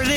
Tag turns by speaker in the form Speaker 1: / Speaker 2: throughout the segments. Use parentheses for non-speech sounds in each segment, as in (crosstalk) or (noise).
Speaker 1: it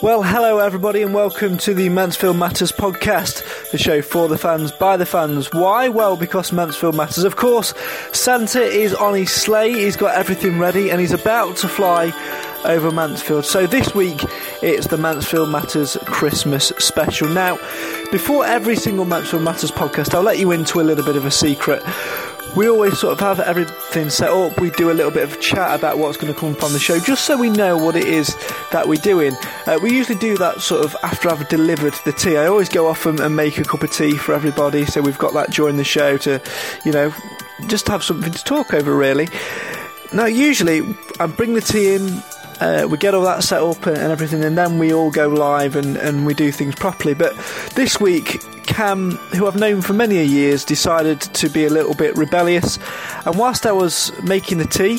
Speaker 2: Well, hello everybody, and welcome to the Mansfield Matters podcast, the show for the fans by the fans. Why? Well, because Mansfield Matters, of course. Santa is on his sleigh; he's got everything ready, and he's about to fly over Mansfield. So this week, it's the Mansfield Matters Christmas special. Now, before every single Mansfield Matters podcast, I'll let you into a little bit of a secret. We always sort of have everything set up. We do a little bit of chat about what's going to come from the show, just so we know what it is that we're doing. Uh, we usually do that sort of after I've delivered the tea. I always go off and, and make a cup of tea for everybody, so we've got that during the show to, you know, just have something to talk over, really. Now, usually, I bring the tea in, uh, we get all that set up and, and everything, and then we all go live and, and we do things properly. But this week, Cam, who I've known for many a years, decided to be a little bit rebellious. And whilst I was making the tea,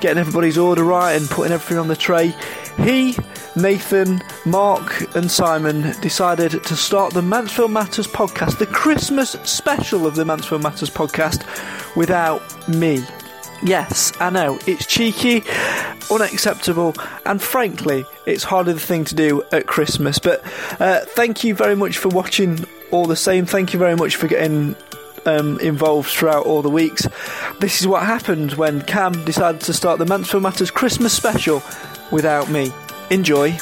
Speaker 2: getting everybody's order right and putting everything on the tray, he, Nathan, Mark, and Simon decided to start the Mansfield Matters podcast, the Christmas special of the Mansfield Matters podcast, without me. Yes, I know, it's cheeky, unacceptable, and frankly, it's harder the thing to do at Christmas. But uh, thank you very much for watching all the same. Thank you very much for getting um, involved throughout all the weeks. This is what happened when Cam decided to start the Mansfield Matters Christmas special without me. Enjoy.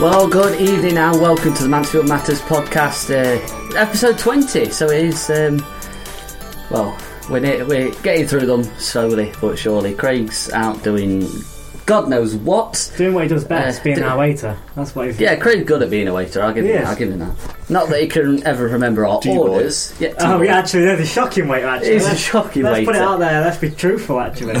Speaker 3: Well, good evening and welcome to the Mansfield Matters podcast, uh, episode 20. So it is, um, well, we're, ne- we're getting through them slowly but surely. Craig's out doing God knows what.
Speaker 4: Doing what he does best,
Speaker 3: Uh,
Speaker 4: being
Speaker 3: do-
Speaker 4: our waiter. That's what he's.
Speaker 3: Yeah, Craig's good at being a waiter, I'll give,
Speaker 4: He
Speaker 3: him,
Speaker 4: is.
Speaker 3: I'll give him that. Not that he can ever remember our orders. Yeah,
Speaker 4: (laughs) Oh,
Speaker 3: tea
Speaker 4: yeah,
Speaker 3: boy.
Speaker 4: actually, they're the shocking waiter. Actually,
Speaker 3: He's a
Speaker 4: Let's-
Speaker 3: shocking
Speaker 4: let's put it
Speaker 3: waiter.
Speaker 4: out there. Let's be
Speaker 2: (laughs)
Speaker 4: truthful. Actually,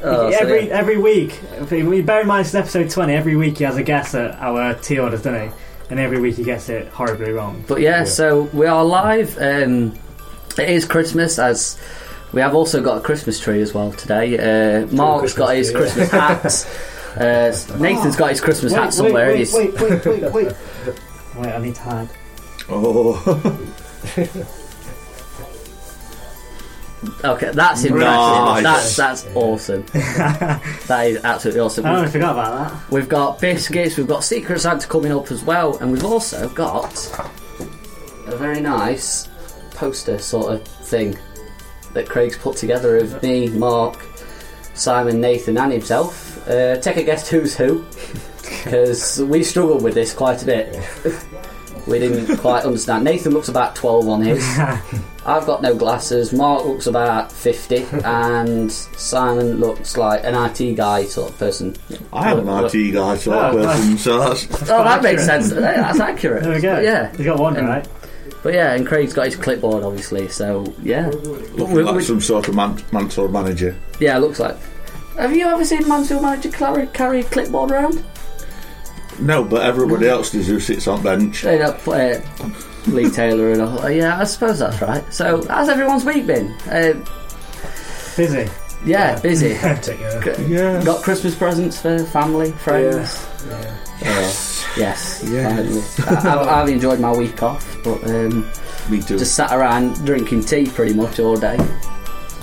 Speaker 3: Oh, so
Speaker 4: every
Speaker 3: yeah.
Speaker 4: every week, if you bear in mind it's episode twenty. Every week he has a guess at our tea orders, doesn't he? And every week he gets it horribly wrong.
Speaker 3: But yeah, so we are live. Um, it is Christmas, as we have also got a Christmas tree as well today. Uh, Mark's got his Christmas hat. (laughs) Uh, Nathan's got his Christmas hat somewhere.
Speaker 4: wait,
Speaker 3: He's-
Speaker 4: wait, wait, wait,
Speaker 3: (laughs)
Speaker 4: wait, wait. Wait, I need to hide.
Speaker 3: Okay, that's impressive. That's that's
Speaker 4: (laughs)
Speaker 3: awesome. that is absolutely awesome.
Speaker 4: I only
Speaker 3: We've,
Speaker 4: forgot about that.
Speaker 3: we've got biscuits. We've got Secret Santa coming up as well, and we've also got a very nice poster sort of thing that Craig's put together of me, Mark, Simon, Nathan, and himself. Uh, take a guess who's who, because we struggled with this quite a bit. we didn't quite understand. Nathan looks about twelve on his. I've got no glasses. Mark looks about fifty, and Simon looks like an IT guy sort of person.
Speaker 5: I am an IT guy sort of
Speaker 4: Oh,
Speaker 5: person, so that's.
Speaker 3: Oh, that makes
Speaker 4: accurate.
Speaker 3: sense. Hey, That's accurate.
Speaker 4: There we go.
Speaker 3: But yeah,
Speaker 4: you got one right.
Speaker 3: but yeah, and Craig's got his clipboard, obviously. So yeah, We-
Speaker 5: Looking like
Speaker 3: we-
Speaker 5: some sort of man- mantle manager.
Speaker 3: yeah, it looks like. Have you ever seen Mansfield manager Clara carry a clipboard around?
Speaker 5: No, but everybody else does who sits on bench.
Speaker 3: They don't put, uh, Lee Taylor and all. Oh, Yeah, I suppose that's right. So, how's everyone's week been? Uh,
Speaker 4: Busy.
Speaker 3: yeah, busy.
Speaker 4: (laughs)
Speaker 2: Hectic, yeah.
Speaker 6: Yeah.
Speaker 3: Got Christmas presents for family, friends. Yes, yes. I, I've, I've enjoyed my week off, but um,
Speaker 6: Me too.
Speaker 3: just sat around drinking tea pretty much all day.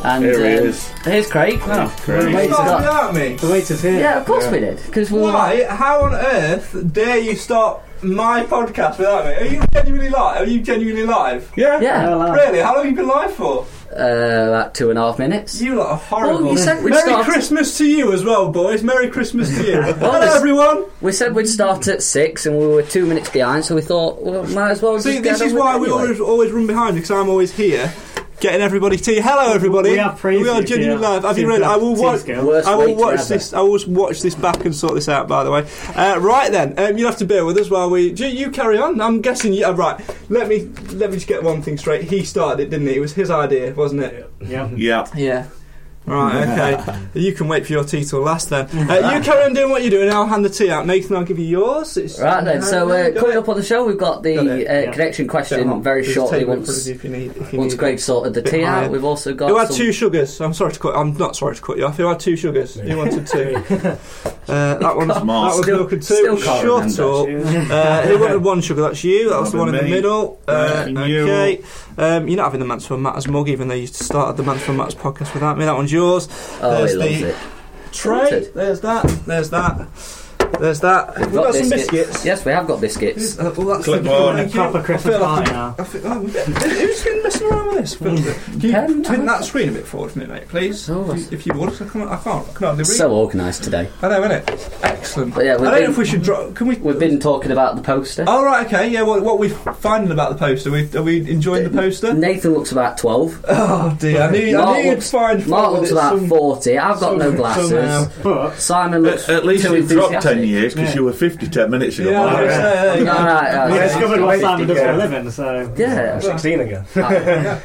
Speaker 3: And
Speaker 6: Here he
Speaker 3: um,
Speaker 6: is.
Speaker 3: here's Craig.
Speaker 4: No,
Speaker 6: Great.
Speaker 4: the
Speaker 3: Wait,
Speaker 4: waiter's,
Speaker 3: Scott.
Speaker 2: Stop without me.
Speaker 4: the waiter's here.
Speaker 3: Yeah, of course we did because we were like,
Speaker 2: Why? How on earth dare you start my podcast without me? Are you genuinely live? Are you genuinely live?
Speaker 6: Yeah.
Speaker 3: yeah,
Speaker 4: Hello.
Speaker 2: Really? How long have you been live for?
Speaker 3: uh, about two and a half minutes.
Speaker 2: You lot are horrible.
Speaker 3: Well, you said we'd
Speaker 2: Merry
Speaker 3: start-
Speaker 2: Christmas to you as well, boys. Merry Christmas to
Speaker 3: (laughs)
Speaker 2: you. Hello,
Speaker 3: this-
Speaker 2: everyone.
Speaker 3: We said we'd start at six, and we were two minutes behind, so we thought, well, might as well.
Speaker 2: See,
Speaker 3: just
Speaker 2: this
Speaker 3: get
Speaker 2: is
Speaker 3: on with
Speaker 2: why
Speaker 3: it
Speaker 2: we
Speaker 3: anyway.
Speaker 2: always, always run behind because I'm always here. Getting everybody tea. Hello, everybody.
Speaker 4: We are praising
Speaker 2: are
Speaker 4: you for
Speaker 2: genuinely
Speaker 4: your
Speaker 2: live. Have you
Speaker 4: team
Speaker 2: read? I will
Speaker 4: team
Speaker 2: watch.
Speaker 4: skills.
Speaker 3: Worst
Speaker 2: I
Speaker 3: way
Speaker 2: will
Speaker 3: to
Speaker 2: watch
Speaker 3: ever.
Speaker 2: this. I will watch this back and sort this out. By the way, uh, right then, um, you'll have to bear with us while we. You, you carry on. I'm guessing. You, uh, right. Let me let me just get one thing straight. He started it, didn't he? It was his idea, wasn't it?
Speaker 4: Yeah.
Speaker 6: Yeah.
Speaker 3: Yeah.
Speaker 2: Right.
Speaker 3: (laughs)
Speaker 2: Okay. you can wait for your tea till last. Then uh, you carry on doing what you're doing. I'll hand the tea out. Nathan, I'll give you yours. It's,
Speaker 3: Right then, so
Speaker 2: Got
Speaker 3: uh,
Speaker 2: it?
Speaker 3: coming up on the show, we've got the
Speaker 2: Got it,
Speaker 3: uh,
Speaker 4: yeah.
Speaker 3: connection
Speaker 2: Get
Speaker 3: question
Speaker 2: on.
Speaker 3: very
Speaker 2: There's a
Speaker 3: shortly
Speaker 2: table in
Speaker 3: once
Speaker 2: front of you if you need- if you
Speaker 3: once
Speaker 2: need
Speaker 3: Greg sorted the
Speaker 2: bit
Speaker 3: tea out.
Speaker 2: higher.
Speaker 3: We've also got
Speaker 2: Who had
Speaker 3: some-
Speaker 2: two sugars? I'm sorry to cut. I'm not sorry to cut you off. Who had two sugars? Who
Speaker 6: (laughs)
Speaker 2: wanted two? uh, that one's that
Speaker 6: Mark.
Speaker 2: was
Speaker 3: Still-
Speaker 2: milk and
Speaker 3: still
Speaker 2: two.
Speaker 3: can't
Speaker 2: Shut up. Uh, who wanted one sugar? That's you. That was the one in the
Speaker 6: That'll be me.
Speaker 2: middle. Uh,
Speaker 6: Thank you.
Speaker 2: okay. Um, you're not having the Mansfield Matters mug, even though you started the Mansfield Matters podcast without me. That one's yours.
Speaker 3: Oh,
Speaker 2: There's
Speaker 3: he loves
Speaker 2: the
Speaker 3: it.
Speaker 2: tray.
Speaker 3: Sorted.
Speaker 2: There's that. There's that. There's that. We've got, some biscuits.
Speaker 3: Yes, we have got biscuits.
Speaker 2: Uh, well, that's
Speaker 6: Clipboard.
Speaker 2: thank you.
Speaker 4: Proper
Speaker 2: I
Speaker 4: Christmas
Speaker 2: feel like I'm-
Speaker 4: party now.
Speaker 2: I think- oh, Who's been messing around with this?
Speaker 4: (laughs)
Speaker 2: Can you
Speaker 3: Ken,
Speaker 2: turn that screen a bit forward for me, mate, please?
Speaker 3: Oh,
Speaker 2: If you- if you would, 'cause I can't. I can't. I can hardly read.
Speaker 3: So organised today.
Speaker 2: I know, innit? Excellent.
Speaker 3: But yeah,
Speaker 2: I
Speaker 3: we've
Speaker 2: don't know
Speaker 3: been-
Speaker 2: if we should drop. Can we?
Speaker 3: We've been talking about the poster.
Speaker 2: Oh right, okay. Yeah, what, what are we finding about the poster? Are we, are we enjoying the poster?
Speaker 3: Nathan looks about twelve.
Speaker 2: Oh dear, I knew, I knew you'd find fault
Speaker 3: Uh, Mark
Speaker 2: with
Speaker 3: looks
Speaker 2: it
Speaker 3: about
Speaker 2: some-
Speaker 3: forty. I've got no
Speaker 2: some- uh, somehow.
Speaker 3: glasses.
Speaker 4: But
Speaker 3: Simon looks
Speaker 6: At, at least
Speaker 3: too
Speaker 6: you dropped
Speaker 3: enthusiastic.
Speaker 6: 10 years because you were 50 10 minutes ago.
Speaker 2: Yeah, I was
Speaker 6: weren't
Speaker 2: gonna
Speaker 6: you?
Speaker 2: say,
Speaker 3: All
Speaker 2: yeah,
Speaker 3: right, all
Speaker 4: we
Speaker 3: right.
Speaker 4: discovered what Simon does for a
Speaker 2: yeah.
Speaker 4: living, so
Speaker 3: Yeah.
Speaker 2: 16
Speaker 4: again.
Speaker 2: yeah.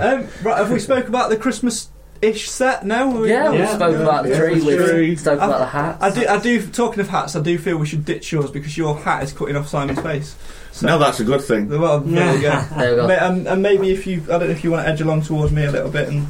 Speaker 2: Um, right, have we spoke about the Christmas-ish set? No, Have we-
Speaker 3: (laughs) Yeah, we
Speaker 4: Yeah.
Speaker 3: spoke about the
Speaker 2: Yeah.
Speaker 3: tree.
Speaker 2: Tree.
Speaker 3: We spoke about the hat.
Speaker 2: I do, I do. Talking of hats, I do feel we should ditch yours because your hat is cutting off Simon's face.
Speaker 6: No, that's a good thing.
Speaker 2: Well, there you (laughs) go.
Speaker 3: There we go.
Speaker 2: Ma- And, and maybe if you, I don't know if you want to edge along towards me a little bit, and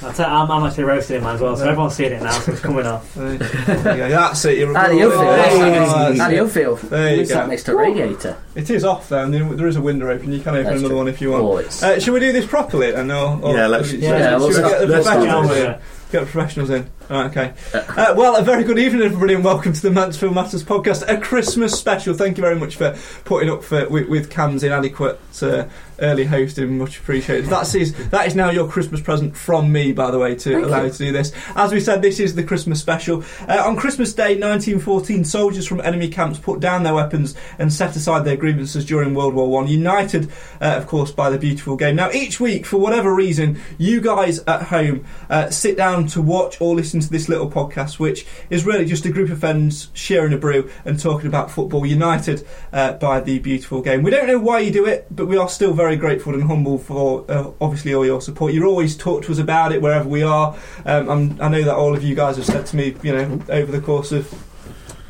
Speaker 4: That's it, I'm, I'm actually roasting mine as well, so everyone's seeing it now, so it's
Speaker 2: (laughs)
Speaker 4: coming off.
Speaker 2: uh, there you go. that's it. You're
Speaker 3: How do you feel?
Speaker 2: Oh,
Speaker 3: How do you
Speaker 2: that's it.
Speaker 3: feel?
Speaker 2: There you
Speaker 3: We sat
Speaker 2: go.
Speaker 3: next to a radiator.
Speaker 2: It is off though, and then there is a window open. You can open
Speaker 3: That's
Speaker 2: another
Speaker 3: true.
Speaker 2: one if you want.
Speaker 3: Oh, it's-
Speaker 2: Uh, should we do this properly then? Or, or
Speaker 6: Yeah, let's-
Speaker 2: should
Speaker 3: yeah,
Speaker 2: we
Speaker 3: let's-
Speaker 2: get the
Speaker 6: let's do
Speaker 2: professionals
Speaker 6: this.
Speaker 2: in? Get the professionals in. All right, okay. Uh, well, a very good evening, everybody, and welcome to the Mansfield Matters podcast, a Christmas special. Thank you very much for putting up for with, with Cam's inadequate uh, early hosting. Much appreciated. That's his, that is now your Christmas present from me, by the way, to allow you to do this. As we said, this is the Christmas special. Uh, on Christmas Day 1914, soldiers from enemy camps put down their weapons and set aside their grievances during World War One, united, uh, of course, by the beautiful game. Now, each week, for whatever reason, you guys at home uh, sit down to watch or listen to this little podcast, which is really just a group of friends sharing a brew and talking about football, united uh, by the beautiful game. We don't know why you do it, but we are still very grateful and humble for uh, obviously all your support. You're always talk to us about it wherever we are. Um, i I know that all of you guys have said to me, you know, over the course of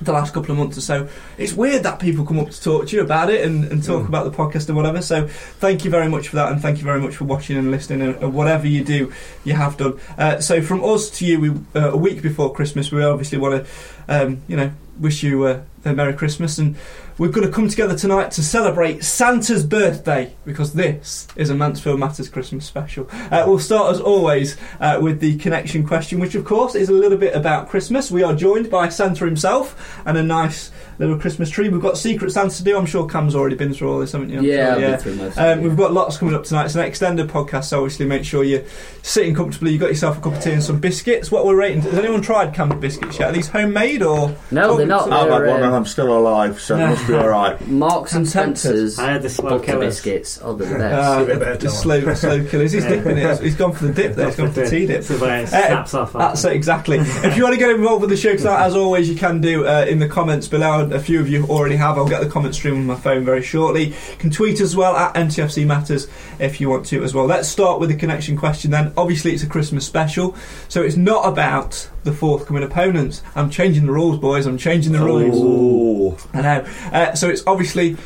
Speaker 2: the last couple of months or so. It's weird that people come up to talk to you about it and, and talk about the podcast and whatever. So thank you very much for that, and thank you very much for watching and listening and, and whatever you do, you have done. Uh, so from us to you, we, uh, a week before Christmas, we obviously want to, um, you know, wish you uh, a Merry Christmas and. We're going to come together tonight to celebrate Santa's birthday because this is a Mansfield Matters Christmas special. Uh, we'll start, as always, uh, with the connection question, which, of course, is a little bit about Christmas. We are joined by Santa himself and a nice little Christmas tree. We've got Secret Santa to do. I'm sure Cam's already been through all this, haven't you? I'm
Speaker 3: Yeah,
Speaker 2: sure,
Speaker 3: I've been through most of
Speaker 2: Um,
Speaker 3: it.
Speaker 2: We've got lots coming up tonight. It's an extended podcast, so obviously make sure you're sitting comfortably. You've got yourself a cup of tea and some biscuits. What we're rating? Has anyone tried Cam's biscuits yet? Are these homemade or?
Speaker 3: No, they're
Speaker 2: Talk to
Speaker 3: not.
Speaker 6: I've had
Speaker 3: They're,
Speaker 6: one and
Speaker 3: um,
Speaker 6: I'm still alive, so it must be alright.
Speaker 3: Marks and
Speaker 2: Tempted.
Speaker 3: Spencer's
Speaker 4: I had the slow
Speaker 3: butter
Speaker 4: killers.
Speaker 3: biscuits. Other
Speaker 2: (laughs)
Speaker 3: than
Speaker 2: Uh,
Speaker 3: that,
Speaker 2: the slow, slow killers. He's dipping it. He's gone for the dip there. He's gone for the tea dip.
Speaker 4: It's the way it
Speaker 2: Uh,
Speaker 4: snaps off.
Speaker 2: That's it, exactly. if you want to get involved with the
Speaker 4: (laughs)
Speaker 2: show tonight, as always, you can do uh, in the comments below. and A few of you already have. I'll get the comment stream on my phone very shortly. You can tweet as well at MTFC Matters if you want to as well. Let's start with the connection question then. Obviously, it's a Christmas special, so it's not about the forthcoming opponents. I'm changing the rules, boys. I'm changing the rules.
Speaker 6: Ooh.
Speaker 2: I know. Uh, so it's obviously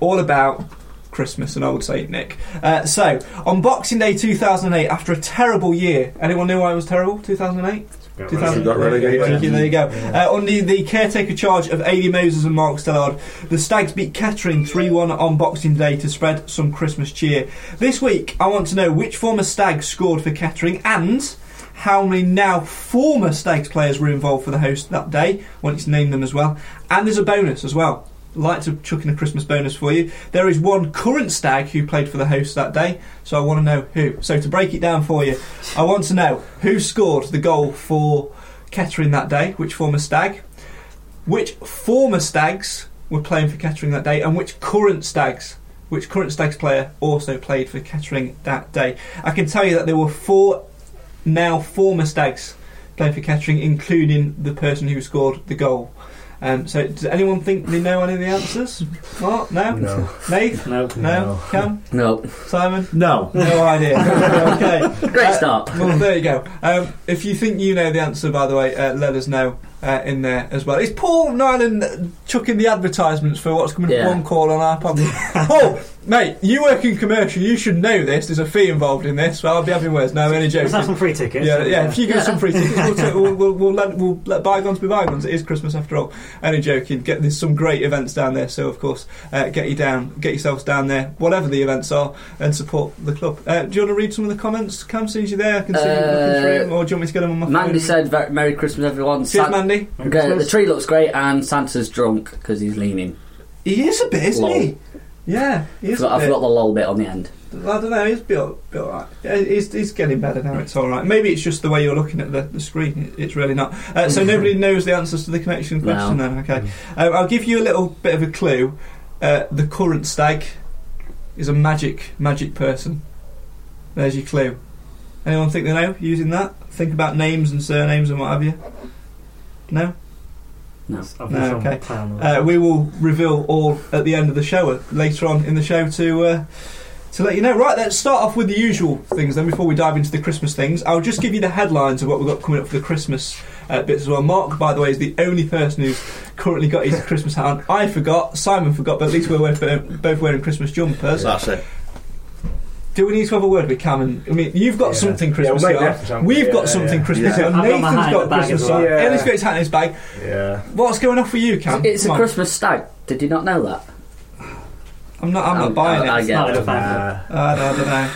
Speaker 2: all about Christmas and old Saint Nick. Uh, so, on Boxing Day 2008, after a terrible year, anyone knew why it was terrible? 2008?
Speaker 6: relegated. Got relegated.
Speaker 2: Thank you, There you go. Uh, under the caretaker charge of A.D. Moses and Mark Stellard, the Stags beat Kettering 3 1 on Boxing Day to spread some Christmas cheer. This week, I want to know which former Stag scored for Kettering and how many now former Stags players were involved for the host that day. I want you to name them as well. And there's a bonus as well. I'd like to chuck in a Christmas bonus for you. There is one current stag who played for the host that day, so I want to know who. So to break it down for you, I want to know who scored the goal for Kettering that day, which former stag, which former stags were playing for Kettering that day, and which current stags, which current stags player also played for Kettering that day. I can tell you that there were four now former stags playing for Kettering, including the person who scored the goal. Um, so, does anyone think they know any of the answers? What? No?
Speaker 7: No.
Speaker 2: Nate?
Speaker 4: No.
Speaker 2: No? Cam?
Speaker 3: No.
Speaker 2: Simon?
Speaker 6: No.
Speaker 2: No idea. okay. (laughs)
Speaker 3: Great start.
Speaker 2: Well, there you go. Um, if you think you know the answer, by the way, uh, let us know uh, in there as well. Is Paul Nyland chucking the advertisements for what's coming up
Speaker 3: Yeah.
Speaker 2: one call on our podcast? Paul, mate, you work in commercial. You should know this. There's a fee involved in this. Well, I'll be having words. No, any
Speaker 4: (laughs) Let's have
Speaker 2: joking.
Speaker 4: some free tickets.
Speaker 2: Yeah, yeah. If you give us some free tickets, we'll, take- we'll, we'll, we'll, let, we'll let bygones be bygones. It is Christmas after all. Only joking. Get there's some great events down there, so of course, uh, get you down, get yourselves down there, whatever the events are, and support the club. Uh, do you want to read some of the comments? Cam, since you're there, I can see you looking through
Speaker 3: Uh,
Speaker 2: 'em, or do you want me to get them on my
Speaker 3: Mandy
Speaker 2: phone?
Speaker 3: said, "Ver- "Merry Christmas, everyone."
Speaker 2: Cheers,
Speaker 3: San-
Speaker 2: Mandy.
Speaker 3: Okay, the tree looks great, and Santa's drunk because he's leaning.
Speaker 2: He is a bit, isn't he?
Speaker 3: Lol.
Speaker 2: Yeah, he
Speaker 3: I
Speaker 2: is.
Speaker 3: forgot,
Speaker 2: a
Speaker 3: I
Speaker 2: bit.
Speaker 3: forgot the lol bit on the end.
Speaker 2: I don't know. He's built, built right. Yeah, He's, he's getting better now. It's all right. Maybe it's just the way you're looking at the, the screen. It, it's really not. Uh, so nobody knows the answers to the connection
Speaker 3: No.
Speaker 2: question. Then okay. Um, I'll give you a little bit of a clue. Uh, the current stag is a magic magic person. There's your clue. Anyone think they know using that? Think about names and surnames and what have you. No.
Speaker 3: No.
Speaker 2: No, okay. Uh, we will reveal all at the end of the show, uh, later on in the show, to uh, to let you know. Right, let's start off with the usual things. Then, before we dive into the Christmas things, I'll just give you the headlines of what we've got coming up for the Christmas uh, bits as well. Mark, by the way, is the only person who's currently got his Christmas hat on. I forgot. Simon forgot, but at least we're both, both wearing Christmas jumpers.
Speaker 6: That's it.
Speaker 2: Do we need to have a word with Cam? And, I mean, you've got
Speaker 7: Yeah.
Speaker 2: somethy
Speaker 7: Yeah,
Speaker 2: Christmas
Speaker 7: we'll make
Speaker 2: on.
Speaker 7: the effort, haven't we?
Speaker 2: We've
Speaker 7: Yeah,
Speaker 2: got something
Speaker 7: yeah.
Speaker 2: Christmas
Speaker 6: Yeah.
Speaker 2: on.
Speaker 4: I've got my
Speaker 2: Nathan's
Speaker 4: hat in
Speaker 2: got
Speaker 4: the bag as
Speaker 2: Christmas
Speaker 4: well.
Speaker 2: on.
Speaker 7: Yeah.
Speaker 2: Ellie's got his hat in his bag.
Speaker 7: Yeah.
Speaker 2: What's going on for you, Cam?
Speaker 3: It's a
Speaker 2: Come on.
Speaker 3: Christmas stag. Did you not know that?
Speaker 2: I'm not. I'm not buying
Speaker 3: I,
Speaker 2: it.
Speaker 3: I get it.
Speaker 7: Uh,
Speaker 2: I don't know.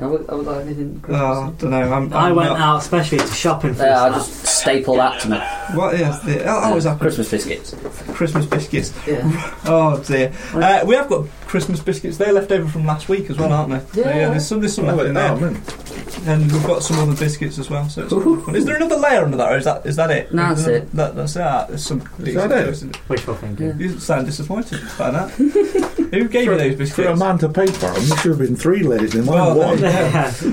Speaker 2: Oh,
Speaker 3: I would, I would like anything Christmas.
Speaker 2: I don't know. I'm, I'm
Speaker 4: I went
Speaker 2: not-
Speaker 4: out especially to shopping for
Speaker 3: Yeah, I
Speaker 4: this.
Speaker 3: just staple that to me.
Speaker 2: What is the? Oh, oh, it's our
Speaker 3: Christmas biscuits.
Speaker 2: Christmas biscuits.
Speaker 3: Yeah.
Speaker 2: Oh dear. Uh, we have got Christmas biscuits. They're left over from last week as well, aren't they?
Speaker 3: Yeah.
Speaker 2: there's some. There's some
Speaker 6: Oh,
Speaker 2: left in
Speaker 6: no,
Speaker 2: there,
Speaker 6: man.
Speaker 2: and we've got some other biscuits as well. So it's quite fun. is there another layer under that, or is that is that it?
Speaker 3: No, that's
Speaker 2: There's
Speaker 3: it.
Speaker 2: another- That, that's it. Ah, there's some.
Speaker 6: Is that it?
Speaker 4: Wishful thinking.
Speaker 2: You sound disappointed by that. Who gave you those
Speaker 6: For a
Speaker 2: biscuits?
Speaker 6: man to pay for them, there should have been three ladies in
Speaker 2: Well,
Speaker 6: one.
Speaker 2: there you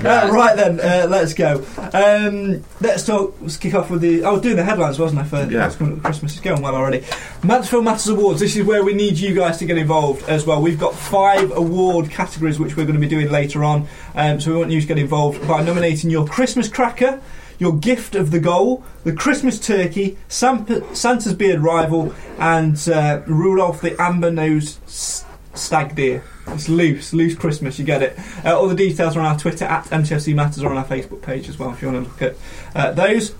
Speaker 6: one.
Speaker 2: go. Uh, (laughs) right then, uh, let's go. Um, let's talk. Let's kick off with the. I was doing the headlines, wasn't I? For
Speaker 6: Yeah.
Speaker 2: that's coming up to Christmas. It's going well already. Mansfield Matters Awards. This is where we need you guys to get involved as well. We've got five award categories which we're going to be doing later on. Um, so we want you to get involved by nominating your Christmas cracker. Your gift of the goal, the Christmas turkey, Samp- Santa's beard rival, and uh, Rudolph the amber nosed s- stag deer. It's loose, loose Christmas. You get it. Uh, all the details are on our Twitter at MTFC Matters or on our Facebook page as well if you want to look at uh, those.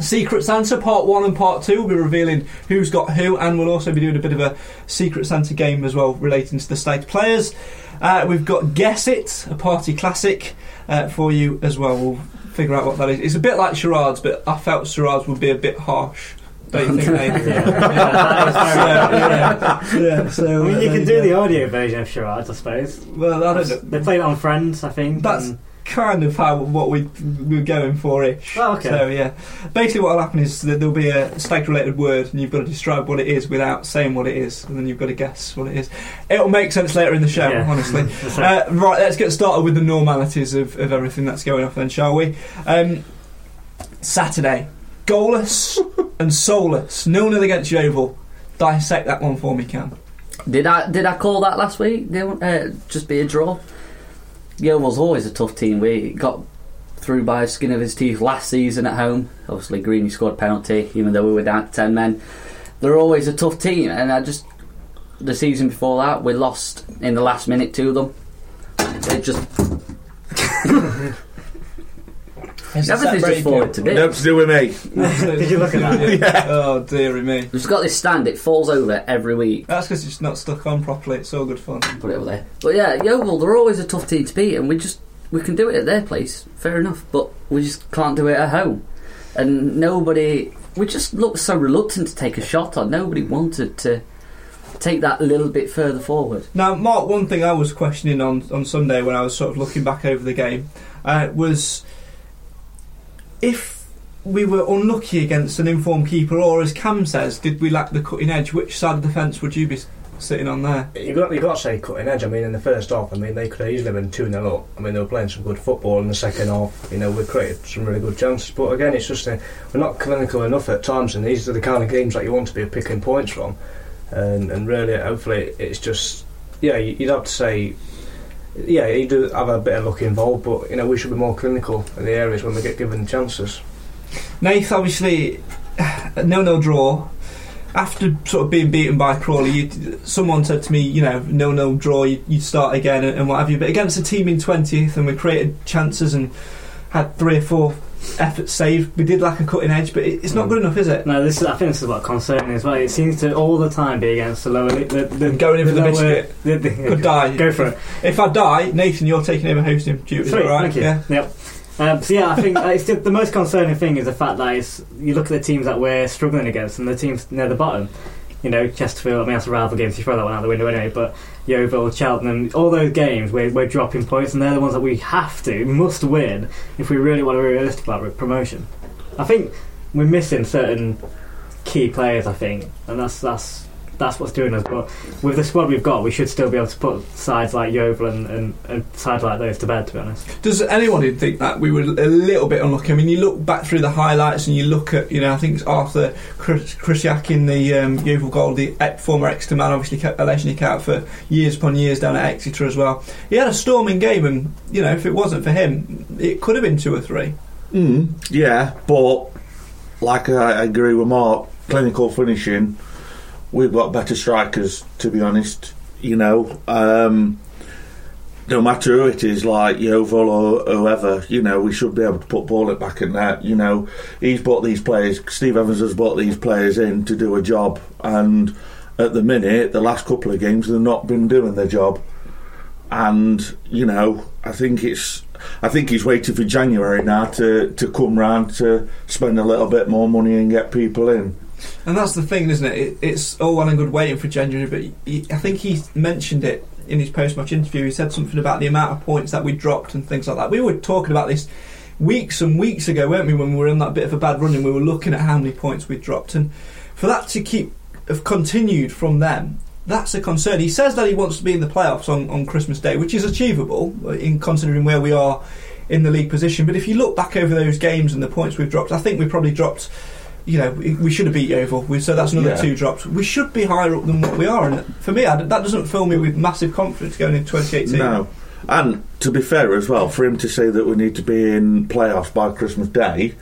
Speaker 2: Secret Santa Part 1 and Part 2 will be revealing who's got who, and we'll also be doing a bit of a Secret Santa game as well relating to the state players. Uh, we've got Guess It, a party classic uh, for you as well. We'll figure out what that is. It's a bit like charades, but I felt charades would be a bit harsh. Don't
Speaker 4: (laughs)
Speaker 2: you think, Nathan? (laughs) yeah, yeah, yeah. So,
Speaker 4: I mean,
Speaker 2: uh,
Speaker 4: you
Speaker 2: there
Speaker 4: can do
Speaker 2: go.
Speaker 4: the audio version of charades, I suppose.
Speaker 2: Well, I don't know.
Speaker 4: They played it on Friends, I think.
Speaker 2: That's-
Speaker 4: and-
Speaker 2: kind of how what we we are going for ish.
Speaker 4: Oh, okay.
Speaker 2: So yeah, basically what will happen is that there'll be a stag related word, and you've got to describe what it is without saying what it is, and then you've got to guess what it is. It'll make sense later in the show,
Speaker 4: Yeah.
Speaker 2: honestly.
Speaker 4: (laughs) That's
Speaker 2: Uh, right, let's get started with the normalities of, of everything that's going off then, shall we? Um, Saturday,
Speaker 4: (laughs)
Speaker 2: goalless and soulless, nil nil against Yeovil. Dissect that one for me, Cam.
Speaker 3: Did I did I call that last week? They won't, uh, just be a draw. Yeovil's always a tough team. We got through by the skin of his teeth last season at home. Obviously, Greeny scored a penalty, even though we were down to ten men. They're always a tough team, and I just the season before that, we lost in the last minute to them. It just everything's just forward to (laughs)
Speaker 6: Nope,
Speaker 3: bits.
Speaker 6: to do with me.
Speaker 2: Did
Speaker 4: you look at
Speaker 2: (laughs)
Speaker 4: that?
Speaker 2: Oh dearie me.
Speaker 3: We've just got this stand; it falls over every week.
Speaker 2: That's because it's not stuck on properly. It's all good fun.
Speaker 3: Put it over there. But yeah, Yeovil, they're always a tough team to beat, and we just we can do it at their place, fair enough. But we just can't do it at home, and nobody. We just looked so reluctant to take a shot on. Nobody wanted to take that little bit further forward.
Speaker 2: Now, Mark, one thing I was questioning on, on Sunday when I was sort of looking back over the game uh, was if we were unlucky against an informed keeper, or as Cam says, did we lack the cutting edge? Which side of the fence would you be s- sitting on there?
Speaker 7: You got you got to say cutting edge. I mean, in the first half, I mean they could have easily been two 0 up. I mean they were playing some good football in the second half. You know we created some really good chances, but again it's just uh, we're not clinical enough at times, and these are the kind of games that you want to be picking points from. And and really, hopefully, it's just yeah you- you'd have to say yeah you do have a bit of luck involved, but you know we should be more clinical in the areas when we get given chances.
Speaker 2: Nath, obviously, a nil-nil draw. After sort of being beaten by Crawley, you, someone said to me, you know, nil-nil draw, you, you'd start again and, and what have you. But against a team in 20th, and we created chances and had three or four efforts saved, we did lack a cutting edge, but it, it's
Speaker 7: Mm.
Speaker 2: not good enough, is it?
Speaker 4: No, this is, I think this is what concerning as well. It seems to all the time be against the lower. The, the,
Speaker 2: Going in for the
Speaker 4: lower-
Speaker 2: biscuit.
Speaker 4: the- the-
Speaker 2: Could die.
Speaker 4: (laughs) Go for it.
Speaker 2: If I die, Nathan, you're taking over hosting duties,
Speaker 4: Sweet,
Speaker 2: alright?
Speaker 4: thank you.
Speaker 2: Yeah.
Speaker 4: Yep. Um, so yeah, I think uh, it's the, the most concerning thing is the fact that it's, you look at the teams that we're struggling against and the teams near the bottom. You know, Chesterfield. I mean, that's a rival game, so you throw that one out the window anyway. But Yeovil, Cheltenham, all those games we're, we're dropping points, and they're the ones that we have to, must win if we really want to be realistic about re- promotion. I think we're missing certain key players. I think, and that's that's that's what's doing us. But with the squad we've got, we should still be able to put sides like Yeovil and, and, and sides like those to bed. To be honest.
Speaker 2: Does anyone who think that we were a little bit unlucky? I mean, you look back through the highlights and you look at, you know, I think it's Arthur Kris- Krisiak in the um, Yeovil goal, the ex- former Exeter man, obviously kept a legendary out for years upon years down at Exeter as well. He had a storming game, and you know, if it wasn't for him, it could have been two or three.
Speaker 6: Mm, yeah, but like I I agree with Mark, clinical finishing, we've got better strikers. To be honest, you know, um, no matter who it is, like Yeovil or whoever, you know, we should be able to put Borlett back in that. You know, he's brought these players. Steve Evans has brought these players in to do a job, and at the minute, the last couple of games, they've not been doing their job and you know, I think it's. I think he's waiting for January now to, to come round to spend a little bit more money and get people in.
Speaker 2: And that's the thing, isn't it? it it's all well and good waiting for January, but he, I think he mentioned it in his post-match interview. He said something about the amount of points that we dropped and things like that. We were talking about this weeks and weeks ago, weren't we? When we were in that bit of a bad run, and we were looking at how many points we dropped, and for that to keep have continued from them. That's a concern. He says that he wants to be in the playoffs on, on Christmas Day, which is achievable uh, in considering where we are in the league position. But if you look back over those games and the points we've dropped, I think we probably dropped. You know, we we should have beat Yeovil, we, so that's another
Speaker 6: Yeah.
Speaker 2: two drops. We should be higher up than what we are, and for me, I, that doesn't fill me with massive confidence going into 2018.
Speaker 6: No, and to be fair as well, for him to say that we need to be in playoffs by Christmas Day,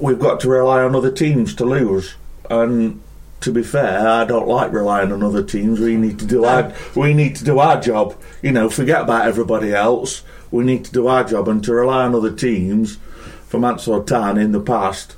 Speaker 6: we've got to rely on other teams to lose. And to be fair, I don't like relying on other teams. We need to do our we need to do our job. You know, forget about everybody else. We need to do our job, and to rely on other teams for Mansell Town in the past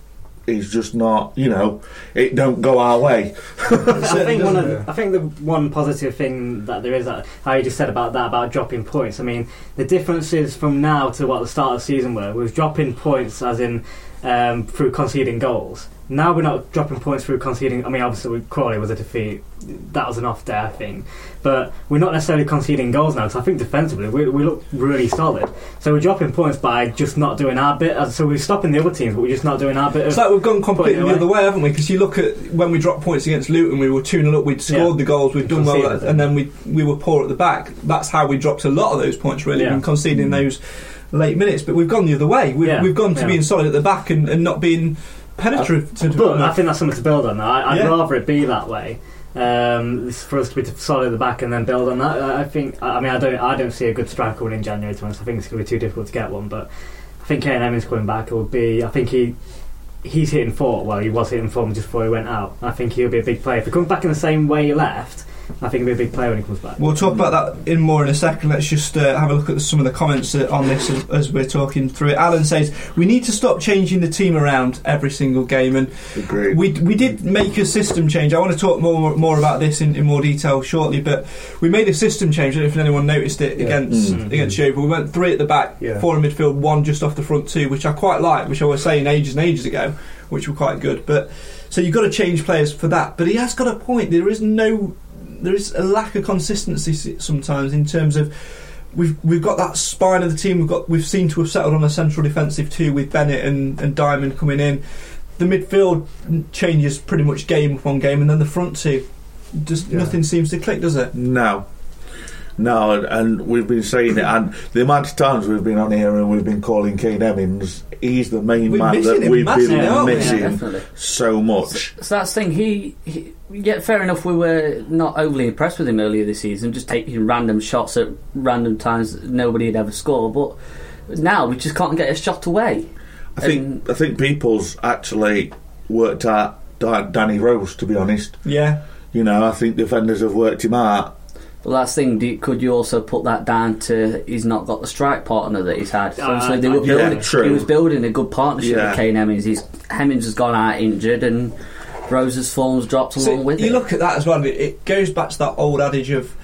Speaker 6: is just not. You know, it don't go our way.
Speaker 4: I think one of,
Speaker 7: doesn't it?
Speaker 4: I think the one positive thing that there is that how you just said about that about dropping points. I mean, the differences from now to what the start of the season were was dropping points as in um, through conceding goals. Now we're not dropping points through conceding. I mean, obviously with Crawley was a defeat. That was an off day, I think. But we're not necessarily conceding goals now. So I think defensively we, we look really solid. So we're dropping points by just not doing our bit. Uh, So we're stopping the other teams, but we're just not doing our bit. Of,
Speaker 2: It's like we've gone completely
Speaker 4: Putting
Speaker 2: the
Speaker 4: it
Speaker 2: other
Speaker 4: away.
Speaker 2: way, haven't we? Because you look at when we dropped points against Luton, we were 2 0 up, we'd scored
Speaker 4: Yeah.
Speaker 2: the goals, we'd done well,
Speaker 4: Conceded them.
Speaker 2: and then we we were poor at the back. That's how we dropped a lot of those points, really,
Speaker 4: Yeah.
Speaker 2: and conceding those late minutes. But we've gone the other way. We've,
Speaker 4: Yeah.
Speaker 2: we've gone to
Speaker 4: Yeah.
Speaker 2: being solid at the back and, and not being penetrative. to-
Speaker 4: But I think that's something to build on. I, I'd
Speaker 2: Yeah.
Speaker 4: rather it be that way. Um, it's for us to be solid at the back and then build on that. I I think. I I mean, I don't. I don't see a good striker winning January. To be honest, I think it's going to be too difficult to get one. But I think Kane Emmons coming back. It will be. I think he. He's hitting form. Well, he was hitting form just before he went out. I think he'll be a big player. If he comes back in the same way he left, I think he'll be a big player when he comes back.
Speaker 2: We'll talk about that in more in a second. Let's just uh, have a look at some of the comments uh, on this as, as we're talking through it. Alan says we need to stop changing the team around every single game, and
Speaker 6: Agreed.
Speaker 2: we we did make a system change. I want to talk more more about this in, in more detail shortly, but we made a system change. I don't know if anyone noticed it against against Yeovil. We went three at the back,
Speaker 7: Yeah.
Speaker 2: four in midfield, one just off the front two, which I quite like, which I was saying ages and ages ago, which were quite good. But so you've got to change players for that. But he has got a point. There is no, there is a lack of consistency s- sometimes in terms of. We've, we've got that spine of the team. We've got we've seemed to have settled on a central defensive two with Bennett and, and Diamond coming in the midfield changes pretty much game upon game, and then the front two, just
Speaker 6: Yeah.
Speaker 2: nothing seems to click, does it?
Speaker 6: No. No, and, and we've been saying it, and the amount of times we've been on here and we've been calling Kane Evans, he's the main
Speaker 2: We're
Speaker 6: man
Speaker 2: missing
Speaker 6: that
Speaker 2: him
Speaker 6: we've
Speaker 2: massively,
Speaker 6: been
Speaker 2: aren't we?
Speaker 6: missing
Speaker 3: definitely.
Speaker 6: so much.
Speaker 3: So that's the thing. He, he, yeah, fair enough. We were not overly impressed with him earlier this season, just taking random shots at random times that nobody had ever scored. But now we just can't get a shot away.
Speaker 6: I think I think people's actually worked out Da- Danny Rose. To be honest,
Speaker 2: Yeah.
Speaker 6: you know, I think defenders have worked him out.
Speaker 3: Well, that's the thing. Do, could you also put that down to he's not got the strike partner that he's had? So,
Speaker 2: Uh,
Speaker 4: Ah,
Speaker 3: so they were
Speaker 6: yeah,
Speaker 3: building,
Speaker 6: true.
Speaker 3: He was building a good partnership
Speaker 6: Yeah.
Speaker 3: with Kane Hemmings. He's, Hemmings has gone out injured, and Rose's form's dropped
Speaker 2: So
Speaker 3: along with
Speaker 2: you
Speaker 3: it.
Speaker 2: look at that as well. and It, it goes back to that old adage of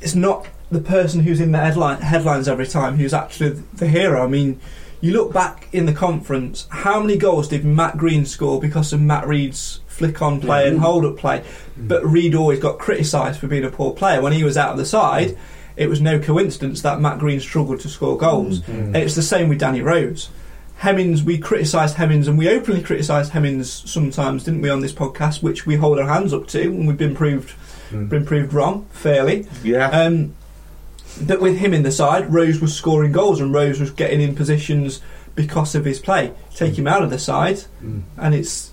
Speaker 2: it's not the person who's in the headline, headlines every time who's actually the hero. I mean, you look back in the conference, how many goals did Matt Green score because of Matt Reed's flick on play and
Speaker 3: Mm-hmm.
Speaker 2: hold up play? But Reed always got criticised for being a poor player. When he was out of the side, it was no coincidence that Matt Green struggled to score goals. And it's the same with Danny Rose. Hemmings, we criticised Hemmings and we openly criticised Hemmings sometimes, didn't we, on this podcast, which we hold our hands up to and we've been proved been proved wrong fairly.
Speaker 6: Yeah,
Speaker 2: Um, but with him in the side, Rose was scoring goals and Rose was getting in positions because of his play. Take him out of the side, and it's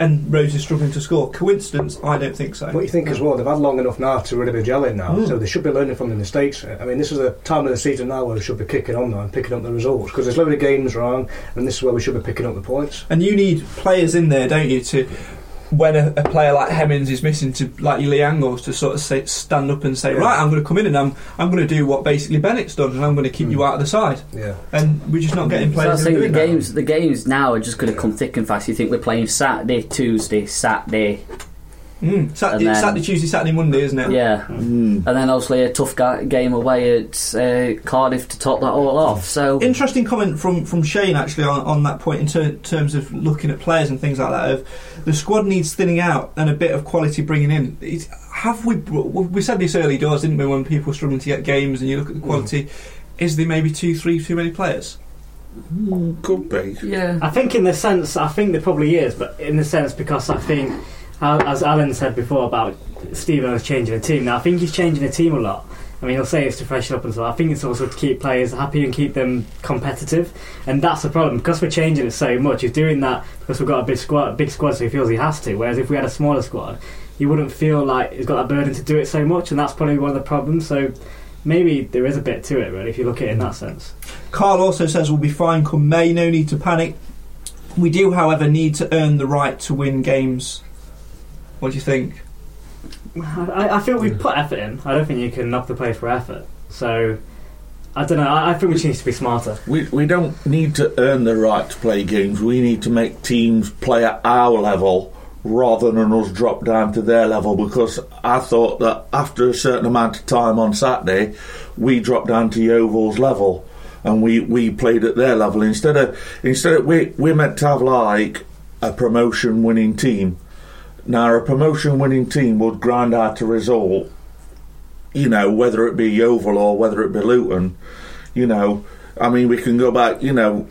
Speaker 2: and Rose is struggling to score. Coincidence? I don't think so.
Speaker 7: What you think as well, they've had long enough now to really be gelling now, so they should be learning from the mistakes. I mean, this is the time of the season now where we should be kicking on now and picking up the results because there's a load of games wrong, and this is where we should be picking up the points.
Speaker 2: And you need players in there, don't you, to when a, a player like Hemmings is missing, to like Lee Angles, to sort of say, stand up and say,
Speaker 7: Yeah.
Speaker 2: right, I'm going to come in and I'm I'm going to do what basically Bennett's done, and I'm going to keep you out of the side.
Speaker 7: Hmm. Yeah.
Speaker 2: And we're just not getting
Speaker 3: So I
Speaker 2: players. who are
Speaker 3: think the
Speaker 2: doing that.
Speaker 3: games, the games now are just going to come thick and fast. You think we're playing Saturday, Tuesday, Saturday,
Speaker 2: Mm, Saturday,
Speaker 3: and then-
Speaker 2: Saturday, Tuesday, Saturday, Monday, isn't it?
Speaker 3: yeah,
Speaker 6: Hmm.
Speaker 3: and then obviously a tough ga- game away at uh, Cardiff to top that all off. So
Speaker 2: Interesting comment from, from Shane actually on, on that point in ter- terms of looking at players and things like that. Of the squad needs thinning out and a bit of quality bringing in. It's, have we? br- We said this early doors, didn't we? When people were struggling to get games and you look at the
Speaker 6: Mm.
Speaker 2: quality, is there maybe two, three too many players?
Speaker 6: could be.
Speaker 3: yeah,
Speaker 4: I think in the sense, I think there probably is, but in the sense because I think, uh, as Alan said before about Stephen was changing the team. Now I think he's changing the team a lot. I mean, he'll say it's to freshen up and so. on. I think it's also to keep players happy and keep them competitive, and that's the problem because we're changing it so much. He's doing that because we've got a big squad, big squad, so he feels he has to. Whereas if we had a smaller squad, he wouldn't feel like he's got that burden to do it so much, and that's probably one of the problems. So maybe there is a bit to it, really, if you look at it in that sense.
Speaker 2: Carl also says we'll be fine come May. No need to panic. We do, however, need to earn the right to win games. What do you think?
Speaker 4: I, I feel we've put effort in. I don't think you can knock the play for effort. So, I don't know. I, I think we just need to be smarter.
Speaker 6: We, we don't need to earn the right to play games. We need to make teams play at our level rather than us drop down to their level because I thought that after a certain amount of time on Saturday, we dropped down to Yeovil's level and we, we played at their level. Instead of, instead of we, we're meant to have like a promotion winning team. Now, a promotion winning team would grind out a result you know, whether it be Yeovil or whether it be Luton, you know, I mean, we can go back, you know,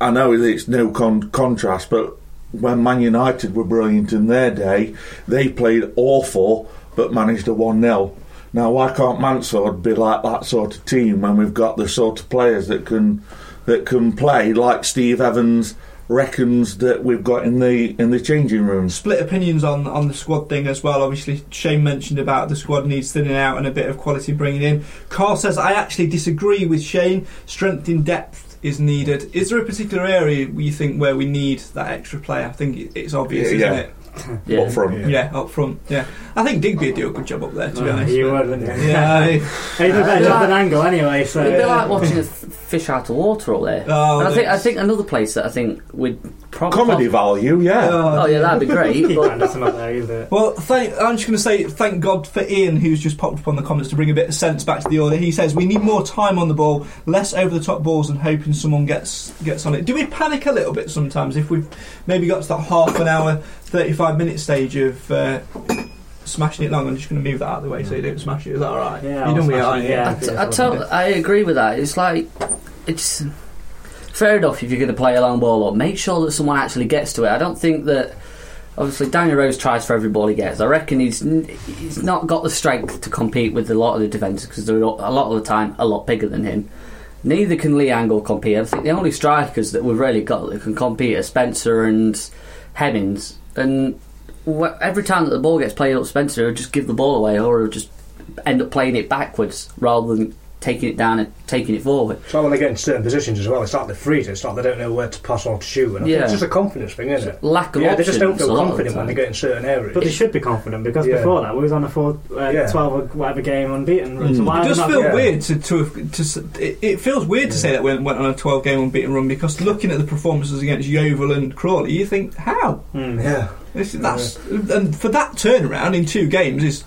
Speaker 6: I know it's no con- contrast, but when Man United were brilliant in their day, they played awful but managed a 1 0. Now, why can't Mansfield be like that sort of team when we've got the sort of players that can that can play like Steve Evans reckons that we've got in the in the changing rooms?
Speaker 2: split opinions on on the squad thing as well. Obviously, Shane mentioned about the squad needs thinning out and a bit of quality bringing in. Carl says I actually disagree with Shane. Strength in depth is needed. Is there a particular area you think where we need that extra player? I think it- it's obvious,
Speaker 6: Yeah,
Speaker 2: isn't
Speaker 6: yeah.
Speaker 2: it?
Speaker 3: Yeah.
Speaker 6: up front.
Speaker 2: Yeah. up front. Yeah, I think Digby would do a good job up there. To be
Speaker 4: Well,
Speaker 2: honest.
Speaker 4: you Oh, would, wouldn't you? (laughs)
Speaker 2: Yeah.
Speaker 6: (laughs)
Speaker 2: I-
Speaker 4: He's a better job than Angle anyway, so.
Speaker 3: It'd be like watching a f- fish out of water up there.
Speaker 2: Oh,
Speaker 3: And I think I
Speaker 2: that's-
Speaker 3: think another place that I think would probably
Speaker 6: Comedy value, yeah.
Speaker 3: Oh yeah, that'd be
Speaker 6: (laughs)
Speaker 3: great. but-
Speaker 4: Keep Anderson up there, either.
Speaker 2: Well, thank, I'm just going to say thank God for Ian, who's just popped up on the comments to bring a bit of sense back to the order. He says we need more time on the ball, less over the top balls, and hoping someone gets gets on it. Do we panic a little bit sometimes if we've maybe got to that half an hour, 35 minute stage of uh, smashing it long? I'm just going to move that out of the way so you don't smash it. Is that all right?
Speaker 4: Yeah,
Speaker 2: you
Speaker 4: I'll
Speaker 2: done with it,
Speaker 4: smash
Speaker 2: aren't
Speaker 4: it,
Speaker 2: you?
Speaker 4: yeah.
Speaker 3: I, t- I, tell, I agree with that. It's like it's fair enough if you're going to play a long ball up. Make sure that someone actually gets to it. I don't think that. Obviously, Daniel Rose tries for every ball he gets. I reckon he's n- he's not got the strength to compete with a lot of the defenders because they're a lot of the time a lot bigger than him. Neither can Lee Angle compete. I think the only strikers that we've really got that can compete are Spencer and Hemmings. And wh- every time that the ball gets played up, Spencer will just give the ball away or he'll just end up playing it backwards rather than taking it down and taking it forward.
Speaker 7: So when they get in certain positions as well, it's like they're freed. It's like they don't know where to pass or to shoot. And I think
Speaker 3: Yeah.
Speaker 7: it's just a confidence thing, isn't it?
Speaker 3: Lack of
Speaker 7: yeah, they just don't
Speaker 3: options a
Speaker 7: feel
Speaker 3: lot of the
Speaker 7: confident when they
Speaker 3: time.
Speaker 7: get in certain areas.
Speaker 4: But
Speaker 7: (laughs)
Speaker 4: they should be confident because
Speaker 7: Yeah.
Speaker 4: before that we was on a four, uh,
Speaker 7: Yeah. Mm.
Speaker 4: 12 or whatever game unbeaten run. So why
Speaker 2: It
Speaker 4: are
Speaker 2: does
Speaker 4: they not
Speaker 2: feel
Speaker 7: yeah.
Speaker 2: weird to, to, have- to s- it, it feels weird to say that when went on a 12 game unbeaten run because looking at the performances against Yeovil and Crawley, you think how
Speaker 6: Mm,
Speaker 7: yeah.
Speaker 2: This, that's and for that turnaround in two games is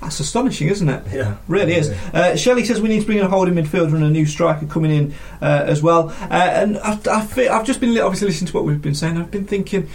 Speaker 2: that's astonishing, isn't it?
Speaker 7: Yeah.
Speaker 2: Really is.
Speaker 7: Yeah.
Speaker 2: Uh, Shelley says we need to bring in a holding midfielder and a new striker coming in uh, as well. Uh, and I, I feel, I've just been li- obviously listening to what we've been saying. I've been thinking,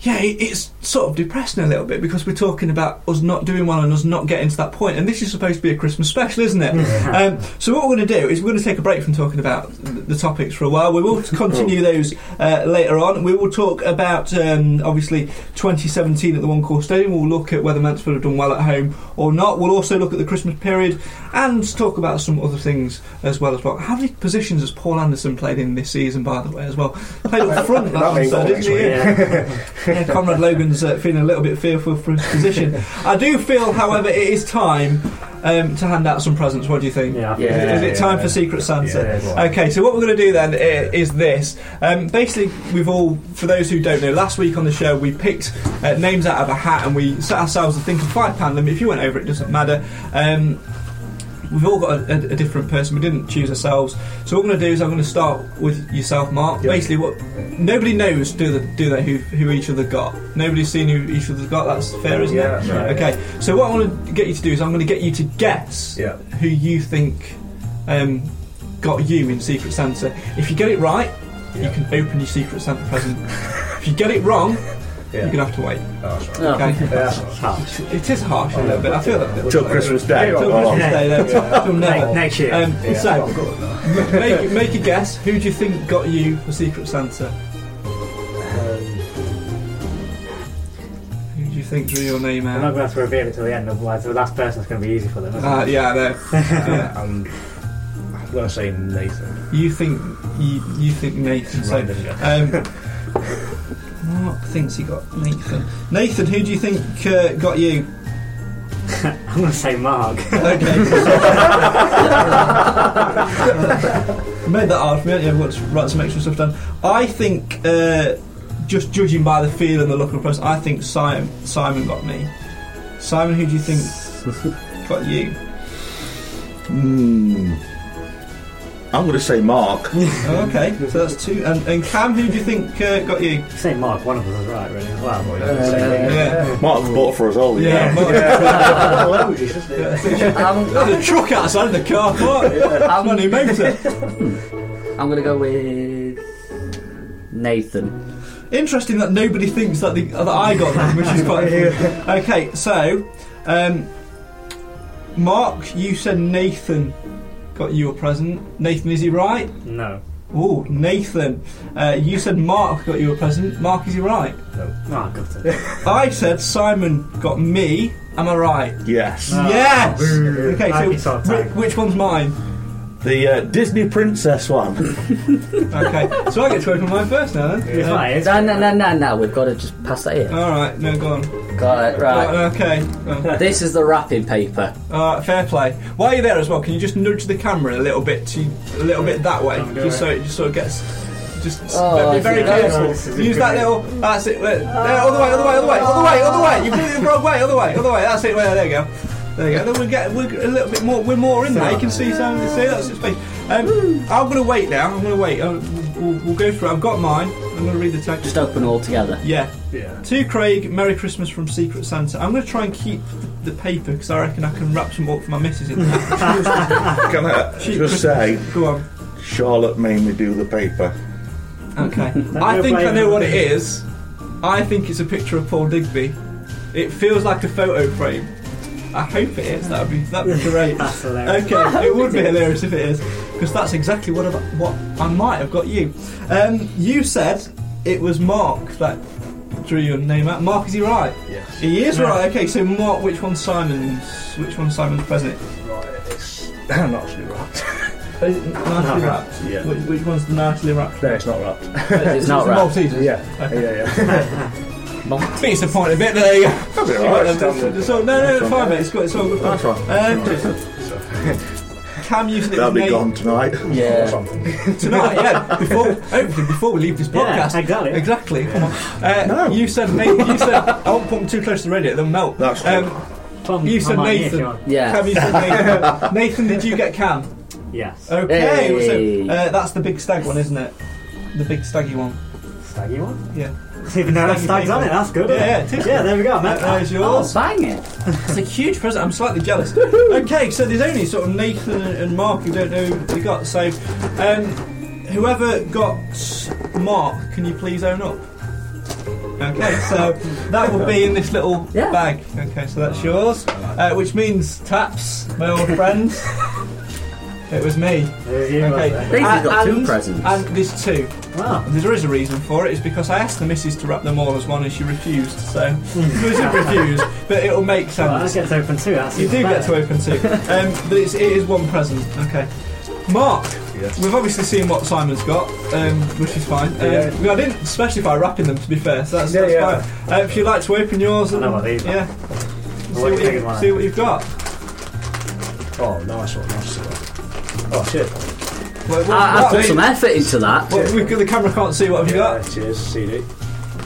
Speaker 2: yeah, it, it's sort of depressing a little bit because we're talking about us not doing well and us not getting to that point. And this is supposed to be a Christmas special, isn't it? um, so what we're going to do is we're going to take a break from talking about th- the topics for a while. We will continue those uh, later on. We will talk about um, obviously 2017 at the One Course Stadium. We'll look at whether Mansfield have done well at home or not. We'll also look at the Christmas period and talk about some other things as well as well. How many positions has Paul Anderson played in this season, by the way, as well? Played up front
Speaker 7: That
Speaker 2: last
Speaker 7: means
Speaker 2: Thursday,
Speaker 7: all
Speaker 2: didn't he?
Speaker 7: next week.
Speaker 2: Yeah. Yeah, Conrad Logan's uh, feeling a little bit fearful for his position. I do feel, however, it is time um, to hand out some presents. What do you think?
Speaker 4: Yeah, I
Speaker 2: Is
Speaker 4: think
Speaker 2: it-
Speaker 7: so.
Speaker 2: is it time
Speaker 7: Yeah.
Speaker 2: for Secret Santa?
Speaker 7: Yeah, yeah.
Speaker 2: okay, so what we're going to do then i- is this. Um, basically, we've all, for those who don't know, last week on the show we picked uh, names out of a hat and we set ourselves a thinking £5 limit. If you went over, it doesn't matter. Um, We've all got a, a, a different person. We didn't choose ourselves. So what I'm going to do is I'm going to start with yourself, Mark.
Speaker 7: Yeah.
Speaker 2: Basically, what nobody knows, do the, do they? Who, who each other got? Nobody's seen who each other's got. That's fair, isn't
Speaker 7: Yeah,
Speaker 2: it?
Speaker 7: that's right.
Speaker 2: Okay. So what I want to get you to do is I'm going to get you to guess
Speaker 7: Yeah.
Speaker 2: who you think um, got you in Secret Santa. If you get it right, you
Speaker 7: Yeah.
Speaker 2: can open your Secret Santa present. if you get it wrong,
Speaker 7: (laughs) Yeah.
Speaker 2: you're going to have to wait.
Speaker 7: Oh, that's right.
Speaker 3: Oh.
Speaker 2: Okay.
Speaker 7: Yeah, that's right.
Speaker 2: It is harsh a little bit. I feel that. a little
Speaker 6: Till
Speaker 2: bit.
Speaker 6: Christmas Day.
Speaker 2: Till Christmas
Speaker 4: Yeah.
Speaker 2: Day. though.
Speaker 7: Yeah.
Speaker 2: Till now.
Speaker 4: Next, next year.
Speaker 2: Um,
Speaker 7: Yeah.
Speaker 2: So,
Speaker 7: Oh, good, no.
Speaker 2: make, make a guess. Who do you think got you for Secret Santa? Who do you think drew your name
Speaker 4: I'm not
Speaker 2: out?
Speaker 4: going to have to reveal it till the end, otherwise the last person's going to be easy for them. isn't it?
Speaker 2: Uh, yeah, I know. Yeah.
Speaker 7: Um, I'm going to say Nathan.
Speaker 2: You think you, you think Nathan? So,
Speaker 7: Random guess.
Speaker 2: um, Mark thinks he got Nathan. Nathan, who do you think uh, got you?
Speaker 4: (laughs) I'm going to say Mark. (laughs)
Speaker 2: Okay. (laughs) Made that hard for me. haven't you? I've got to write some extra stuff down. I think, uh, just judging by the feel and the look of the person, I think Simon, Simon got me. Simon, who do you
Speaker 6: (laughs)
Speaker 2: think got you?
Speaker 6: Hmm. I'm going to say Mark.
Speaker 2: Oh, (laughs) okay, so that's two. And, and Cam, who do you think uh, got you?
Speaker 4: say Mark, one of us is right, really. as Well,
Speaker 2: Yeah.
Speaker 6: Mark's bought for us all.
Speaker 2: Yeah,
Speaker 6: (laughs)
Speaker 2: Mark.
Speaker 7: Loads, isn't
Speaker 4: (laughs)
Speaker 7: it?
Speaker 3: I'm,
Speaker 2: There's a truck outside the car park. That's my new motor.
Speaker 3: I'm gonna go with Nathan.
Speaker 2: Interesting that nobody thinks that, the, that I got them, which
Speaker 4: (laughs)
Speaker 2: is quite funny. Okay, so, um, Mark, you said Nathan got you a present. Nathan, is he right?
Speaker 4: no.
Speaker 2: Oh, Nathan. Uh, you said Mark got you a present. Mark, is he right?
Speaker 4: Oh, good.
Speaker 2: (laughs) I said Simon got me. Am I right?
Speaker 6: Yes.
Speaker 2: yes!
Speaker 4: Ah, boo. Happy
Speaker 2: Okay, so
Speaker 4: sort of
Speaker 2: whi-
Speaker 4: time.
Speaker 2: which one's mine?
Speaker 6: The uh, Disney princess one.
Speaker 2: Okay, so I get to open mine first now then.
Speaker 4: It's fine, it's-
Speaker 3: No, no, no, no, no. We've got to just pass that here.
Speaker 2: Alright, no, go on.
Speaker 3: Got it right.
Speaker 2: Okay. go on.
Speaker 3: This is the wrapping paper.
Speaker 2: Alright, Uh, fair play. While you're there as well, can you just nudge the camera a little bit to a little bit that way,
Speaker 4: Don't do
Speaker 2: just
Speaker 4: it.
Speaker 2: so it just sort of gets Just s-
Speaker 3: Oh,
Speaker 2: be very
Speaker 3: I see.
Speaker 2: careful. Use that little. That's it. Wait, no, other way, other way, other way, other way, other way. You blew it the wrong way. Other way, other way. That's it. Well, there you go. There you go. Then we get we're a little bit more. We're more in there. You can see some. You see that's its face. Um, I'm going to wait now. I'm going to wait. Uh, we'll, we'll go through. it. I've got mine. I'm going to read the text.
Speaker 3: Just open all together.
Speaker 2: Yeah.
Speaker 7: Yeah.
Speaker 2: To Craig, Merry Christmas from Secret Santa. I'm going to try and keep the, the paper because I reckon I can wrap some up for my missus in
Speaker 6: (laughs)
Speaker 2: there.
Speaker 6: Can I just say,
Speaker 2: Go on.
Speaker 6: Charlotte made me do the (laughs) paper.
Speaker 2: Okay. I think I know what it is. I think it's a picture of Paul Digby. It feels like a photo frame. I hope it is. That'd be that'd be great.
Speaker 4: That's hilarious.
Speaker 2: okay, it would be hilarious if it is, because that's exactly what i what I might have got you. Um, you said it was Mark that drew your name out. Mark, is he right?
Speaker 7: Yes.
Speaker 2: He is
Speaker 4: Yeah.
Speaker 2: right. Okay, so Mark, which one's Simon's? Which one's Simon's president?
Speaker 7: Right, it's not actually wrapped.
Speaker 2: Nicely wrapped.
Speaker 7: Yeah.
Speaker 2: Which, which one's the nicely wrapped?
Speaker 7: No, it's not wrapped.
Speaker 3: It's not
Speaker 2: the
Speaker 3: wrapped.
Speaker 2: Maltesers.
Speaker 7: Yeah, yeah, yeah.
Speaker 2: Beats the point a bit. There (laughs) you go.
Speaker 6: That'd be
Speaker 2: Right, um, so- no, no, no, fine, mate. It's got it's all good.
Speaker 6: That's
Speaker 2: Um, Cam used it
Speaker 6: That'll
Speaker 2: as
Speaker 6: be
Speaker 2: name
Speaker 6: gone tonight.
Speaker 3: Yeah.
Speaker 7: Something.
Speaker 6: (laughs)
Speaker 2: tonight. Yeah, before hopefully before we leave this
Speaker 4: Yeah,
Speaker 2: podcast.
Speaker 4: exactly.
Speaker 2: Exactly. Come on. Uh,
Speaker 6: No.
Speaker 2: You said Nathan. You said I won't put them too close to the radio. They'll melt.
Speaker 6: That's
Speaker 4: Tom,
Speaker 2: you
Speaker 4: I
Speaker 2: said
Speaker 4: might need
Speaker 2: Nathan.
Speaker 4: you on.
Speaker 3: Yeah.
Speaker 2: Cam, you said
Speaker 6: (laughs)
Speaker 2: Nathan. Nathan, did you get Cam?
Speaker 4: Yes.
Speaker 2: Okay.
Speaker 3: Hey.
Speaker 2: So uh, that's the big stag one, isn't it? The big staggy one.
Speaker 4: Staggy one?
Speaker 2: Yeah.
Speaker 4: (laughs) Even though that stag's on it, that's good.
Speaker 2: Yeah, yeah, it is.
Speaker 4: yeah there we go.
Speaker 2: That,
Speaker 4: I meant that.
Speaker 2: there's
Speaker 3: Oh,
Speaker 2: yours.
Speaker 3: bang it.
Speaker 2: It's a huge present. I'm slightly jealous. okay, so there's only sort of Nathan and, and Mark who don't know who they got. So, um, whoever got Mark, can you please own up? Okay, so that will be in this little
Speaker 3: (laughs) Yeah.
Speaker 2: bag. Okay, so that's yours, uh, which means taps, my old friends. It was me.
Speaker 4: There's you,
Speaker 2: Okay,
Speaker 4: wasn't
Speaker 3: Daisy's
Speaker 2: and-
Speaker 3: got two
Speaker 2: and-
Speaker 3: presents.
Speaker 2: And there's two.
Speaker 4: it? Wow.
Speaker 2: There is a reason for it. It's because I asked the missus to wrap them all as one, and she refused. So
Speaker 3: Hmm.
Speaker 2: she wasn't refused, but it'll make sense.
Speaker 4: Well, I get to open too. That's
Speaker 2: You do
Speaker 4: better.
Speaker 2: get to open two. Um, but it's, it is one present. Okay. Mark, we've obviously seen what Simon's got, um, which is fine. Um,
Speaker 7: Yeah.
Speaker 2: well, I didn't specify wrapping them, to be fair, so that's,
Speaker 7: Yeah,
Speaker 2: that's
Speaker 7: yeah.
Speaker 2: fine. Uh, if you like to open yours,
Speaker 4: I know what
Speaker 2: then-
Speaker 4: these are.
Speaker 2: yeah. See
Speaker 4: won't
Speaker 2: what,
Speaker 4: take
Speaker 2: you,
Speaker 4: it mine.
Speaker 2: see what you've got.
Speaker 7: Oh, nice one, nice one. Oh, shit.
Speaker 2: What, what,
Speaker 3: I, I
Speaker 2: what-
Speaker 3: put some effort into that.
Speaker 2: what- we've got- the camera can't see what have you
Speaker 7: Yeah,
Speaker 2: got.
Speaker 7: cheers, CD.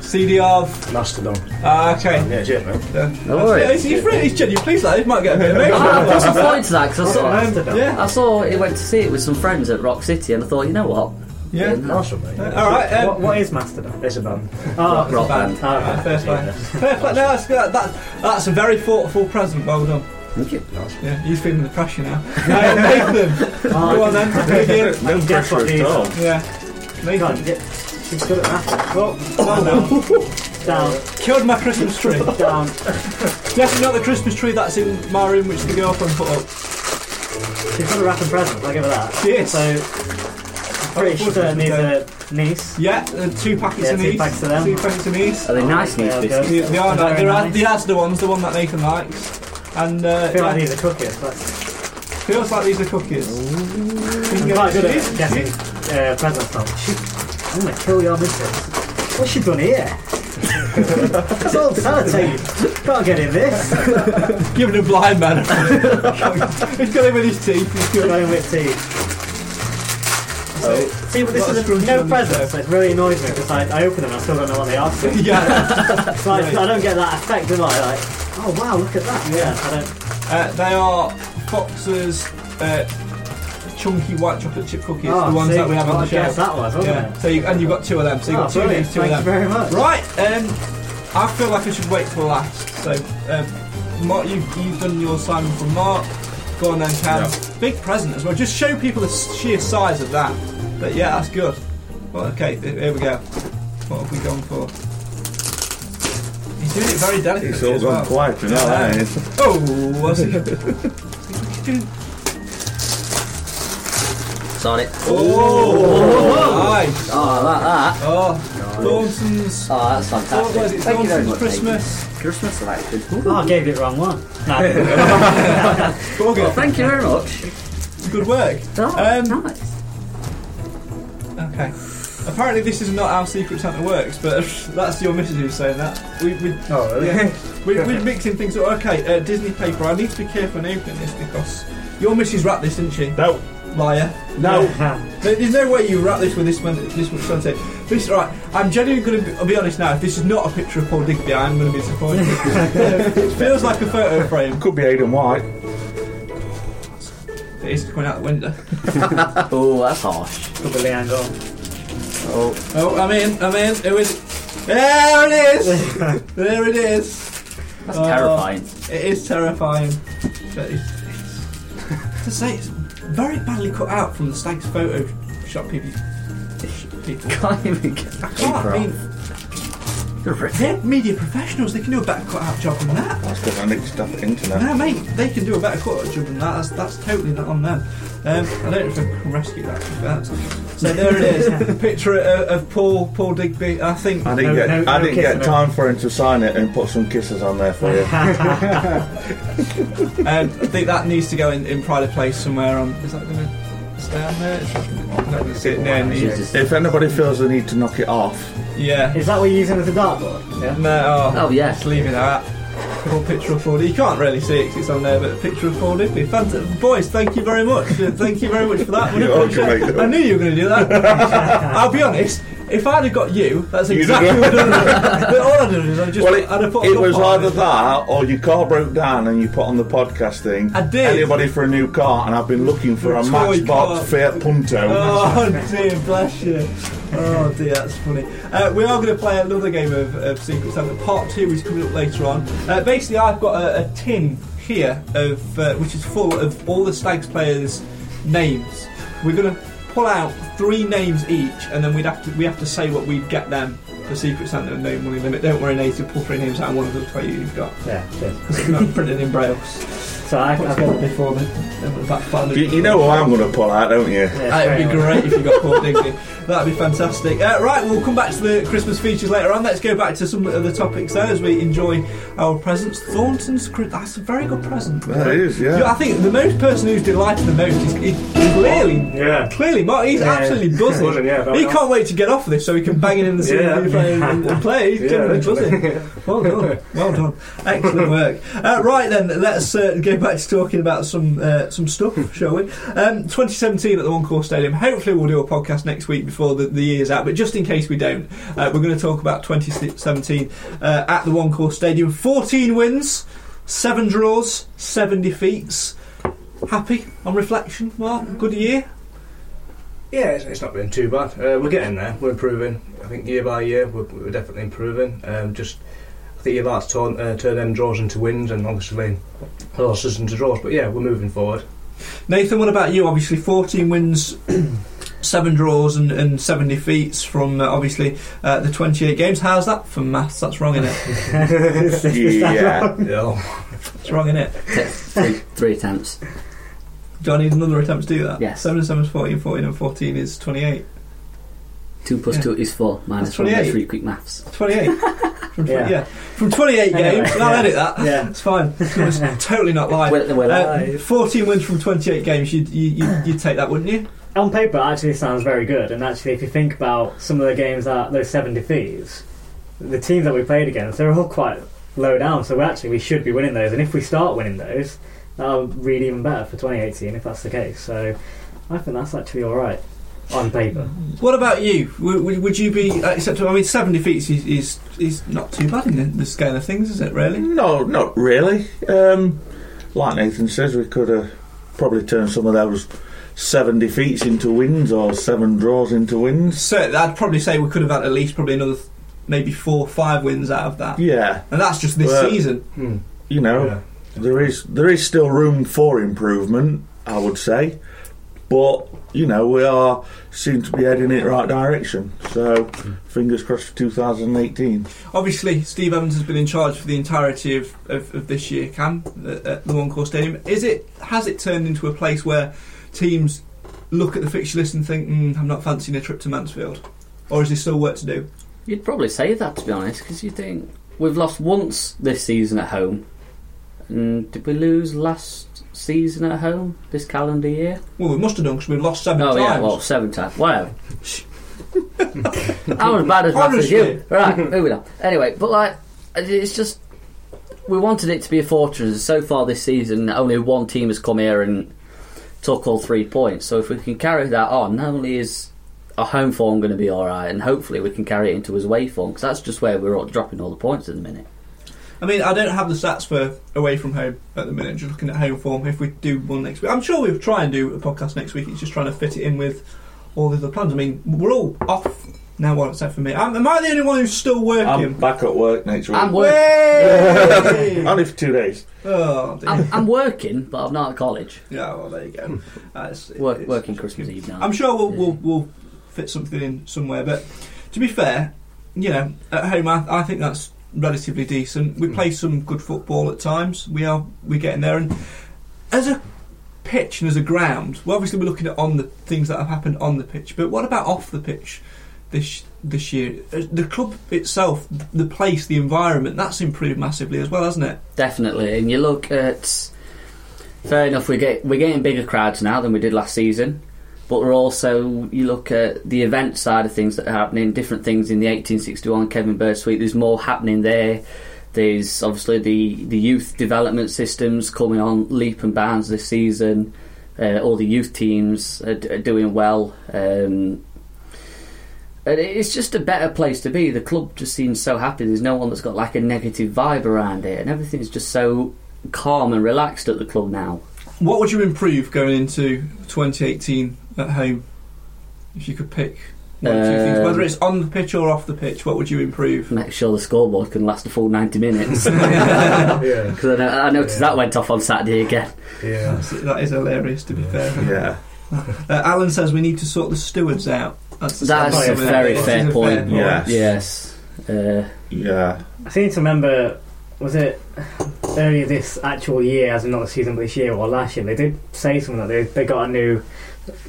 Speaker 2: CD of.
Speaker 7: Mastodon.
Speaker 2: Ah, okay. Uh,
Speaker 7: Yeah, cheers, man.
Speaker 3: Don't worry.
Speaker 2: He's, he's, really- he's genuinely pleased like this. Might get a bit of
Speaker 3: I
Speaker 2: emotional.
Speaker 3: put some thought into that because I saw.
Speaker 4: That's the-
Speaker 2: yeah.
Speaker 3: I saw it went to see it with some friends at Rock City, and I thought, you know what?
Speaker 2: Yeah.
Speaker 7: Nice one, mate.
Speaker 2: All right. Um,
Speaker 4: What, what is Mastodon?
Speaker 7: It's a band.
Speaker 4: Oh,
Speaker 3: Rock band.
Speaker 4: oh, okay.
Speaker 2: Fair play. Fair play. No, that's, that, that, that's a very thoughtful present. Well done.
Speaker 3: Thank you.
Speaker 2: Yeah, he's feeling the pressure now. (laughs) Uh, Nathan,
Speaker 4: Ah,
Speaker 2: go on
Speaker 4: (laughs)
Speaker 2: then. dig in.
Speaker 4: I can guess what these are.
Speaker 2: Yeah.
Speaker 4: God,
Speaker 2: Nathan,
Speaker 4: yeah, she's good at math. Well,
Speaker 2: well
Speaker 4: (laughs)
Speaker 2: done.
Speaker 4: down,
Speaker 2: Killed my Christmas tree.
Speaker 4: down.
Speaker 2: Definitely not the Christmas tree that's in my room, which the girlfriend put up.
Speaker 4: She's good at wrapping presents, I'll give her that.
Speaker 2: She is.
Speaker 4: So, I'm pretty
Speaker 2: course
Speaker 4: certain
Speaker 2: she's
Speaker 4: these are niece.
Speaker 2: Yeah, uh, two packets
Speaker 4: Yeah,
Speaker 2: of
Speaker 4: two
Speaker 2: these.
Speaker 4: packets of them.
Speaker 2: Two packets of these.
Speaker 3: Are they nice news
Speaker 4: Yeah,
Speaker 3: biscuits?
Speaker 2: They, they are nice.
Speaker 4: Very
Speaker 2: They're
Speaker 4: nice.
Speaker 2: nice. The Asda ones, the one that Nathan likes. And uh,
Speaker 4: I feel like
Speaker 2: yeah,
Speaker 4: these are cookies, but
Speaker 2: feels like these are cookies. We can
Speaker 4: I'm
Speaker 2: get
Speaker 4: quite good
Speaker 2: these.
Speaker 4: at guessing uh, presents now. She, I'm gonna kill your missus. What's she done here? (laughs) it's all sellotape. Can't get in this.
Speaker 2: Giving a blind man. a (laughs) he's got him in his teeth. He's good.
Speaker 4: Going with tea. See, but this
Speaker 2: Oh. Got a
Speaker 4: is a,
Speaker 2: scrunchie
Speaker 4: no
Speaker 2: on the
Speaker 4: presents, so it really annoys me because I, I open them and I still don't know what
Speaker 2: (laughs)
Speaker 4: they are.
Speaker 2: (laughs)
Speaker 4: So
Speaker 2: Yeah.
Speaker 4: it's like, I don't get that effect, do I? Like, oh wow, look at that. Yeah, I don't.
Speaker 2: Uh, they are Fox's uh, chunky white chocolate chip cookies, the ones
Speaker 4: Oh, see,
Speaker 2: that we have on the
Speaker 4: well, I
Speaker 2: shelf.
Speaker 4: guess that was, wasn't
Speaker 2: yeah. So you, and you've got two of them. So you've
Speaker 4: Oh,
Speaker 2: got two of
Speaker 4: brilliant.
Speaker 2: these, two of
Speaker 4: Thank
Speaker 2: them.
Speaker 4: you very much.
Speaker 2: Right. Um, I feel like I should wait till last. So, um, Mark, you've, you've done your Simon from Mark. Go on then, Cam. Big present as well. Just show people the s- sheer size of that. But yeah, that's good. Well, okay, th- here we go. What have we gone for? He's doing it very delicately.
Speaker 6: It's all
Speaker 2: as
Speaker 6: gone
Speaker 2: well.
Speaker 6: quiet, you know that, eh?
Speaker 2: Oh, what's he what's he doing?
Speaker 3: It's on it.
Speaker 2: Oh, nice.
Speaker 3: Oh, like that.
Speaker 2: Oh, Lawson's.
Speaker 3: Oh, that's
Speaker 2: Oh, what is
Speaker 3: fantastic.
Speaker 2: it?
Speaker 3: Thank you very
Speaker 2: Lawson's
Speaker 3: much. mate.
Speaker 2: Christmas.
Speaker 3: Christmas selection.
Speaker 4: Oh, I gave it wrong one. No,
Speaker 3: Well, thank you very much.
Speaker 2: Good work.
Speaker 3: Oh,
Speaker 2: Um,
Speaker 3: nice.
Speaker 2: Okay. Apparently, this is not how Secret Santa works, but (laughs) that's your missus who's saying that. We, we,
Speaker 7: Oh, really?
Speaker 2: yeah. we, we're mixing things up. Okay, uh, Disney paper. I need to be careful in opening this because your missus wrapped this, didn't she?
Speaker 6: No,
Speaker 2: liar.
Speaker 4: (laughs)
Speaker 6: No.
Speaker 2: There- There's no way you wrap this with this much, this much content. This right, I'm genuinely going to be, I'll be honest now. If this is not a picture of Paul Digby, I'm going to be disappointed. it feels like a photo frame.
Speaker 6: Could be Aidan White.
Speaker 2: It is coming out the window.
Speaker 3: Oh, that's harsh.
Speaker 4: Could be Leandro.
Speaker 2: Oh, I'm in. I'm in. Who is it? There it is. there it is.
Speaker 3: That's
Speaker 2: Oh.
Speaker 3: terrifying. (laughs)
Speaker 2: It is terrifying. But it's, it's, to say, it's very badly cut out from the stag's photo shop people. people.
Speaker 3: Can't even get
Speaker 2: I can't. I mean, they're media professionals. They can do a better cut out job than that.
Speaker 6: That's because I nicked stuff at the internet.
Speaker 2: No, mate, they can do a better quarter job than that. That's, that's totally not on them. Um, I don't know if I can rescue that. from that. So there it (laughs) is. Picture of, of Paul Paul Digby. I think.
Speaker 6: I didn't
Speaker 4: No-
Speaker 6: get.
Speaker 4: no-
Speaker 6: I
Speaker 4: no
Speaker 6: didn't
Speaker 4: kissing
Speaker 6: get
Speaker 4: it.
Speaker 6: time for him to sign it and put some kisses on there for you.
Speaker 2: Um, I think that needs to go in, in pride of place somewhere. On is that going to stay on there? It's not going to sit near me.
Speaker 3: Jesus.
Speaker 6: if anybody feels the need to knock it off,
Speaker 2: Yeah.
Speaker 4: Is that what you're using as a dartboard? Yeah.
Speaker 2: No.
Speaker 3: Oh, yeah.
Speaker 2: Just leaving that. Full picture of Paul. You can't really see it 'cause it's on there, but a picture of Paul Digby. Fantastic. Boys, thank you very much. Uh, Thank you very much
Speaker 6: (laughs)
Speaker 2: for that. What a
Speaker 6: You're
Speaker 2: pleasure.
Speaker 6: welcome, mate.
Speaker 2: I knew you were going to do
Speaker 3: (laughs)
Speaker 2: that. I'll be honest. If I'd have got you, that's
Speaker 6: You'd
Speaker 2: exactly
Speaker 6: have-
Speaker 2: what I'd have done. But all I'd have done is I just
Speaker 6: well, it,
Speaker 2: I'd have put a
Speaker 6: it
Speaker 2: cup
Speaker 6: was
Speaker 2: on
Speaker 6: either that or your car broke down and you put on the podcast thing.
Speaker 2: I did.
Speaker 6: Anybody for a new car, and I've been looking for a
Speaker 2: Toy car.
Speaker 6: Matchbox Fiat Punto.
Speaker 2: Oh (laughs) dear, bless you. Oh dear, that's funny. Uh, we are going to play another game of, of Secret Santa. Part two is coming up later on. Uh, basically, I've got a, a tin here of uh, which is full of all the Stags players' names. We're going to pull out three names each, and then we'd have to we have to say what we'd get them for Secret Santa and no money limit. Don't worry, Nate, you'll pull three names out, and one of them tell you you've got. (laughs)
Speaker 4: Yeah, cheers.
Speaker 2: Not printed in braille.
Speaker 4: So I, I've got the
Speaker 2: before me. That fun-
Speaker 6: You, you know who I'm going to pull out, don't you?
Speaker 2: (laughs)
Speaker 4: yeah,
Speaker 2: That'd
Speaker 4: very
Speaker 2: be
Speaker 4: well.
Speaker 2: great if you got Paul
Speaker 7: (laughs)
Speaker 2: Digby. That'd be fantastic. Uh, right, we'll come back to the Christmas features later on. Let's go back to some of the topics there as we enjoy our presents. Thornton's Chri- that's a very good present.
Speaker 6: That is, yeah.
Speaker 2: I think the most person who's delighted the most is, is clearly,
Speaker 7: Yeah.
Speaker 2: clearly Mark. He's
Speaker 7: Yeah. (laughs)
Speaker 2: absolutely buzzing.
Speaker 7: Buzzing, yeah, that
Speaker 2: he
Speaker 7: one.
Speaker 2: can't wait to get off this so he can bang it in the
Speaker 7: Yeah.
Speaker 2: CD player and, and play. He's
Speaker 7: Yeah,
Speaker 2: generally
Speaker 7: literally.
Speaker 2: buzzing. Well done, well done, excellent work. Uh, right then, let's uh, go back to talking about some uh, some stuff, shall we? Um, 2017 at the One Course Stadium. Hopefully, we'll do a podcast next week before the, the year's out. But just in case we don't, uh, we're going to talk about 2017 uh, at the One Course Stadium. 14 wins, seven draws, seven defeats. Happy on reflection, Mark. Good year.
Speaker 7: Yeah, it's, it's not been too bad. Uh, we're getting there. We're improving. I think year by year, we're, we're definitely improving. Um,
Speaker 4: (laughs)
Speaker 7: just, (laughs) I think you've had to turn, uh, turn them draws into wins and obviously losses into draws. But yeah, we're moving forward.
Speaker 2: Nathan, what about you? Obviously, 14 wins, (clears throat) 7 draws, and, and 7 defeats from uh, obviously uh, the 28 games. How's that for maths? That's wrong, in it? (laughs)
Speaker 4: (laughs)
Speaker 6: Yeah.
Speaker 7: (laughs) Yeah.
Speaker 2: It's wrong, in it?
Speaker 3: three, three attempts.
Speaker 2: Do I need another attempt to do that?
Speaker 3: Yes.
Speaker 2: 7 and 7 is 14, 14 and 14 is 28.
Speaker 3: Two plus
Speaker 2: Yeah.
Speaker 3: two is four. Minus
Speaker 2: That's
Speaker 3: one.
Speaker 2: 28.
Speaker 3: Three quick maths.
Speaker 2: 28? From tw-
Speaker 4: Yeah.
Speaker 2: yeah. From 28
Speaker 4: Anyway,
Speaker 2: games, I'll
Speaker 4: yeah.
Speaker 2: edit that.
Speaker 4: Yeah.
Speaker 2: (laughs) It's fine. It's totally not live.
Speaker 3: Well, well,
Speaker 2: Uh, 14 wins from 28 games, you'd, you, you'd, you'd take that, wouldn't you?
Speaker 4: On paper, it actually sounds very good. And actually, if you think about some of the games that those seven defeats, the teams that we played against, they're all quite low down. So we actually, we should be winning those. And if we start winning those, that'll read even better for 2018 if that's the case. So I think that's actually all right on paper.
Speaker 2: What about you? Would, would, would you be acceptable? I mean, 7 defeats is, is, is not too bad in the, the scale of things, is it, really?
Speaker 6: No, not really. Um, like Nathan says, we could have probably turned some of those seven defeats into wins or seven draws into wins.
Speaker 2: So I'd probably say we could have had at least probably another th- maybe four or five wins out of that.
Speaker 6: Yeah,
Speaker 2: And that's just this
Speaker 6: Well-
Speaker 2: season.
Speaker 7: Hmm.
Speaker 6: you know,
Speaker 7: Yeah.
Speaker 6: there is there is still room for improvement, I would say, but you know we are seem to be heading in the right direction. So fingers crossed for 2018.
Speaker 2: Obviously, Steve Evans has been in charge for the entirety of, of, of this year, Cam, at, at the One Course Stadium. Is it has it turned into a place where teams look at the fixture list and think, mm, I'm not fancying a trip to Mansfield? Or is there still work to do?
Speaker 3: You'd probably say that to be honest, because you think we've lost once this season at home, and did we lose last season at home this calendar year?
Speaker 2: Well, we must have done because we've lost seven
Speaker 3: No,
Speaker 2: times.
Speaker 3: yeah, well, seven times. Whatever. (laughs) I was bad as much as
Speaker 2: Honestly.
Speaker 3: you.
Speaker 2: (laughs)
Speaker 3: Right, moving on. Anyway, but like, it's just we wanted it to be a fortress. and So far this season, only one team has come here and took all three points. So if we can carry that on, not only is our home form going to be all right, and hopefully we can carry it into his away form because that's just where we're all dropping all the points at the minute.
Speaker 2: I mean, I don't have the stats for away from home at the minute. Just looking at home form. If we do one next week, I'm sure we'll try and do a podcast next week. It's just trying to fit it in with all the other plans. I mean, we're all off now, well, except for me. i am I the only one who's still
Speaker 6: I'm
Speaker 3: (laughs)
Speaker 2: working?
Speaker 6: back at work next week.
Speaker 3: I'm working.
Speaker 2: Hey!
Speaker 6: Only for two days.
Speaker 2: oh, dear.
Speaker 3: I'm, I'm working, but I'm not at college.
Speaker 2: yeah. Well, there you go. Uh, it's-
Speaker 3: Work,
Speaker 2: it's-
Speaker 3: working Christmas Eve now.
Speaker 2: I'm sure we'll,
Speaker 3: Yeah.
Speaker 2: we'll we'll fit something in somewhere. But to be fair, you know, at home I, I think that's relatively decent. We play some good football at times. We are we're getting there, and as a pitch and as a ground, well, obviously we're looking at on the things that have happened on the pitch. But what about off the pitch? This this year, Uh, the club itself, the place, the environment, that's improved massively as well, hasn't it?
Speaker 3: Definitely, and you look at. Fair enough, we get we're getting bigger crowds now than we did last season, but we're also you look at the event side of things that are happening, different things in the 1861 Kevin Bird Suite. There's more happening there. There's obviously the the youth development systems coming on leap and bounds this season. Uh, all the youth teams are, d- are doing well. Um, and it- it's just a better place to be. The club just seems so happy. There's no one that's got like a negative vibe around it, and everything's just so calm and relaxed at the club now.
Speaker 2: What would you improve going into 2018 at home if you could pick one or two things,
Speaker 3: Um,
Speaker 2: whether it's on the pitch or off the pitch? What would you improve?
Speaker 3: Make sure the scoreboard can last a full 90 minutes. (laughs)
Speaker 7: Yeah,
Speaker 3: Because I, know- I noticed that went off on Saturday again.
Speaker 7: yeah.
Speaker 2: That's- That is hilarious, to be fair.
Speaker 6: Yeah.
Speaker 2: Uh, Alan says we need to sort the stewards out. That's, the
Speaker 3: That's
Speaker 2: second
Speaker 3: a
Speaker 2: point.
Speaker 3: very
Speaker 2: This
Speaker 3: fair
Speaker 2: is a
Speaker 3: point.
Speaker 6: Yes.
Speaker 3: Yes. Uh,
Speaker 6: Yeah.
Speaker 4: I seem to remember, was it earlier this actual year, as in not the season, but this year or last year, they did say something that they, they got a new,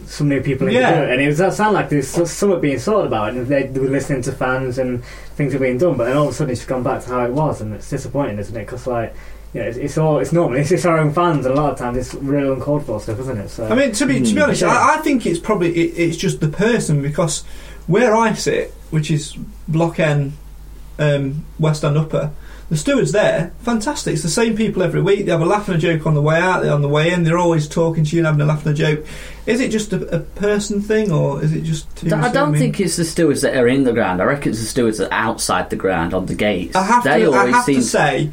Speaker 4: some new people in
Speaker 2: Yeah.
Speaker 4: to do it, and it was that sound like there's so- something being thought about, and they, they were listening to fans and things were being done, but then all of a sudden it's just gone back to how it was, and it's disappointing, isn't it? Because like, you know, it's, it's all it's normal. It's, it's our own fans, and a lot of times it's real uncalled for stuff, isn't it? So
Speaker 2: I mean, to be to be
Speaker 6: Mm.
Speaker 2: honest, I, I think it's probably it, it's just the person because where I sit, which is Block N, um, West End Upper, the stewards there, fantastic. It's the same people every week. They have a laugh and a joke on the way out, they're on the way in. They're always talking to you and having a laugh and a joke. Is it just a, a person thing, or is it just? Too
Speaker 3: I don't
Speaker 2: assuming?
Speaker 3: think it's the stewards that are in the ground. I reckon it's the stewards that are outside the ground on the gates.
Speaker 2: I have,
Speaker 3: they
Speaker 2: to, I
Speaker 3: always
Speaker 2: have
Speaker 3: seem
Speaker 2: to say,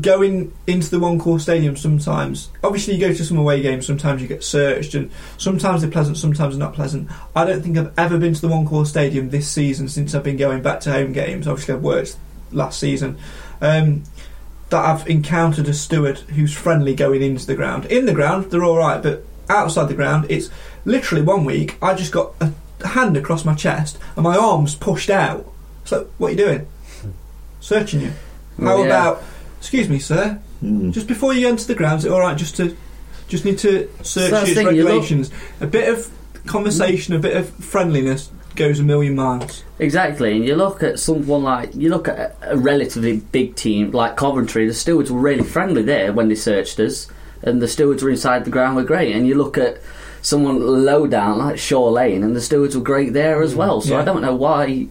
Speaker 2: going into the One Core Stadium sometimes, obviously you go to some away games, sometimes you get searched, and sometimes they're pleasant, sometimes not pleasant. I don't think I've ever been to the One Core Stadium this season since I've been going back to home games. Obviously, I've worked last season. Um, that I've encountered a steward who's friendly going into the ground. In the ground, they're all right, but outside the ground, it's literally one week. I just got a hand across my chest and my arms pushed out. So, what are you doing? Searching you. How
Speaker 3: Yeah. Hmm.
Speaker 2: about? Excuse me, sir.
Speaker 6: Mm.
Speaker 2: Just before you enter the ground, is it all right just to just need to search
Speaker 3: First
Speaker 2: its
Speaker 3: thing you look-
Speaker 2: regulations? A bit of conversation, a bit of friendliness goes a million miles.
Speaker 3: Exactly, and you look at someone like you look at a a relatively big team like Coventry. The stewards were really friendly there when they searched us, and the stewards were inside the ground were great. And you look at someone low down like Shaw Lane, and the stewards were great there as well. So
Speaker 2: yeah.
Speaker 3: I don't know why.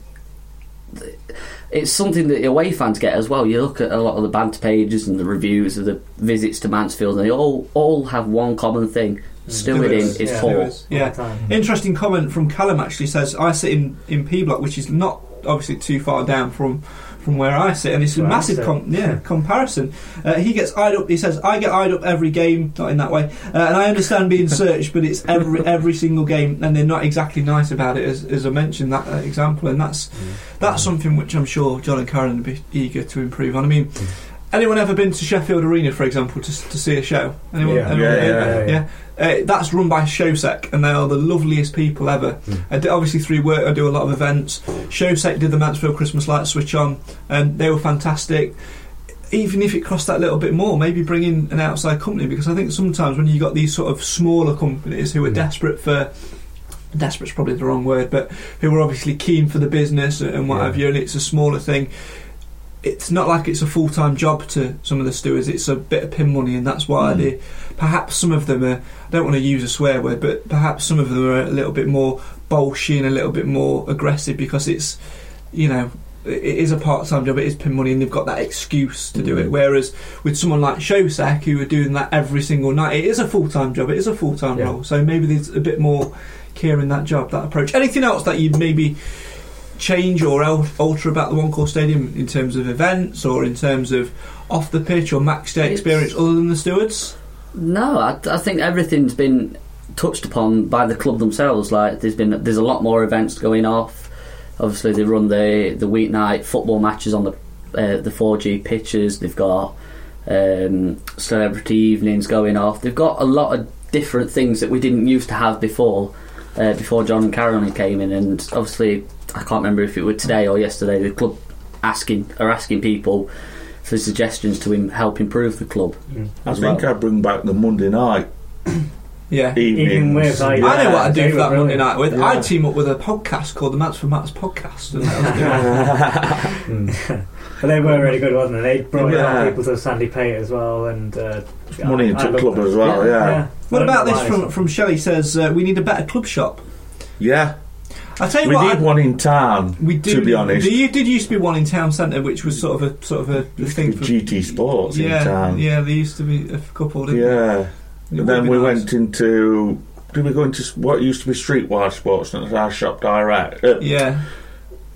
Speaker 3: It's something that the away fans get as well. You look at a lot of the banter pages and the reviews of the visits to Mansfield, and they all all have one common thing: stewarding
Speaker 2: Stewards,
Speaker 3: is
Speaker 2: yeah.
Speaker 3: poor.
Speaker 2: Stewards, Yeah. Interesting comment from Callum actually says I sit in, in P block, which is not obviously too far down from from where I sit, and it's a
Speaker 4: Where I
Speaker 2: massive
Speaker 4: sit.
Speaker 2: com- yeah comparison. Uh, he gets eyed up. He says I get eyed up every game, not in that way, uh, and I understand being searched, but it's every every single game, and they're not exactly nice about it, as, as I mentioned that uh, example, and that's that's something which I'm sure John and Karen would be eager to improve on. I mean. Anyone ever been to Sheffield Arena, for example, to, to see a show? Anyone?
Speaker 7: Yeah.
Speaker 2: anyone
Speaker 6: Yeah,
Speaker 2: been?
Speaker 6: yeah,
Speaker 7: yeah.
Speaker 2: yeah. Uh, that's run by Showsec, and they are the loveliest people ever. I do, obviously, through work, I do a lot of events. Showsec did the Mansfield Christmas Lights Switch on, and they were fantastic. Even if it cost that little bit more, maybe bring in an outside company because I think sometimes when you got these sort of smaller companies who are desperate for desperate's probably the wrong word, but who are obviously keen for the business and what
Speaker 7: Yeah.
Speaker 2: have you, and it's a smaller thing. It's not like it's a full time job to some of the stewards. It's a bit of pin money, and that's why they, perhaps some of them are. I don't want to use a swear word, but perhaps some of them are a little bit more bolshy and a little bit more aggressive because it's, you know, it is a part-time job. It is pin money, and they've got that excuse to do it. Whereas with someone like Shosek, who are doing that every single night, it is a full-time job. It is a full-time
Speaker 7: Yeah.
Speaker 2: role. So maybe there's a bit more care in that job, that approach. Anything else that you'd maybe change or al- alter about the One Core Stadium in terms of events or in terms of off the pitch or max day
Speaker 3: It's-
Speaker 2: experience, other than the stewards?
Speaker 3: No, I, I think everything's been touched upon by the club themselves. Like there's been there's a lot more events going off. Obviously, they run the the weeknight football matches on the uh, the 4G pitches. They've got um, celebrity evenings going off. They've got a lot of different things that we didn't used to have before. Uh, before John and Carolyn came in, and obviously I can't remember if it were today or yesterday. The club asking are asking people for suggestions to im- help improve the club.
Speaker 4: mm.
Speaker 6: I
Speaker 3: as
Speaker 6: think
Speaker 3: well.
Speaker 6: I bring back the Monday night
Speaker 2: Yeah.
Speaker 6: evenings.
Speaker 4: Even with like,
Speaker 2: I know what I'd do
Speaker 4: they
Speaker 2: for
Speaker 4: were
Speaker 2: that Monday
Speaker 4: brilliant.
Speaker 2: night with.
Speaker 7: Yeah.
Speaker 2: I'd team up with a podcast called the Mats for Mats podcast.
Speaker 6: (laughs)
Speaker 2: And that would be-
Speaker 4: But they were really good, wasn't they? They brought in a lot
Speaker 6: Yeah.
Speaker 4: of people to Sandy Pate as well, and uh,
Speaker 6: money into
Speaker 4: I
Speaker 6: the
Speaker 4: loved
Speaker 6: club
Speaker 4: it.
Speaker 6: as well, yeah. Yeah.
Speaker 2: what
Speaker 4: I don't
Speaker 2: about
Speaker 4: know
Speaker 2: this
Speaker 4: why.
Speaker 2: from, from Shelley says, uh, we need a better club shop. I'll tell you
Speaker 6: We
Speaker 2: what,
Speaker 6: need
Speaker 2: I-
Speaker 6: one in town,
Speaker 2: we do,
Speaker 6: to be honest.
Speaker 2: There u- did used to be one in town centre, which was sort of a sort of a, a thing
Speaker 6: With
Speaker 2: for
Speaker 6: GT Sports
Speaker 2: yeah,
Speaker 6: in town.
Speaker 2: Yeah, there used to be a couple. Didn't
Speaker 6: Yeah.
Speaker 2: there? It
Speaker 6: And
Speaker 2: would
Speaker 6: then
Speaker 2: be
Speaker 6: we
Speaker 2: nice.
Speaker 6: went into. Did we go into s- what used to be Streetwide Sports, not our shop direct? Uh,
Speaker 2: Yeah,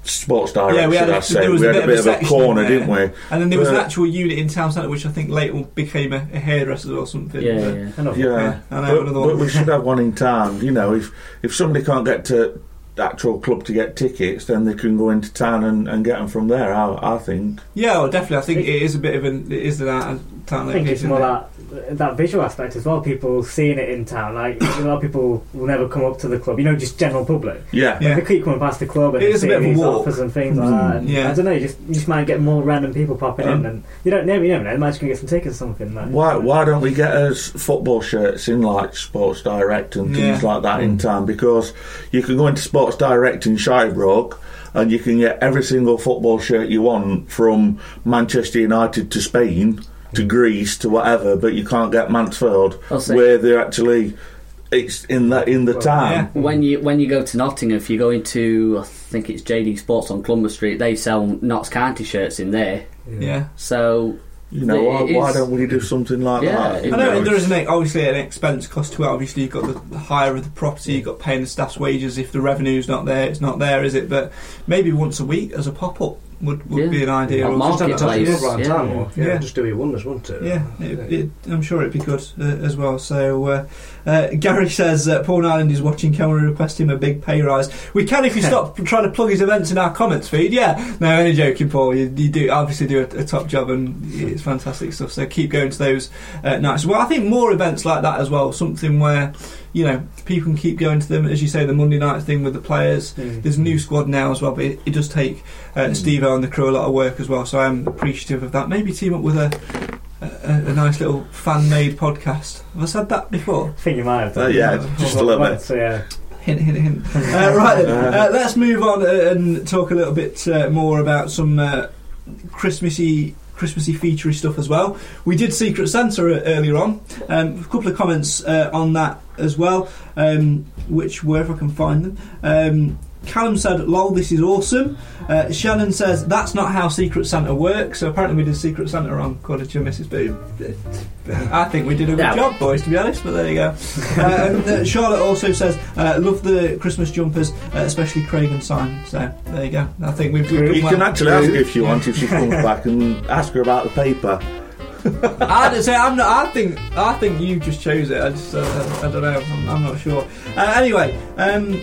Speaker 6: Sports direct,
Speaker 2: Yeah, we had
Speaker 6: should
Speaker 2: a-
Speaker 6: I say.
Speaker 2: there was
Speaker 6: we
Speaker 2: a
Speaker 6: had a
Speaker 2: bit
Speaker 6: bit
Speaker 2: of
Speaker 6: of
Speaker 2: a
Speaker 6: a
Speaker 2: section
Speaker 6: corner,
Speaker 2: there.
Speaker 6: didn't we? Uh,
Speaker 2: and then there was an
Speaker 6: But-
Speaker 2: actual unit in town centre, which I think later became a, a hairdresser or something.
Speaker 3: Yeah,
Speaker 2: but-
Speaker 3: yeah.
Speaker 4: Enough.
Speaker 6: Yeah,
Speaker 2: I know
Speaker 6: but,
Speaker 2: another
Speaker 6: but
Speaker 2: one.
Speaker 6: we should have one in town. You know, if if somebody can't get to the actual club to get tickets, then they can go into town and, and get them from there. I, I think.
Speaker 2: Yeah, well, definitely. I think it is a bit of an it is an out of town
Speaker 4: I think it's
Speaker 2: location.
Speaker 4: more
Speaker 2: isn't it?
Speaker 4: that that visual aspect as well. People seeing it in town, like a lot of people will never come up to the club. You know, just general public.
Speaker 6: Yeah,
Speaker 2: Yeah.
Speaker 4: They keep coming past the club and
Speaker 2: It is a
Speaker 4: seeing
Speaker 2: bit of a
Speaker 4: these
Speaker 2: walk. Hmm.
Speaker 4: offers and things like that. And
Speaker 2: Yeah.
Speaker 4: I don't know. You just you just might get more random people popping in,
Speaker 6: Um,
Speaker 4: and you don't know. You never know. They might just gonna get some tickets or something. Like,
Speaker 6: Why why don't we get us football shirts in like Sports Direct and things
Speaker 2: Yeah.
Speaker 6: like that
Speaker 3: Hmm.
Speaker 6: in town? Because you can go into Sports Direct in Shirebrook and you can get every single football shirt you want from Manchester United to Spain to Greece to whatever, but you can't get Mansfield
Speaker 3: Hmm. I'll say-
Speaker 6: where they're actually it's in the in the town.
Speaker 2: Hmm.
Speaker 3: When you when you go to Nottingham, if you go into I think it's JD Sports on Clumber Street, they sell Notts County shirts in there.
Speaker 2: Yeah.
Speaker 3: So
Speaker 6: You know, why,
Speaker 3: It
Speaker 6: why
Speaker 3: is-
Speaker 6: don't we do something like
Speaker 3: Yeah,
Speaker 6: that?
Speaker 3: it
Speaker 2: I
Speaker 6: You
Speaker 2: know
Speaker 6: know,
Speaker 2: there
Speaker 6: it's-
Speaker 2: is an, obviously an expense cost to it. Obviously, you've got the, the hire of the property, you've got paying the staff's wages. If the revenue's not there, it's not there, is it? But maybe once a week as a pop up would, would
Speaker 3: Yeah.
Speaker 2: be an idea.
Speaker 3: A
Speaker 2: or just have it-
Speaker 3: marketplace.
Speaker 7: It's around
Speaker 3: Yeah.
Speaker 7: town, or-
Speaker 2: Yeah.
Speaker 7: yeah, just do your wonders, wouldn't it?
Speaker 2: Yeah, it, it, I'm sure it'd be good uh, as well. So, uh, uh, Gary says uh, Paul Ireland is watching. Can we request him a big pay rise? We can if you stop trying to plug his events in our comments feed. Yeah, no, only joking, Paul. You, you do obviously do a, a top job, and it's fantastic stuff. So keep going to those uh, nights. Well, I think more events like that as well. Something where you know people can keep going to them, as you say, the Monday night thing with the players.
Speaker 4: Mm.
Speaker 2: There's a new squad now as well, but it, it does take uh, Steve and the crew a lot of work as well. So I am appreciative of that. Maybe team up with a a, a nice little fan-made podcast. Have I said that before?
Speaker 4: I think you might have done.
Speaker 6: Uh, yeah, just a little bit.
Speaker 4: So yeah,
Speaker 2: (laughs) Hint, hint, hint. Uh, right, then, uh, let's move on uh, and talk a little bit uh, more about some uh, Christmassy. Christmassy featurey stuff as well. We did Secret Santa e- earlier on. Um, a couple of comments uh, on that as well, um, which were if I can find them. Um, Callum said, "Lol, this is awesome." Uh, Shannon says, "That's not how Secret Santa works." So apparently we did Secret Santa on Quarter to Mrs. Boom. I think we did a good
Speaker 3: Yeah.
Speaker 2: job, boys, to be honest, but there you go. Uh, and, uh, Charlotte also says, uh, love the Christmas jumpers, uh, especially Craig and Simon. So there you go. I think we've, we've done
Speaker 6: You
Speaker 2: well.
Speaker 6: can actually ask her if you want if she comes back and ask her about the paper.
Speaker 2: I'd say I'm not, I think I think you just chose it. I just uh, I, don't know. I'm, I'm not sure. Uh, anyway, um,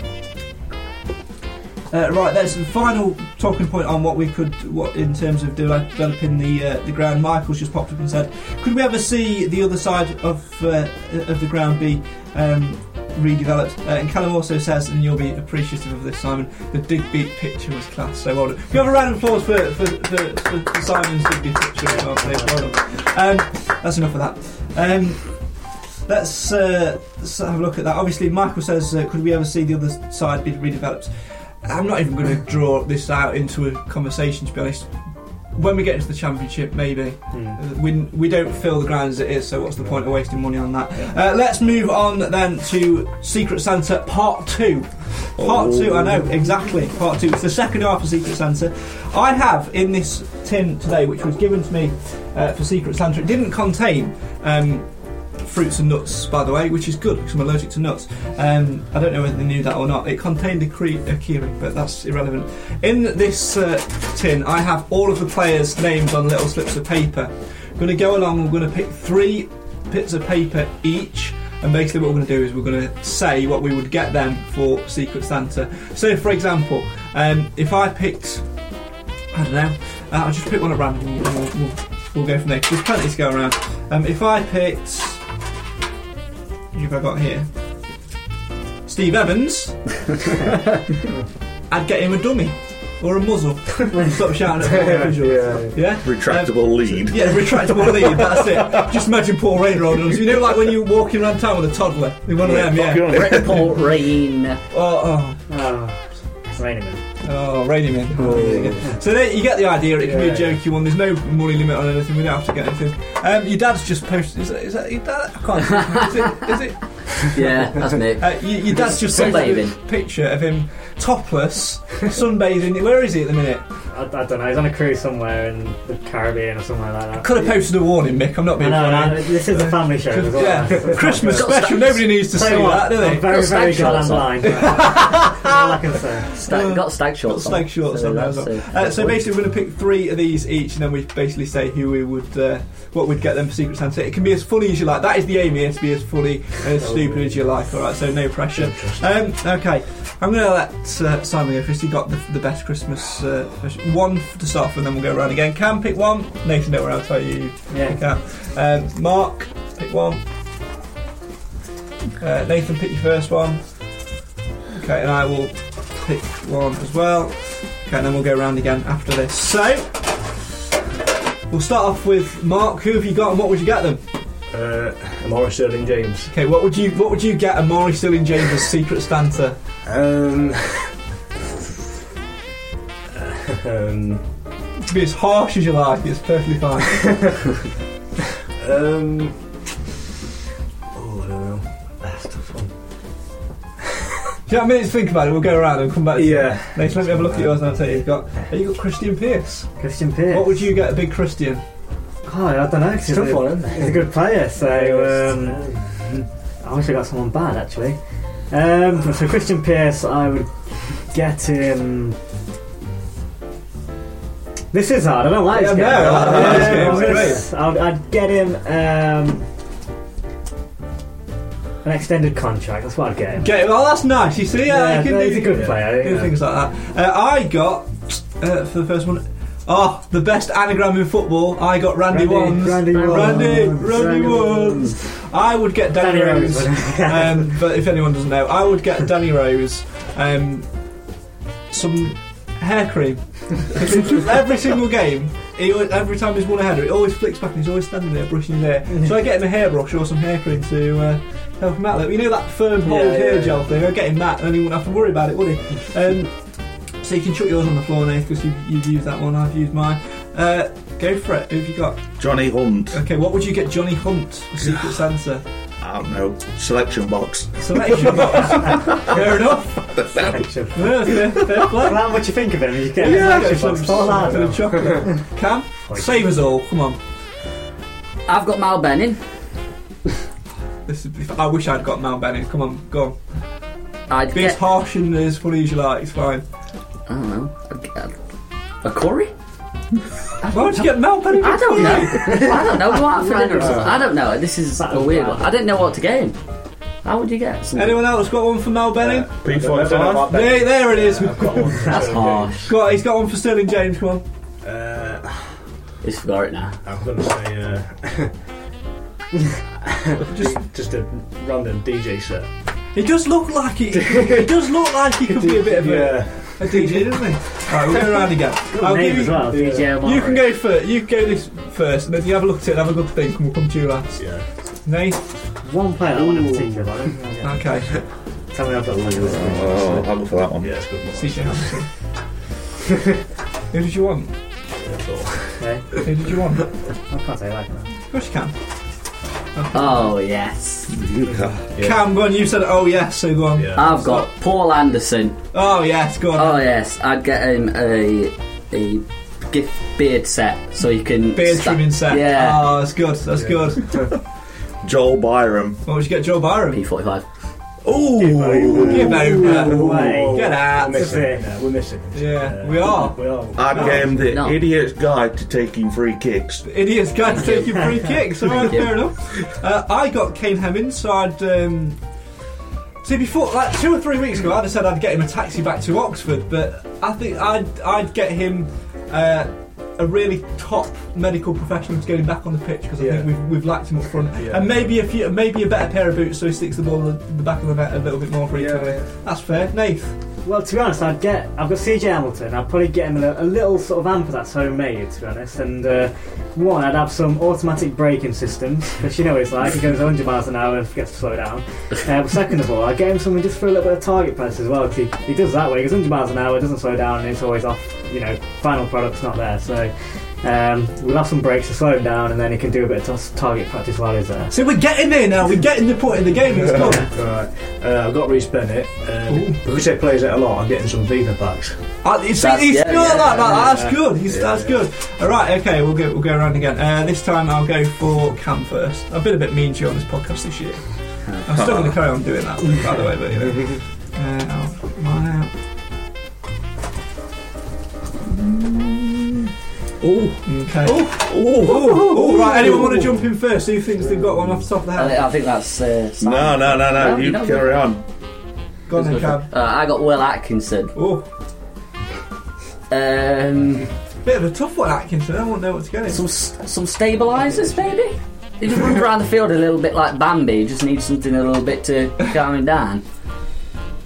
Speaker 2: uh, right. There's the final talking point on what we could what in terms of de- developing the uh, the ground. Michael's just popped up and said, could we ever see the other side of uh, of the ground be? Um, Redeveloped, uh, and Callum also says, and you'll be appreciative of this, Simon. The Digby picture was class, so well done. Can we have a round of applause for, for, for, for Simon's Digby picture? as well, please? Well done. Um, that's enough of that. Um, let's, uh, let's have a look at that. Obviously, Michael says, uh, could we ever see the other side be redeveloped? I'm not even going to draw this out into a conversation, to be honest. when we get into the championship, maybe Uh, we we don't fill the ground as it is. So what's the point of wasting money on that? Uh, let's move on then to Secret Santa Part Two. Part two, I know exactly. Part two. It's the second half of Secret Santa. I have in this tin today, which was given to me uh, for Secret Santa. It didn't contain. Um, fruits and nuts, by the way, which is good because I'm allergic to nuts. Um, I don't know whether they knew that or not. It contained a, cre- a Kiri, but that's irrelevant. In this uh, tin, I have all of the players' names on little slips of paper. I'm going to go along, we're going to pick three bits of paper each. And basically, what we're going to do is we're going to say what we would get them for Secret Santa. So, for example, um, if I picked I don't know. Uh, I'll just pick one at random. and We'll, we'll, we'll go from there. 'cause There's plenty to go around. Um, if I picked, who have I got here? Steve Evans. I'd get him a dummy or a muzzle. Stop shouting at me.
Speaker 7: yeah.
Speaker 2: Yeah. Um,
Speaker 6: Retractable lead.
Speaker 2: Yeah, retractable lead, that's it. Just imagine Paul Rain rolling on us. You know, like when you're walking around town with a toddler? One of them, yeah.
Speaker 3: Rick Paul
Speaker 2: (laughs)
Speaker 3: Rain.
Speaker 2: Oh,
Speaker 4: Oh, it's raining.
Speaker 2: oh, oh, raining in.
Speaker 4: Oh.
Speaker 2: So there, you get the idea. It can be a jokey one. There's no money limit on anything. We don't have to get anything. Um, your dad's just posted. Is that, is that your dad? I can't. is it? Is it?
Speaker 3: Yeah, that's me.
Speaker 2: Uh, your, your dad's just posted a
Speaker 3: Sunbathing.
Speaker 2: picture of him topless, sunbathing. Where is he at the minute?
Speaker 4: I, I don't know. He's on a cruise somewhere in the Caribbean or somewhere like that.
Speaker 2: Could have posted a warning, Mick. I'm not
Speaker 4: I
Speaker 2: being
Speaker 4: know,
Speaker 2: funny.
Speaker 4: and I- this is a family show as well.
Speaker 2: Yeah, Christmas
Speaker 3: Got
Speaker 2: special.
Speaker 3: stacks.
Speaker 2: Nobody needs to see
Speaker 4: Tell you what,
Speaker 2: that, do
Speaker 4: I'm
Speaker 2: they?
Speaker 4: very,
Speaker 3: Got
Speaker 4: very
Speaker 3: stag
Speaker 4: glad I'm
Speaker 3: shorts on.
Speaker 2: (laughs)
Speaker 4: blind. That's all I can say.
Speaker 3: Stag, got stag
Speaker 2: Got
Speaker 3: shorts.
Speaker 2: snake
Speaker 3: on,
Speaker 2: shorts
Speaker 3: so
Speaker 2: on there
Speaker 3: that's
Speaker 2: as well.
Speaker 3: safe.
Speaker 2: Uh, so basically, we're going to pick three of these each, and then we basically say who we would, uh, what we'd get them for Secret Santa. It can be as funny as you like. That is the aim here to be as funny and as stupid as you like. All right, so no pressure. Um, okay, I'm going to let uh, Simon go first. He got the, the best Christmas uh, special- one f- to start off, and then we'll go around again. Cam, pick one. Nathan, don't worry, I'll tell you.
Speaker 4: Yeah.
Speaker 2: Pick out. Um, Mark, pick one. Uh, Nathan, pick your first one. Okay, and I will pick one as well. Okay, and then we'll go round again after this. So, we'll start off with Mark. Who have you got, and what would you get them?
Speaker 7: Uh, Amara Sterling James.
Speaker 2: Okay, what would you what would you get a Maury Stilling James' Secret Santa?
Speaker 7: Um, (laughs) um,
Speaker 2: You can Be as harsh as you like. It's perfectly fine.
Speaker 7: um, oh, I don't know. That's a tough one.
Speaker 2: Do you have a minute to think about it? We'll go around and come back. To
Speaker 7: Yeah.
Speaker 2: Nathan, let me have a look at yours, and I'll tell you. You've got. Have you got Christian Pierce?
Speaker 4: Christian Pierce.
Speaker 2: What would you get, a big Christian?
Speaker 4: Oh, I don't know. He's,
Speaker 7: tough
Speaker 4: a,
Speaker 7: one, isn't it?
Speaker 4: he's a good player, so um, I wish I got someone bad actually. Um, so Christian Pierce, I would get him. This is hard. I don't like this
Speaker 2: Yeah,
Speaker 4: game.
Speaker 2: no, I don't like this game,
Speaker 4: Um,
Speaker 2: it's
Speaker 4: this- I'd, I'd get him um, an extended contract. That's what I'd get him.
Speaker 2: Okay, well oh, that's nice. You see, yeah,
Speaker 4: Yeah,
Speaker 2: you can
Speaker 4: no,
Speaker 2: do,
Speaker 4: he's a good
Speaker 2: yeah,
Speaker 4: player,
Speaker 2: do
Speaker 4: yeah.
Speaker 2: things like that. Uh, I got uh, for the first one. Oh, the best anagram in football. I got Randy, Wands.
Speaker 4: Randy Wands.
Speaker 2: Randy, Randy
Speaker 4: Randy
Speaker 2: Wands. I would get Danny,
Speaker 4: Danny
Speaker 2: Rose,
Speaker 4: Rose.
Speaker 2: um, but if anyone doesn't know, I would get Danny Rose um, some hair cream. 'Cause
Speaker 4: (laughs)
Speaker 2: in every single game, he always, every time he's won a header, he always flicks back and he's always standing there brushing his hair. So I get him a hairbrush or some hair cream to uh, help him out. Like, you know that firm hold
Speaker 4: Yeah,
Speaker 2: hair
Speaker 4: yeah.
Speaker 2: gel thing? I get him that and then he wouldn't have to worry about it, would he? Um, so you can chuck yours on the floor, Nate, because you've, you've used that one, I've used mine. Uh, go for it. Who have you got?
Speaker 6: Johnny Hunt.
Speaker 2: Okay, what would you get Johnny Hunt, for
Speaker 4: (sighs)
Speaker 2: Secret Santa?
Speaker 6: I don't know. Selection box.
Speaker 4: (laughs)
Speaker 2: Selection box. Fair enough. Yeah, fair, fair play.
Speaker 4: Well, how much you think of him? You get
Speaker 2: Yeah,
Speaker 4: him.
Speaker 2: get some,
Speaker 4: all
Speaker 2: some bit of chocolate. (laughs) Cam, save us all. Come on.
Speaker 3: I've got Mal Benning.
Speaker 2: This is, I wish I'd got Mount Bennett. Come on, go on.
Speaker 3: I'd
Speaker 2: Be as
Speaker 3: get.
Speaker 2: harsh and as funny as you like. It's fine.
Speaker 3: I don't know. I'd get a, a Corey?
Speaker 2: Why would you get Mount Bennett?
Speaker 3: I don't
Speaker 2: (laughs)
Speaker 3: know. I don't know. Go out for dinner or something. I don't know. This is
Speaker 4: That
Speaker 3: a
Speaker 4: was
Speaker 3: weird
Speaker 4: bad.
Speaker 3: one. I didn't know what to get him. How would you get? some-
Speaker 2: Anyone else got one for Mal Benning?
Speaker 6: P45.
Speaker 2: there, there it is. We've got one.
Speaker 3: That's harsh.
Speaker 2: Got, he's got one for Sterling James. Come on.
Speaker 7: Uh,
Speaker 3: He's forgot it now.
Speaker 7: I'm gonna say uh, just just a random DJ set.
Speaker 2: He does look like he. he does look like he could be a bit of a, a DJ, doesn't he? Alright, we'll go around again. I'll give
Speaker 4: Name
Speaker 2: you-
Speaker 4: as well.
Speaker 3: DJ Omari.
Speaker 2: You can go first. You go this first, and then you have a look at it and have a good think, and we'll come to you last.
Speaker 7: yeah.
Speaker 2: Nate?
Speaker 4: One player I want in particular. but I don't know.
Speaker 2: Okay.
Speaker 4: Tell me I've got one.
Speaker 6: Oh, I'll go for that one.
Speaker 7: Yeah, it's a good.
Speaker 2: CJ Anderson. Who did you want?
Speaker 7: One.
Speaker 2: Who did you want? Of
Speaker 4: I can't say that. can I?
Speaker 2: course you can.
Speaker 3: Oh, yes.
Speaker 2: Cam, go on, you said oh yes, so go on.
Speaker 3: I've got Paul Anderson.
Speaker 2: Oh yes, go on.
Speaker 3: Oh, yes. I'd get him a, a gift beard set so you can.
Speaker 2: Beard
Speaker 3: sta-
Speaker 2: trimming set.
Speaker 3: Yeah.
Speaker 2: Oh, that's good, that's good.
Speaker 6: Joel Byram.
Speaker 2: What would you get, Joe Byron?
Speaker 3: P45.
Speaker 2: Ooh, give
Speaker 4: No
Speaker 2: over.
Speaker 4: way.
Speaker 2: Get out.
Speaker 7: We're missing. it now, We're missing. it.
Speaker 2: Yeah, we are.
Speaker 7: We are.
Speaker 6: I'd get him the
Speaker 3: No.
Speaker 6: idiot's guide to taking free kicks.
Speaker 2: Idiots guys taking
Speaker 7: (laughs)
Speaker 2: free kicks. All right,
Speaker 3: Thank you.
Speaker 2: fair enough. Uh, I got Kane Hemmings, so I'd. Um, see, before like two or three weeks ago, I'd have said I'd get him a taxi back to Oxford, but I think I'd I'd get him uh, a really top medical professional to get him back on the pitch because I
Speaker 7: Yeah.
Speaker 2: think we've, we've lacked him up front,
Speaker 7: Yeah.
Speaker 2: and maybe a few, maybe a better pair of boots so he sticks the ball in the back of the net a little bit more frequently.
Speaker 7: yeah.
Speaker 2: That's fair, Nath.
Speaker 4: Well, to be honest, I'd get. I've got CJ Hamilton. I'd probably get him a, a little sort of amper that's homemade, to be honest. And uh, one, I'd have some automatic braking systems, (laughs) because you know what it's like. He goes 100 miles an hour and forgets to slow down. Uh, but second of all, I'd get him something just for a little bit of target press as well, 'cause he, he does that way. He goes 100 miles an hour, doesn't slow down, and it's always off. You know, final product's not there. So um, we'll have some breaks to slow him down, and then he can do a bit of t- target practice while he's there.
Speaker 2: So we're getting there now. We're getting the point of the game. It's
Speaker 7: All (laughs)
Speaker 2: gone.
Speaker 7: right. Uh, I've got Reece Bennett. Um, because he plays it a lot, I'm getting some Viva packs.
Speaker 2: Uh, it's,
Speaker 3: That's-
Speaker 2: he's
Speaker 3: yeah,
Speaker 2: good
Speaker 3: yeah,
Speaker 2: like that.
Speaker 7: yeah,
Speaker 2: that's
Speaker 7: yeah.
Speaker 2: good. He's, that's good. All right. Okay. We'll go. We'll go around again. Uh, this time I'll go for Cam first. I've been a bit mean to you on this podcast this year. I'm still going to carry on doing that, by the way. But you know, uh, I'll put mine out. Oh, okay. Oh, right. Anyone want to jump in first? Who thinks they've got one off the top of the
Speaker 3: I,
Speaker 2: head?
Speaker 3: thi- I think that's. Uh, Simon.
Speaker 6: No, no, no, no.
Speaker 3: No,
Speaker 6: you
Speaker 3: you don't
Speaker 6: carry on.
Speaker 2: Go on then, Cam.
Speaker 3: Uh, I got Will Atkinson.
Speaker 2: Oh,
Speaker 3: Um,
Speaker 2: bit of a tough one, Atkinson. I won't know what to go.
Speaker 3: some st- some stabilisers, maybe? He just runs around the field a little bit like Bambi. He just needs something a little bit to calm him down.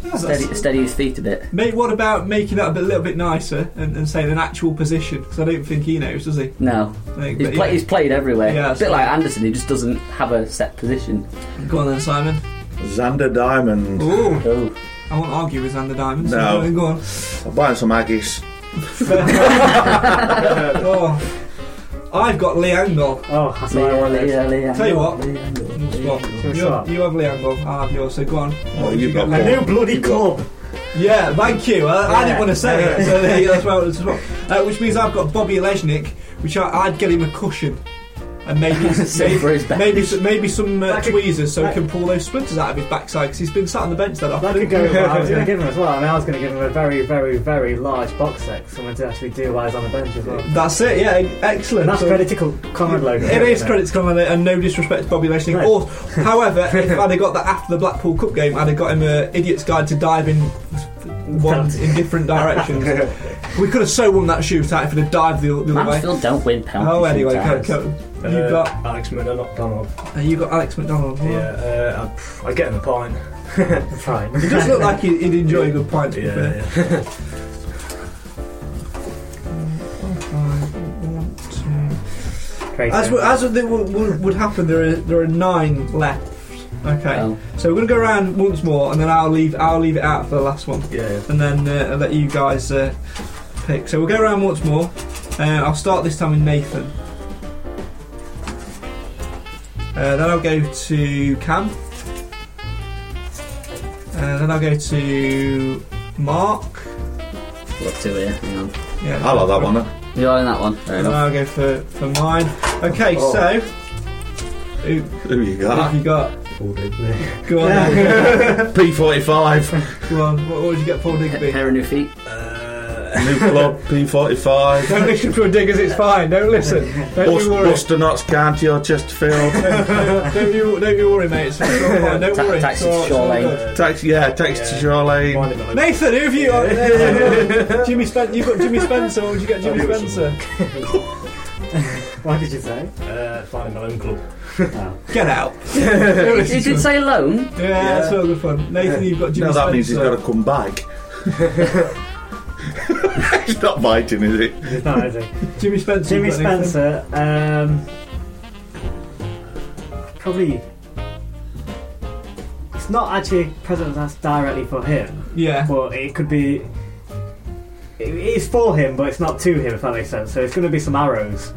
Speaker 2: That's-
Speaker 3: Steady, steady his feet a bit.
Speaker 2: Mate, what about making that a bit- little bit nicer and, and saying an actual position? Because I don't think he knows, does he?
Speaker 3: No.
Speaker 2: Like,
Speaker 3: He's,
Speaker 2: but
Speaker 3: play,
Speaker 2: yeah.
Speaker 3: he's played everywhere.
Speaker 2: Yeah,
Speaker 3: a bit
Speaker 2: so-
Speaker 3: like Anderson, he just doesn't have a set position.
Speaker 2: Go on then, Simon.
Speaker 6: Xander Diamond.
Speaker 2: Ooh,
Speaker 3: Oh,
Speaker 2: I won't argue with Xander Diamond. so
Speaker 6: No.
Speaker 2: go on, Go on.
Speaker 6: I'm buying some Aggies.
Speaker 2: oh, I've got Lee Angle.
Speaker 4: Oh, that's what I
Speaker 3: Leo,
Speaker 4: wanted.
Speaker 3: Leo, Leo.
Speaker 2: Tell you what.
Speaker 3: Leo.
Speaker 2: What?
Speaker 4: Who's
Speaker 2: You,
Speaker 4: that?
Speaker 2: you have Lee Angle, I'll have Ah, yours, so go on.
Speaker 6: Oh, you've got
Speaker 4: A
Speaker 6: more.
Speaker 4: new bloody club.
Speaker 2: Yeah, thank you. I, I didn't want to say it, so there you go, that's why I was wrong. Uh, which means I've got Bobby Lesnick, which I, I'd get him a cushion. And maybe
Speaker 6: (laughs)
Speaker 3: Save for his
Speaker 2: maybe,
Speaker 3: bench.
Speaker 2: maybe some, maybe some uh,
Speaker 4: That could-
Speaker 2: tweezers so he
Speaker 4: that-
Speaker 2: can pull those splinters out of his backside because he's been sat on the bench that often.
Speaker 4: That
Speaker 2: (laughs)
Speaker 4: could go. well. I was going to give him as well. I mean, I was going to give him a very, very, very large box set, for someone to actually do while he's on the bench as well.
Speaker 2: That's it, yeah, excellent.
Speaker 4: And that's
Speaker 2: So-
Speaker 4: credit to Co- Conrad Logan.
Speaker 2: It is credit to Conrad and no disrespect to Bobby Lashley.
Speaker 4: Right.
Speaker 2: Or, however, if I'd have got that after the Blackpool Cup game, I'd have got him a idiot's guide to dive in one in different directions. we could have so won that shootout if it had dived the, the other way.
Speaker 3: Mansfield don't win penalties.
Speaker 2: Oh, anyway,
Speaker 3: sometimes.
Speaker 2: co- co- you
Speaker 7: Uh,
Speaker 2: got
Speaker 7: Alex Miller, not Donald.
Speaker 2: uh, you got Alex McDonald.
Speaker 7: Yeah, uh, I, I get him a pint.
Speaker 4: Fine. (laughs)
Speaker 2: He does look like he'd he'd enjoy a good pint. To be fair.
Speaker 7: Yeah, yeah.
Speaker 2: (laughs)
Speaker 4: Crazy.
Speaker 2: As w- as w- would, would, would happen, there are there are nine left. Okay,
Speaker 3: Oh.
Speaker 2: so we're gonna go around once more, and then I'll leave I'll leave it out for the last one.
Speaker 7: yeah. yeah.
Speaker 2: and then uh, I'll let you guys uh, pick. So we'll go around once more. Uh, I'll start this time with Nathan. Uh, then I'll go to Cam. Uh, then I'll go to Mark.
Speaker 3: Got two here. Hang on.
Speaker 2: Yeah,
Speaker 6: I like that one. eh?
Speaker 3: You're in that one. Fair
Speaker 2: And then
Speaker 3: enough.
Speaker 2: I'll go for, for mine. Okay, so who,
Speaker 6: Who you
Speaker 2: who (laughs) have
Speaker 6: got?
Speaker 2: you got?
Speaker 7: Paul Digby.
Speaker 2: (laughs) Go on, then.
Speaker 6: P45.
Speaker 2: go on. What, what did you get, Paul
Speaker 3: Pa- (laughs)
Speaker 2: Digby?
Speaker 3: Pair of
Speaker 2: (laughs)
Speaker 3: new feet.
Speaker 6: New club. P45.
Speaker 2: Don't listen to a diggers. It's fine. Don't listen. Don't
Speaker 6: Bus-
Speaker 2: you worry.
Speaker 6: Buster Knox County or Chesterfield.
Speaker 2: (laughs) don't you don't you worry, mate. It's all fine. Don't
Speaker 3: Ta-
Speaker 2: worry. It's
Speaker 3: taxi
Speaker 2: all-
Speaker 3: to
Speaker 2: it's all
Speaker 3: Shore Lane.
Speaker 2: good.
Speaker 6: Taxi, yeah, taxi to Shore Lane.
Speaker 7: Mind him, I like-
Speaker 2: Nathan, who have you got? Jimmy Spencer. You've got Jimmy Spencer. Or did you get Jimmy
Speaker 7: I'll do it
Speaker 2: Spencer?
Speaker 4: Why did you say?
Speaker 7: Uh, find my own club.
Speaker 2: Get out.
Speaker 3: You did say loan.
Speaker 2: Yeah, that's all good fun. Nathan, you've got Jimmy
Speaker 6: No,
Speaker 2: Spencer.
Speaker 6: that means he's got to come back. (laughs) he's not biting, is he?
Speaker 4: No,
Speaker 7: (laughs)
Speaker 4: is it?
Speaker 2: Jimmy Spencer.
Speaker 4: Jimmy
Speaker 2: you've got Nathan.
Speaker 4: Spencer. Um, probably. It's not actually a present that's directly for him.
Speaker 2: Yeah.
Speaker 4: But it could be. it- It's for him, but it's not to him, if that makes sense. So it's going to be some arrows.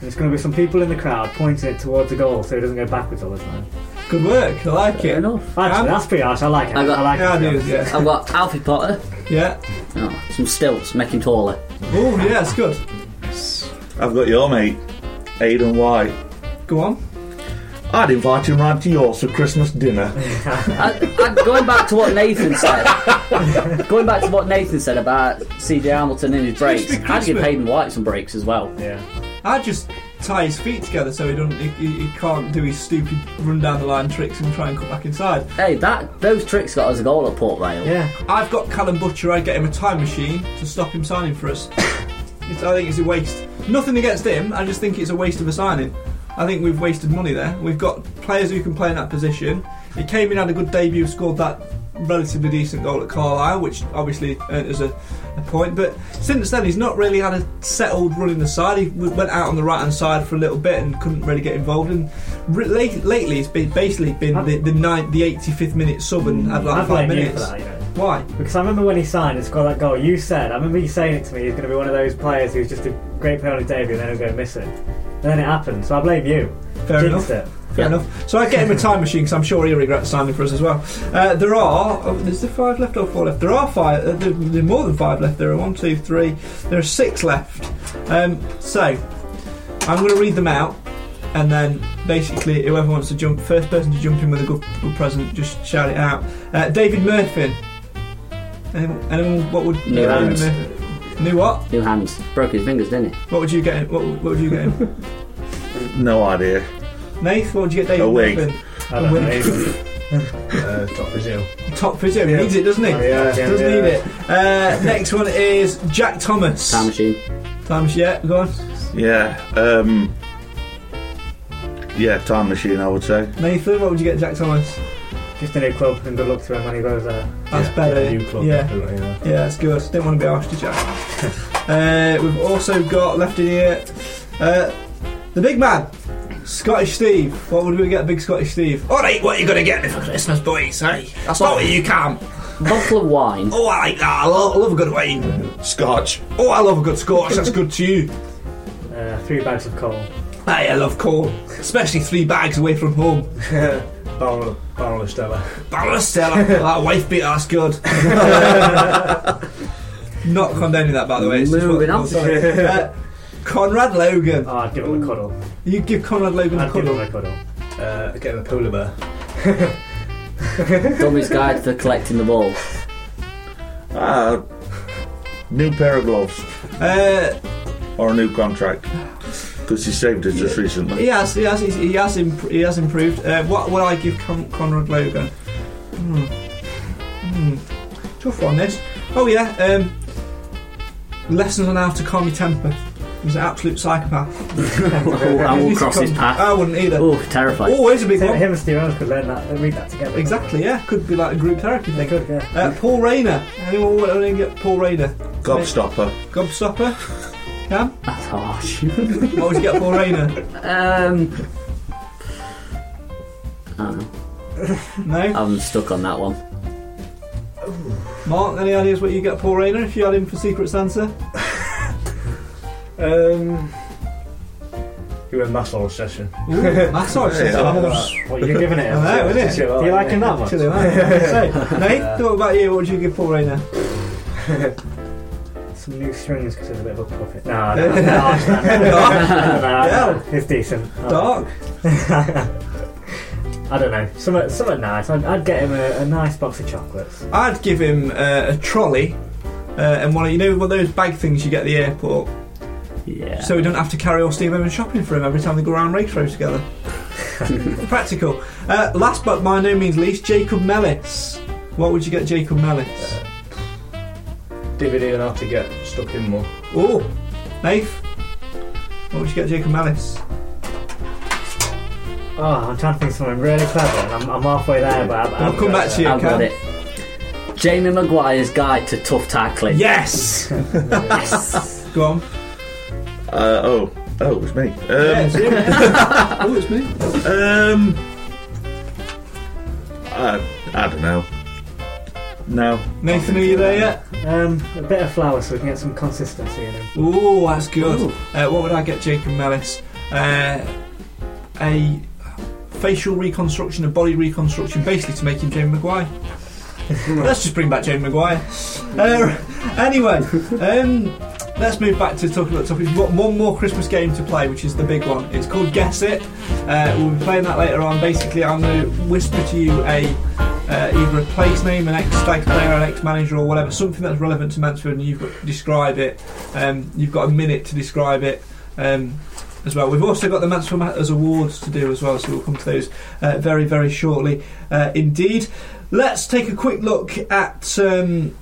Speaker 4: there's going to be some people in the crowd pointing it towards the goal so it doesn't go backwards all the time.
Speaker 2: Good work. I like it.
Speaker 4: Actually, that's pretty harsh. I like it. I,
Speaker 3: I got-
Speaker 4: like
Speaker 2: Yeah, I
Speaker 4: it.
Speaker 2: do. Yeah.
Speaker 3: I've got Alfie Potter.
Speaker 2: Yeah.
Speaker 3: Oh, some stilts, make him taller.
Speaker 2: Oh, yeah, it's good.
Speaker 6: I've got your mate, Aidan White.
Speaker 2: Go on.
Speaker 6: I'd invite him round to yours for Christmas dinner.
Speaker 3: I, I, going back to what Nathan said,
Speaker 2: (laughs)
Speaker 3: going back to what Nathan said about C.J. Hamilton and his breaks,
Speaker 2: It's
Speaker 3: I'd give
Speaker 2: Christmas.
Speaker 3: Hayden White some breaks as well.
Speaker 4: Yeah.
Speaker 2: I'd just tie his feet together so he don't he, he, he can't do his stupid run down the line tricks and try and cut back inside.
Speaker 3: Hey, that those tricks got us a goal at Port Vale.
Speaker 4: Yeah.
Speaker 2: I've got Callum Butcher. I'd get him a time machine to stop him signing for us. (coughs) it's, I think it's a waste. Nothing against him. I just think it's a waste of a signing. I think we've wasted money there. We've got players who can play in that position. He came in, had a good debut, scored that relatively decent goal at Carlisle, which obviously earned us a, a point. But since then, he's not really had a settled run in the side. He w- went out on the right hand side for a little bit and couldn't really get involved. And re- late, lately, it's been basically been the the, ninth, the 85th minute sub and had like
Speaker 4: I
Speaker 2: five
Speaker 4: blame you for
Speaker 2: minutes.
Speaker 4: that, you know.
Speaker 2: Why?
Speaker 4: Because I remember when he signed and scored that goal, you said, I remember you saying it to me, he's going to be one of those players who's just a great player on his debut and then he'll go missing. And then it happened, so I blame you.
Speaker 2: Fair
Speaker 4: Jinxed
Speaker 2: enough.
Speaker 4: it.
Speaker 2: Fair enough. So I get him a time machine because I'm sure he'll regret signing for us as well. Uh, there are oh, there's the five left or four left. There are five. Uh, there, there are more than five left. There are one, two, three. There are six left. Um, so I'm going to read them out, and then basically whoever wants to jump, first person to jump in with a good, good present, just shout it out. Uh, David Murphy. Anyone, anyone? What would
Speaker 3: New
Speaker 2: David
Speaker 3: hands.
Speaker 2: Murphy- New what?
Speaker 3: New hands broke his fingers, didn't he?
Speaker 2: What would you get? Him? What, what would you
Speaker 6: (laughs)
Speaker 2: get him?
Speaker 6: No idea.
Speaker 2: Nath, what would you get David
Speaker 6: A wig.
Speaker 2: Murphy?
Speaker 4: I don't
Speaker 2: Win. (laughs)
Speaker 4: know. he's- (laughs)
Speaker 7: Uh, top Brazil.
Speaker 2: Top physio he needs it, doesn't he?
Speaker 7: Oh, yeah.
Speaker 2: does
Speaker 7: Yeah.
Speaker 2: need it. Uh, next one is Jack Thomas.
Speaker 3: Time machine.
Speaker 2: Thomas, yeah, go on.
Speaker 6: Yeah. Um, yeah, time machine, I would say.
Speaker 2: Nathan, what would you get, Jack Thomas?
Speaker 4: Just a new club and good luck to him when he goes there.
Speaker 2: That's better.
Speaker 7: New club,
Speaker 2: yeah,
Speaker 7: definitely, yeah.
Speaker 2: yeah, that's good. Didn't want to be harsh
Speaker 7: (laughs)
Speaker 2: to Jack. uh, we've also got left in here uh, the big man. Scottish Steve, what would we get, Big Scottish Steve? All right, what are you gonna get me for Christmas, boys? Hey, that's not what you can.
Speaker 3: Bottle
Speaker 2: (laughs)
Speaker 3: of wine.
Speaker 2: Oh, I like that. I love, I love a good wine. Scotch. Oh, I love a good Scotch. That's good to you.
Speaker 4: Uh, three bags of coal.
Speaker 2: Hey, I love coal, especially three bags away from home.
Speaker 7: (laughs) Barrel, barrel of Stella.
Speaker 2: Barrel
Speaker 7: (laughs)
Speaker 2: of Stella. that wife beat that's good. Not condemning that, by the way. It's just
Speaker 3: Moving
Speaker 2: what-
Speaker 3: on.
Speaker 7: (laughs)
Speaker 2: Uh, Conrad Logan.
Speaker 4: Oh, I'd give him a cuddle.
Speaker 2: You give Conrad Logan a
Speaker 4: I'd give him
Speaker 2: cuddle.
Speaker 4: a cuddle.
Speaker 7: Uh, get him a polar bear.
Speaker 3: Dummy's guide to collecting the ball.
Speaker 6: Uh, new pair of gloves
Speaker 2: Uh,
Speaker 6: or a new contract because he saved us just
Speaker 2: he
Speaker 6: recently.
Speaker 2: has, he has, he's- he has, imp- he has improved. Uh, what would I give Con- Conrad Logan? Hmm. Hmm. Tough one, this. Oh yeah. Um, lessons on how to calm your temper. He's an absolute psychopath. (laughs)
Speaker 3: (laughs) I
Speaker 2: He
Speaker 3: won't
Speaker 2: needs to
Speaker 3: cross his
Speaker 2: come-
Speaker 3: path.
Speaker 2: I wouldn't either.
Speaker 3: Oh, terrifying.
Speaker 2: Always a big
Speaker 4: Him,
Speaker 2: one.
Speaker 4: him and Steve Evans could learn that and read that together.
Speaker 2: Exactly, yeah. Could be like a group therapy
Speaker 4: They
Speaker 2: thing.
Speaker 4: could, yeah.
Speaker 2: (laughs) Uh, Paul Rayner. Anyone want to get Paul Rayner?
Speaker 6: Gobstopper.
Speaker 2: Gobstopper? Cam?
Speaker 3: That's harsh.
Speaker 2: What would you get Paul
Speaker 3: (laughs)
Speaker 2: Rayner?
Speaker 3: um, I don't know.
Speaker 2: No?
Speaker 3: I'm stuck on that one.
Speaker 2: Mark, any ideas what you get Paul Rayner if you had him for Secret Santa?
Speaker 7: Um, you went muscle session.
Speaker 2: Ooh,
Speaker 6: (laughs)
Speaker 2: massage.
Speaker 6: Yeah.
Speaker 4: What you're giving it.
Speaker 2: I know,
Speaker 4: Do
Speaker 2: isn't it?
Speaker 4: you like him that much?
Speaker 2: Actually, man, so, Nate, what about you? What would you give Paul Rayner?
Speaker 4: Some new strings because he's a bit of a puppet. No, no, no,
Speaker 2: (laughs)
Speaker 4: no, no, it's decent.
Speaker 2: Dark?
Speaker 4: I don't know. Something, something nice. I'd, I'd get him a, a nice box of chocolates.
Speaker 2: I'd give him uh, a trolley uh, and one of, you know, one of those bag things you get at the airport
Speaker 3: Yeah.
Speaker 2: so we don't have to carry all Steve Evans shopping for him every time they go around race road together. Practical. Uh, last but by no means least, Jacob Mellis. What would you get, Jacob Mellis?
Speaker 7: DVD and how to get stuck in more.
Speaker 2: Oh, Nath. What would you get, Jacob Mellis?
Speaker 4: Oh, I'm trying to think of something really clever, and I'm, I'm halfway there, but I've,
Speaker 2: I'll come back to you,
Speaker 3: I've got
Speaker 2: Cam.
Speaker 3: it. Jamie Maguire's guide to tough tackling. (laughs)
Speaker 2: Yes. go on.
Speaker 6: Uh, oh, oh, it was me. Um,
Speaker 2: Yeah, it's you. oh, it's me.
Speaker 6: Um, I, I don't know. No,
Speaker 2: Nathan, are you there yet?
Speaker 4: Um, a bit of flour so we can get some consistency in him.
Speaker 2: Oh, that's good. Uh, what would I get, Jacob Mellis? uh, a facial reconstruction, a body reconstruction, basically to make him Jamie Maguire. let's just bring back Jamie Maguire. Uh, anyway, um, let's move back to talking about topics. We've got one more Christmas game to play, which is the big one. It's called Guess It. Uh, we'll be playing that later on. Basically, I'm going to whisper to you a uh, either a place name, an ex-stag player, an ex-manager, or whatever, something that's relevant to Mansfield, and you've got to describe it. Um, you've got a minute to describe it. Um, as well. We've also got the Mansfield Matters Awards to do as well, so we'll come to those uh, very, very shortly uh, indeed. Let's take a quick look at um,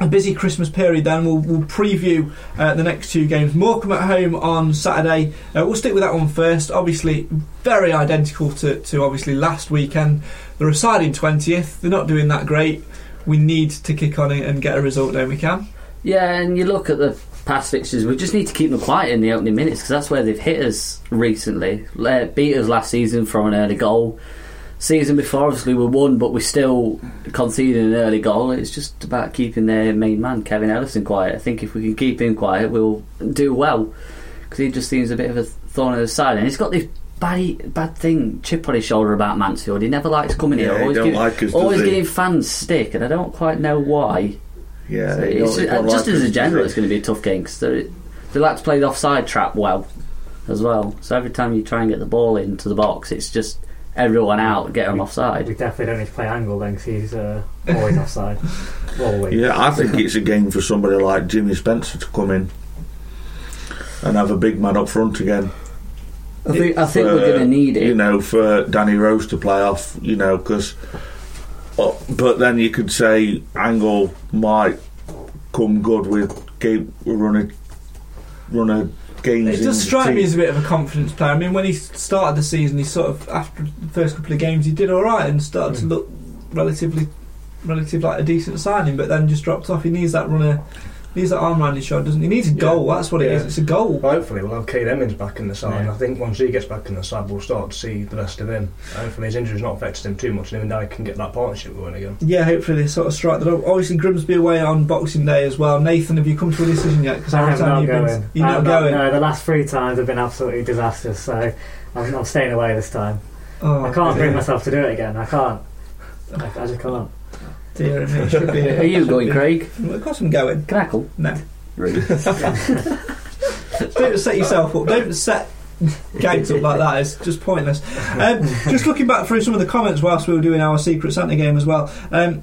Speaker 2: a busy Christmas period then. We'll, we'll preview uh, the next two games. Morecambe at home on Saturday. Uh, we'll stick with that one first. Obviously, very identical to, to obviously last weekend. They're aside in 20th, they're not doing that great. We need to kick on it and get a result, don't we, Cam?
Speaker 3: Yeah, and you look at the past fixtures, we just need to keep them quiet in the opening minutes because that's where they've hit us recently. Uh, beat us last season from an early goal. Season before, obviously, we won, but we still conceded an early goal. It's just about keeping their main man, Kevin Ellison, quiet. I think if we can keep him quiet, we'll do well because he just seems a bit of a thorn in the side. And he's got this bad, bad thing, chip on his shoulder about Mansfield. He never likes coming
Speaker 6: Yeah,
Speaker 3: here.
Speaker 6: he
Speaker 3: Always,
Speaker 6: don't
Speaker 3: giving,
Speaker 6: like us, does
Speaker 3: always
Speaker 6: he?
Speaker 3: giving fans stick, and I don't quite know why.
Speaker 6: Yeah,
Speaker 3: So
Speaker 6: they don't-
Speaker 3: it's-
Speaker 6: they don't
Speaker 3: just
Speaker 6: like
Speaker 3: as a
Speaker 6: us,
Speaker 3: general,
Speaker 6: do
Speaker 3: it's going to be a tough game because they they like to play the offside trap well as well. So every time you try and get the ball into the box, it's just everyone out, get them
Speaker 4: We
Speaker 3: offside.
Speaker 4: definitely don't need to play Angle then because he's uh, always
Speaker 7: (laughs)
Speaker 4: offside. Always.
Speaker 6: they? Yeah, I think it's a game for somebody like Jimmy Spencer to come in and have a big man up front again.
Speaker 3: I think, I think we're
Speaker 6: for,
Speaker 3: going to need it.
Speaker 6: You know, for Danny Rose to play off, you know, because. but then you could say Angle might come good with game running, running games.
Speaker 2: It does
Speaker 6: in
Speaker 2: strike
Speaker 6: the
Speaker 2: me
Speaker 6: team.
Speaker 2: as a bit of a confidence player. I mean, when he s- started the season, he sort of after the first couple of games, he did all right and started to look relatively, relative like a decent signing. But then just dropped off. He needs that runner, needs that arm round his shoulder, doesn't he? He needs a
Speaker 7: Yeah.
Speaker 2: goal. That's what it
Speaker 7: Yeah.
Speaker 2: is. It's a goal.
Speaker 7: Well, hopefully we'll have Kate Emmons back in the side.
Speaker 4: Yeah.
Speaker 7: I think once he gets back in the side, we'll start to see the best of him. Hopefully his injury's not affected him too much, and him and I can get that partnership going again.
Speaker 2: Yeah, hopefully they sort of strike that up. Obviously, Grimsby away on Boxing Day as well. Nathan, have you come to a decision yet? Because
Speaker 4: I am not
Speaker 2: you've been-
Speaker 4: going.
Speaker 2: You're
Speaker 4: I'm
Speaker 2: not going.
Speaker 4: No, the last three times have been absolutely disastrous, so I'm, I'm staying away this time.
Speaker 2: Oh,
Speaker 4: I can't bring
Speaker 2: dear.
Speaker 4: myself to do it again. I can't. I, I just can't.
Speaker 2: Dear me, it should (laughs) be-
Speaker 3: Are you going, Craig?
Speaker 2: Well, Of course, I'm going.
Speaker 3: Can I call?
Speaker 2: No.
Speaker 3: Rude.
Speaker 2: don't set yourself up. Don't set gates up like that. It's just pointless. Um, just looking back through some of the comments whilst we were doing our Secret Santa game as well. Um,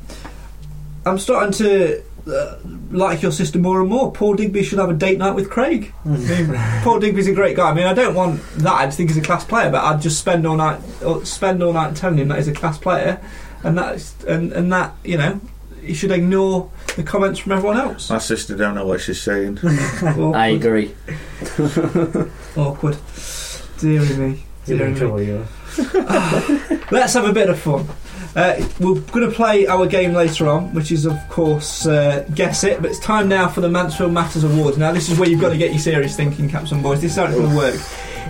Speaker 2: I'm starting to uh, like your sister more and more. Paul Digby should have a date night with Craig. I mean, Paul Digby's a great guy. I mean, I don't want that. I think he's a class player, but I'd just spend all night or spend all night telling him that he's a class player, and that's and, and that you know. He should ignore the comments from everyone else.
Speaker 6: My sister don't know what she's saying. (laughs)
Speaker 2: Or-
Speaker 3: I agree.
Speaker 2: Awkward. Dear me.
Speaker 4: You're
Speaker 2: Dear
Speaker 4: in
Speaker 2: me.
Speaker 4: trouble, you.
Speaker 2: Let's have a bit of fun. Uh, we're going to play our game later on, which is, of course, uh, Guess It. But it's time now for the Mansfield Matters Awards. Now, this is where you've got to get your serious thinking caps on, boys. This is how it's going to work.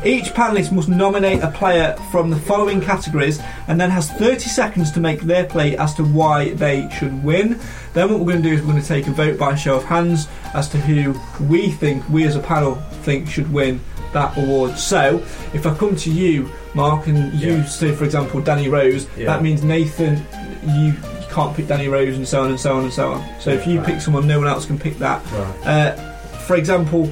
Speaker 2: Each panelist must nominate a player from the following categories and then has 30 seconds to make their play as to why they should win. Then, what we're going to do is we're going to take a vote by show of hands as to who we think, we as a panel, think should win that award. So, if I come to you, Mark, and you
Speaker 7: Yeah.
Speaker 2: say, for example, Danny Rose,
Speaker 7: Yeah.
Speaker 2: that means Nathan, you can't pick Danny Rose, and so on and so on and so on. So, if you
Speaker 7: Right.
Speaker 2: pick someone, no one else can pick that.
Speaker 7: Right.
Speaker 2: Uh, for example,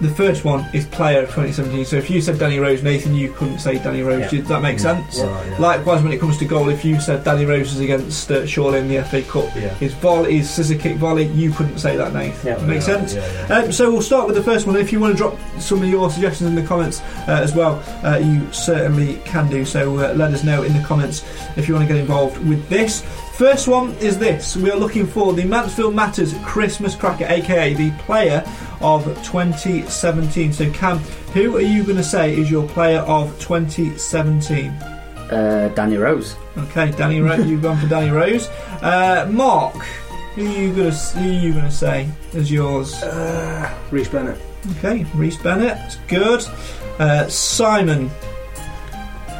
Speaker 2: the first one is player of 2017. So if you said Danny Rose, Nathan, you couldn't say Danny Rose.
Speaker 4: Yeah.
Speaker 2: Did that make sense?
Speaker 7: Right, Mm. yeah.
Speaker 2: Likewise, when it comes to goal, if you said Danny Rose is against uh, Shawley in the FA Cup,
Speaker 7: Yeah.
Speaker 2: his volley, his scissor kick volley, you couldn't say that, Nathan.
Speaker 4: Yeah,
Speaker 2: Does that make
Speaker 7: yeah,
Speaker 2: sense?
Speaker 7: yeah, yeah.
Speaker 2: Um, so we'll start with the first one. If you want to drop some of your suggestions in the comments uh, as well, uh, you certainly can do. So uh, let us know in the comments if you want to get involved with this. First one is this: we are looking for the Mansfield Matters Christmas Cracker, aka the Player of 2017. So Cam, who are you going to say is your Player of 2017?
Speaker 3: Uh, Danny Rose.
Speaker 2: Okay, Danny, Ro- (laughs) you've gone for Danny Rose. Uh, Mark, who are you going to who are you going to say is yours?
Speaker 7: Reece Bennett.
Speaker 2: Okay, Reese Bennett, that's good. Uh, Simon,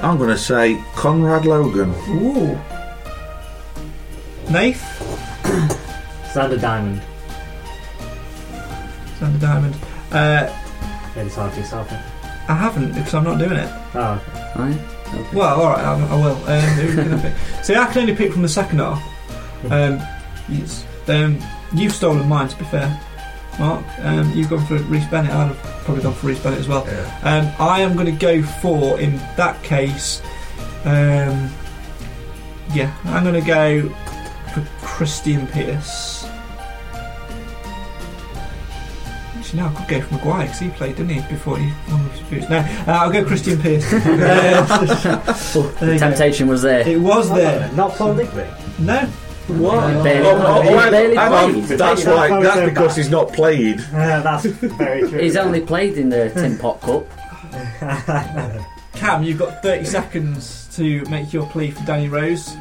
Speaker 6: I'm going to say Conrad Logan.
Speaker 2: ooh. Nath,
Speaker 4: Sander Diamond.
Speaker 2: Sander Diamond. Uh,
Speaker 4: Really sorry for yourself. eh?
Speaker 2: I haven't because I'm not doing it.
Speaker 4: Oh,
Speaker 3: Right?
Speaker 2: Well, all right, I, I will. Um, who can I pick? See, I can only pick from the second half. Um, yes. um, you've stolen mine, to be fair, Mark. Um, you've gone for Reese Bennett. I'd have probably gone for Reese Bennett as well.
Speaker 7: Yeah.
Speaker 2: Um, I am going to go for, in that case, um, yeah, I'm going to go for Christian Pierce. Actually, no, I could go for Maguire because he played, didn't he, before he won the boots. No, uh, I'll go Christian Pierce. (laughs) Uh, there you
Speaker 3: The
Speaker 2: go.
Speaker 3: temptation was there.
Speaker 2: It was there.
Speaker 4: not Paul Digby.
Speaker 2: No,
Speaker 3: He
Speaker 4: Ah. (laughs) What?
Speaker 3: barely,
Speaker 6: Oh, oh,
Speaker 3: he
Speaker 6: oh,
Speaker 3: barely
Speaker 6: hang on.
Speaker 3: played.
Speaker 6: That's
Speaker 4: That's
Speaker 6: like
Speaker 4: why
Speaker 6: that's
Speaker 4: we're
Speaker 6: because
Speaker 4: back.
Speaker 6: he's not played.
Speaker 4: Yeah, that's very true.
Speaker 3: He's only played in the Tin Pot Cup.
Speaker 2: Cam, you've got 30 seconds to make your plea for Danny Rose.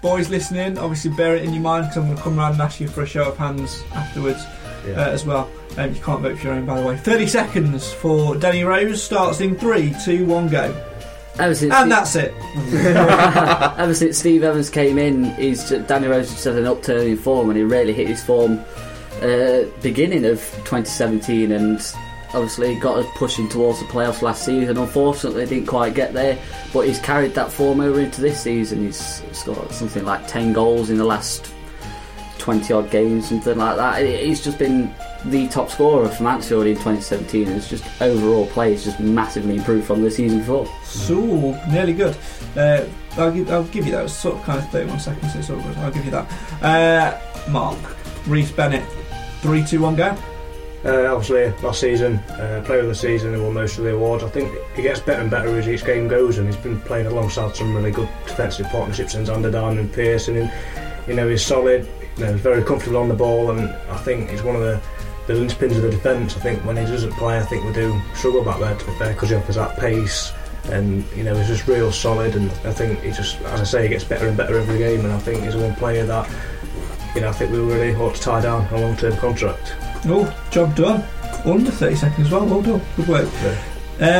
Speaker 2: Boys listening, obviously bear it in your mind because I'm going to come round and ask you for a show of hands afterwards uh, as well. Um, you can't vote for your own, by the way. 30 seconds for Danny Rose starts in three, two, one, go.
Speaker 3: Ever since,
Speaker 2: And
Speaker 3: Steve,
Speaker 2: that's it.
Speaker 3: ever since Steve Evans came in, he's ju- Danny Rose just had an upturn in form, and he really hit his form uh, beginning of 2017, and obviously got us pushing towards the playoffs last season. Unfortunately, didn't quite get there, but he's carried that form over into this season. He's scored something like 10 goals in the last 20 odd games, something like that. He- He's just been the top scorer for Mansfield in 2017, and it's just overall play has just massively improved from the season before.
Speaker 2: So, nearly good. Uh, I'll, give, I'll give you that. It was sort of kind of 31 seconds, so it's all good. I'll give you that. Uh, Mark, Reese Bennett, three, two, one, go.
Speaker 7: Uh, obviously, last season, uh, player of the season, and won most of the awards. I think he gets better and better as each game goes, and he's been playing alongside some really good defensive partnerships in Zanderdan and Pearson. And you know, he's solid. You know, he's very comfortable on the ball, and I think he's one of the the linchpins of the defence. I think when he doesn't play, I think we do struggle back there to be fair because he offers that pace. And you know he's just real solid, and I think he just, as I say, he gets better and better every game. And I think he's one player that, you know, I think we really ought to tie down a long-term contract.
Speaker 2: Oh, job done. Under 30 seconds as well. Well done. Good work.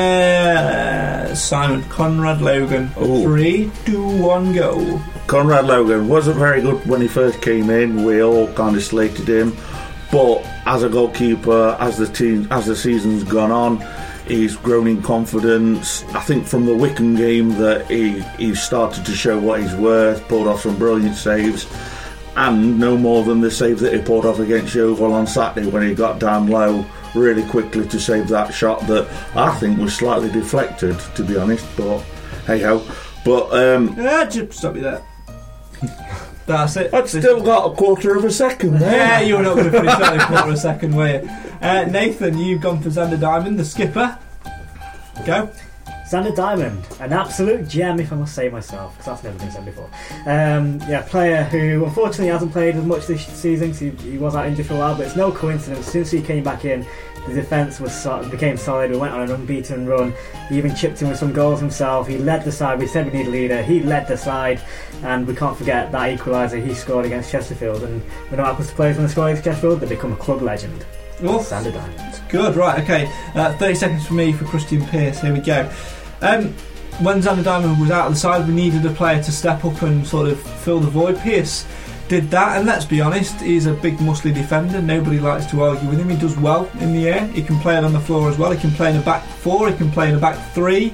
Speaker 2: Uh, Simon Conrad Logan.
Speaker 6: Ooh.
Speaker 2: Three, two, one, go.
Speaker 6: Conrad Logan wasn't very good when he first came in. We all kind of slated him, but as a goalkeeper, as the team, as the season's gone on, he's grown in confidence. I think from the Wickham game that he he started to show what he's worth. Pulled off some brilliant saves, and no more than the save that he pulled off against Yeovil on Saturday when he got down low really quickly to save that shot that I think was slightly deflected, to be honest. But hey ho, but. um
Speaker 2: Ah, just stop you there. That's it.
Speaker 6: I'd still got a quarter of a second there.
Speaker 2: Yeah, you were not going to finish that in for a second, were you? Uh, Nathan, you've gone for Xander Diamond, the skipper. Go.
Speaker 4: Xander Diamond, an absolute gem, if I must say myself, because that's never been said before. Um, yeah, player who unfortunately hasn't played as much this season 'cause he, he was out injured for a while, but it's no coincidence. Since he came back in, the defence was so- became solid. We went on an unbeaten run. He even chipped in with some goals himself. He led the side. We said we need a leader. He led the side, and we can't forget that equaliser he scored against Chesterfield. And we know what happens to players when they score against Chesterfield; they become a club legend.
Speaker 2: Oh,
Speaker 4: Xander Diamond.
Speaker 2: Good, right, okay. Uh, 30 seconds for me for Christian Pearce. Here we go. Um, when Xander Diamond was out of the side, we needed a player to step up and sort of fill the void. Pearce did that, and let's be honest, he's a big, muscly defender. Nobody likes to argue with him. He does well in the air. He can play it on the floor as well. He can play in a back four. He can play in a back three.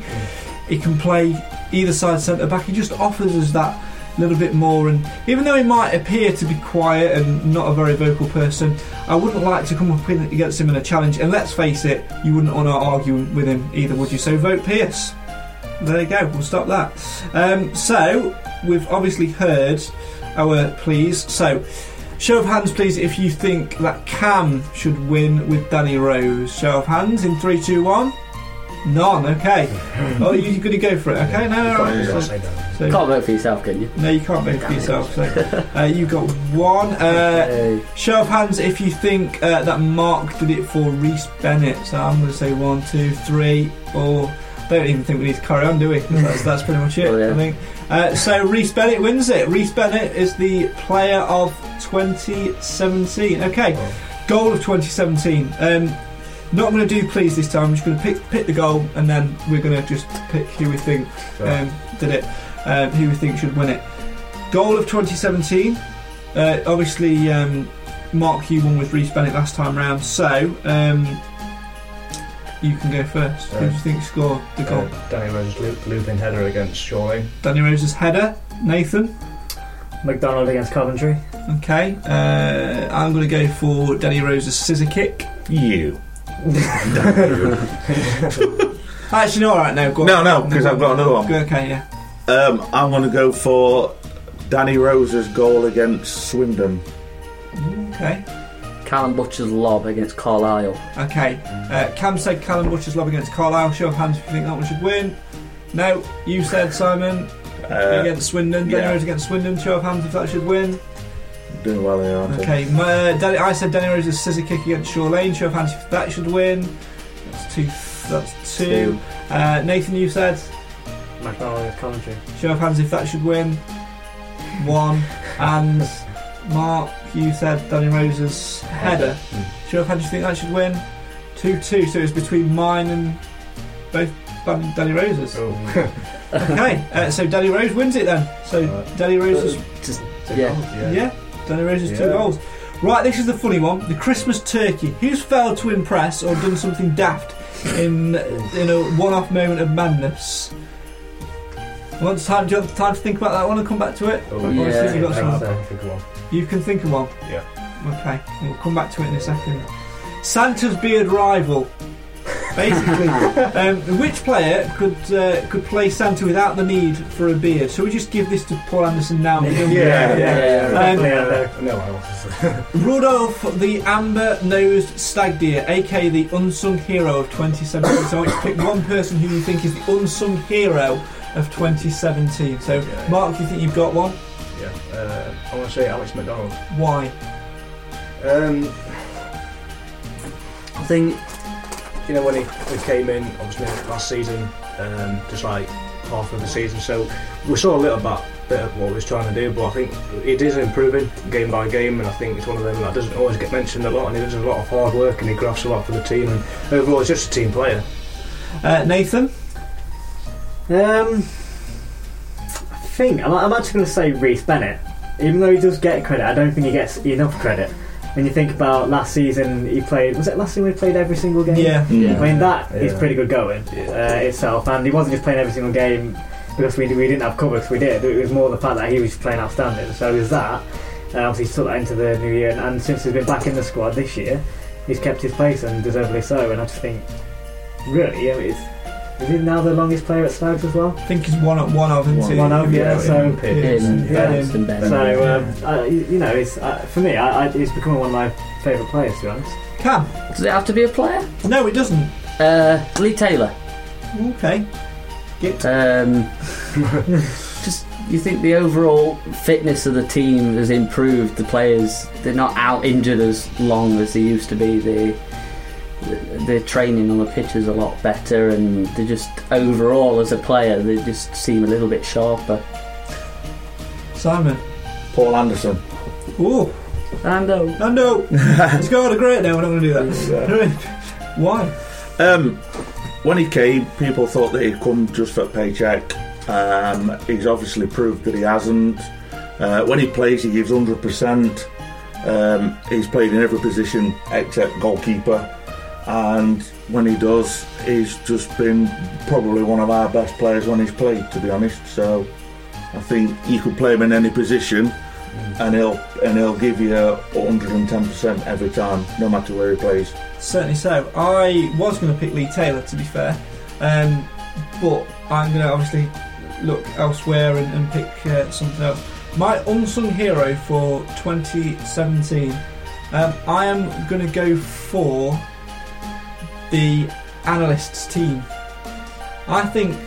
Speaker 2: He can play either side centre back. He just offers us that little bit more. And even though he might appear to be quiet and not a very vocal person, I wouldn't like to come up in- against him in a challenge. And let's face it, you wouldn't want to argue with him either, would you? So vote Pierce. There you go. We'll stop that. Um, so we've obviously heard our pleas. So show of hands, please, if you think that Cam should win with Danny Rose. Show of hands in three, two, one. None. Okay. oh, you- you're going to go for it. Okay. No. no,
Speaker 7: He's
Speaker 2: no.
Speaker 7: not
Speaker 2: So-
Speaker 7: saying that.
Speaker 2: so-
Speaker 3: Can't vote for yourself, can you?
Speaker 2: no, you can't vote for yourself. So uh, you got one. Uh,
Speaker 3: Uh,
Speaker 2: show of hands if you think uh, that Mark did it for Reese Bennett. So I'm going to say one, two, three, or don't even think we need to carry on, do we? That's, that's pretty much it.
Speaker 3: Oh, yeah.
Speaker 2: I think. Uh, so Reese Bennett wins it. Reese Bennett is the player of 2017. Okay, goal of 2017. Um, not going to do please this time. I'm just going to pick pick the goal, and then we're going to just pick who we think um, did it, um, who we think should win it. Goal of 2017. Uh, obviously, um, Mark Hugh won with Reece Bennett last time round. So, um, You can go first. Who do you think scored the goal?
Speaker 7: Uh, Danny Rose's loop, looping header against Shoring.
Speaker 2: Danny Rose's header. Nathan.
Speaker 4: McDonald against Coventry.
Speaker 2: Okay. Uh, I'm going to go for Danny Rose's scissor kick.
Speaker 6: You.
Speaker 2: Actually, no, all right, no, go on.
Speaker 6: No, no, 'cause I've got another one.
Speaker 2: Go- Okay, yeah.
Speaker 6: Um, I'm going to go for Danny Rose's goal against Swindon.
Speaker 2: Okay.
Speaker 3: Callum Butcher's lob against Carlisle.
Speaker 2: Okay. Uh, Cam said Callum Butcher's lob against Carlisle. Show of hands if you think that one should win. No, you said Simon
Speaker 6: Uh,
Speaker 2: against Swindon.
Speaker 6: yeah.
Speaker 2: Danny Rose against Swindon. Show of hands if that should win.
Speaker 6: doing well there, aren't
Speaker 2: Okay. m- Uh, Danny, I said Danny Rose's scissor kick against Shaw Lane. Show of hands if that should win. That's two. That's
Speaker 6: I?
Speaker 2: two. Uh, Nathan, you said
Speaker 4: McDonald against Coventry.
Speaker 2: show of hands if that should win. One. And Mark, you said Danny Rose's header. Show of hands, you think that should win? Two two. So it's between mine and both Dan- Danny Rose's.
Speaker 4: (laughs)
Speaker 7: Oh,
Speaker 2: Okay, uh, so Danny Rose wins it then. So
Speaker 4: Uh,
Speaker 7: Right.
Speaker 2: Danny Rose's
Speaker 3: Just
Speaker 7: uh, yeah.
Speaker 2: yeah. Danny Rose's two
Speaker 7: Yeah.
Speaker 2: goals. Right, this is the funny one: the Christmas turkey. Who's failed to impress or done something daft in in a one-off moment of madness? Well, it's time, do you have time to think about that one and come back to it?
Speaker 7: Oh,
Speaker 2: Or do you
Speaker 3: yeah.
Speaker 2: think you've got
Speaker 7: I
Speaker 2: something?
Speaker 7: can't think of one.
Speaker 2: You can think of one.
Speaker 7: Yeah.
Speaker 2: Okay, we'll come back to it in a second. Santa's beard rival.
Speaker 7: (laughs)
Speaker 2: Basically, um, which player could uh, could play Santa without the need for a beard? Shall we just give this to Paul Anderson now?
Speaker 7: (laughs) Yeah, yeah,
Speaker 3: yeah.
Speaker 2: Um,
Speaker 7: yeah. No, I was.
Speaker 2: Rudolph, the amber-nosed stag deer, aka the unsung hero of 2017. so I want you to pick one person who you think is the unsung hero of 2017. So,
Speaker 7: Yeah.
Speaker 2: Mark, you think you've got one?
Speaker 7: Yeah, uh, I want to say Alex McDonald.
Speaker 2: Why?
Speaker 7: Um,
Speaker 3: I think
Speaker 7: you know, when he, he came in, obviously last season, um, just like half of the season, so we saw a little bit, bit of what he was trying to do, but I think it is improving game by game, and I think it's one of them that doesn't always get mentioned a lot, and he does a lot of hard work, and he grafts a lot for the team, and overall, he's just a team player.
Speaker 2: Uh, Nathan?
Speaker 4: Um, I think I'm, I'm actually going to say Reece Bennett. Even though he does get credit, I don't think he gets enough credit. When you think about last season, he played. Was it last season he played every single game? I
Speaker 6: Mm.
Speaker 4: mean that is
Speaker 7: Yeah.
Speaker 4: pretty good going uh, itself, and he wasn't just playing every single game because we, we didn't have cover. 'cause we did. It was more the fact that he was playing outstanding. So there's that. Uh, obviously, he took that into the new year, and, and since he's been back in the squad this year, he's kept his place and deservedly so. And I just think, really, I mean, it's, is he now the longest player at Snipes as well?
Speaker 2: I think he's one of one of, isn't he?
Speaker 4: One of, yeah, so-
Speaker 3: him,
Speaker 4: Yeah.
Speaker 3: Bennett and Bennett.
Speaker 4: So um, I, you know, it's uh, for me, I, I, it's becoming one of my favourite players. To be honest,
Speaker 2: Cam?
Speaker 3: Does it have to be a player?
Speaker 2: No, it doesn't.
Speaker 3: Uh, Lee Taylor.
Speaker 2: Okay.
Speaker 3: Um, (laughs) just you think the overall fitness of the team has improved. The players they're not out injured as long as they used to be. They they're training on the pitches a lot better, and they just overall as a player they just seem a little bit sharper.
Speaker 2: Simon.
Speaker 6: Paul Anderson.
Speaker 2: Ooh,
Speaker 3: And uh,
Speaker 2: Nando. Let's go on a great. No, we're not going to do that. (laughs) Why?
Speaker 6: Um, when he came, people thought that he'd come just for a paycheck. Um, he's obviously proved that he hasn't. Uh, when he plays, he gives 100%. Um, he's played in every position except goalkeeper. And when he does, he's just been probably one of our best players when he's played, to be honest. So I think you could play him in any position. And he'll and he'll give you 110% every time, no matter where he plays.
Speaker 2: Certainly so. I was going to pick Lee Taylor, to be fair, um, but I'm going to obviously look elsewhere and, and pick uh, something else. My unsung hero for 2017, um, I am going to go for the analysts team. I think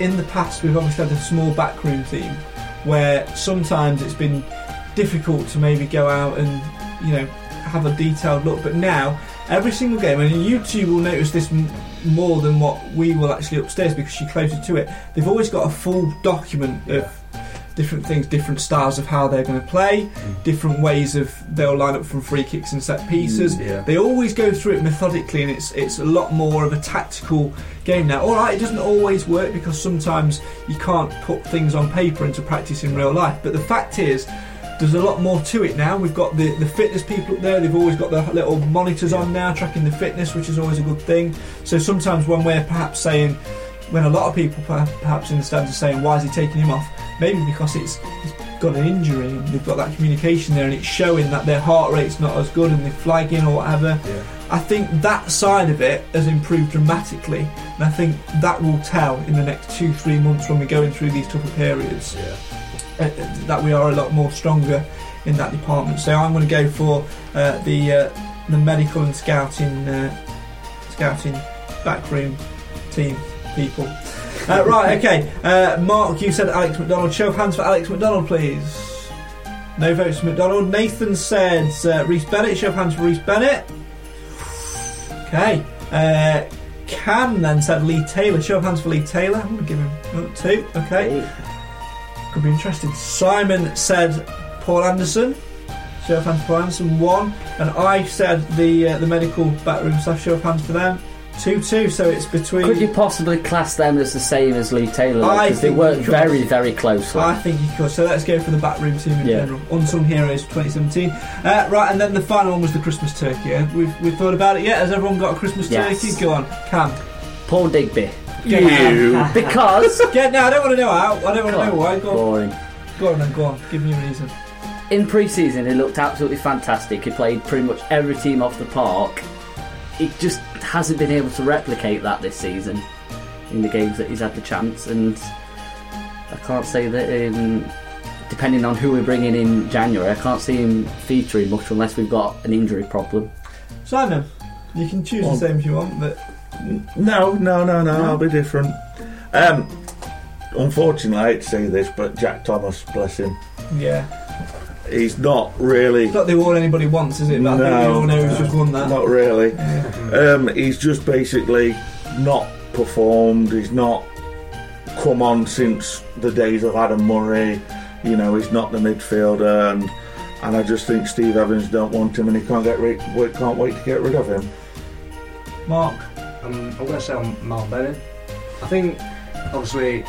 Speaker 2: in the past we've obviously had a small backroom team where sometimes it's been difficult to maybe go out and you know have a detailed look, but now every single game, and you two will notice this m- more than what we will actually upstairs because you're closer to it. They've always got a full document of different things, different styles of how they're going to play, different ways of they'll line up from free kicks and set pieces.
Speaker 7: yeah.
Speaker 2: They always go through it methodically, and it's it's a lot more of a tactical game now. All right, it doesn't always work because sometimes you can't put things on paper into practice in real life, but the fact is There's a lot more to it now. We've got the, the fitness people up there. They've always got their little monitors on now, tracking the fitness, which is always a good thing. So sometimes when we're perhaps saying, when a lot of people per- perhaps in the stands are saying, why is he taking him off? Maybe because it's, it's got an injury and they've got that communication there and it's showing that their heart rate's not as good and they're flagging or whatever. I think that side of it has improved dramatically, and I think that will tell in the next two, three months when we're going through these tougher periods uh, uh, that we are a lot more stronger in that department. So I'm going to go for uh, the uh, the medical and scouting uh, scouting backroom team people. Uh, right, okay. Uh, Mark, you said Alex McDonald. Show of hands for Alex McDonald, please. No votes for McDonald. Nathan said uh, Reese Bennett. Show of hands for Reese Bennett. Okay. Uh, Cam then said Lee Taylor. Show of hands for Lee Taylor. I'm going to give him uh, two. Okay. Could be interested. Simon said Paul Anderson. Show of hands for Paul Anderson. One. And I said the uh, the medical backroom stuff. Show of hands for them. Two two. So it's between.
Speaker 3: Could you possibly class them as the same as Lee Taylor?
Speaker 2: I
Speaker 3: Because they
Speaker 2: think
Speaker 3: work
Speaker 2: you could.
Speaker 3: very, very closely.
Speaker 2: I think he could. So let's go for the backroom team in
Speaker 3: Yeah.
Speaker 2: general. Unsung Heroes 2017. Uh, right, and then the final one was the Christmas turkey. eh? We've, we've thought about it yet. Has everyone got a Christmas
Speaker 3: Yes.
Speaker 2: turkey? Go on, Cam.
Speaker 3: Paul Digby.
Speaker 2: Get out.
Speaker 3: Because.
Speaker 2: Get now. (laughs) I don't want to know how. I don't want to know why. Go on.
Speaker 3: Boring.
Speaker 2: Go on then. Go on. Give me a reason.
Speaker 3: In pre season, he looked absolutely fantastic. He played pretty much every team off the park. He just hasn't been able to replicate that this season in the games that he's had the chance. And I can't say that, um, depending on who we're bringing in January, I can't see him featuring much unless we've got an injury problem.
Speaker 2: Simon, you can choose the same if you want, but
Speaker 6: No, no, no, no, I'll be different. Um, unfortunately, I hate to say this, but Jack Thomas, bless him,
Speaker 2: yeah.
Speaker 6: he's not really.
Speaker 2: It's not the all anybody wants, is it? But I think we all know who's just won that.
Speaker 6: Not really. Um, he's just basically not performed. He's not come on since the days of Adam Murray. You know, he's not the midfielder, and and I just think Steve Evans don't want him, and he can't get rid, we can't wait to get rid of him.
Speaker 2: Mark.
Speaker 7: I'm, I'm going to say I'm Mal Bennett. I think, obviously,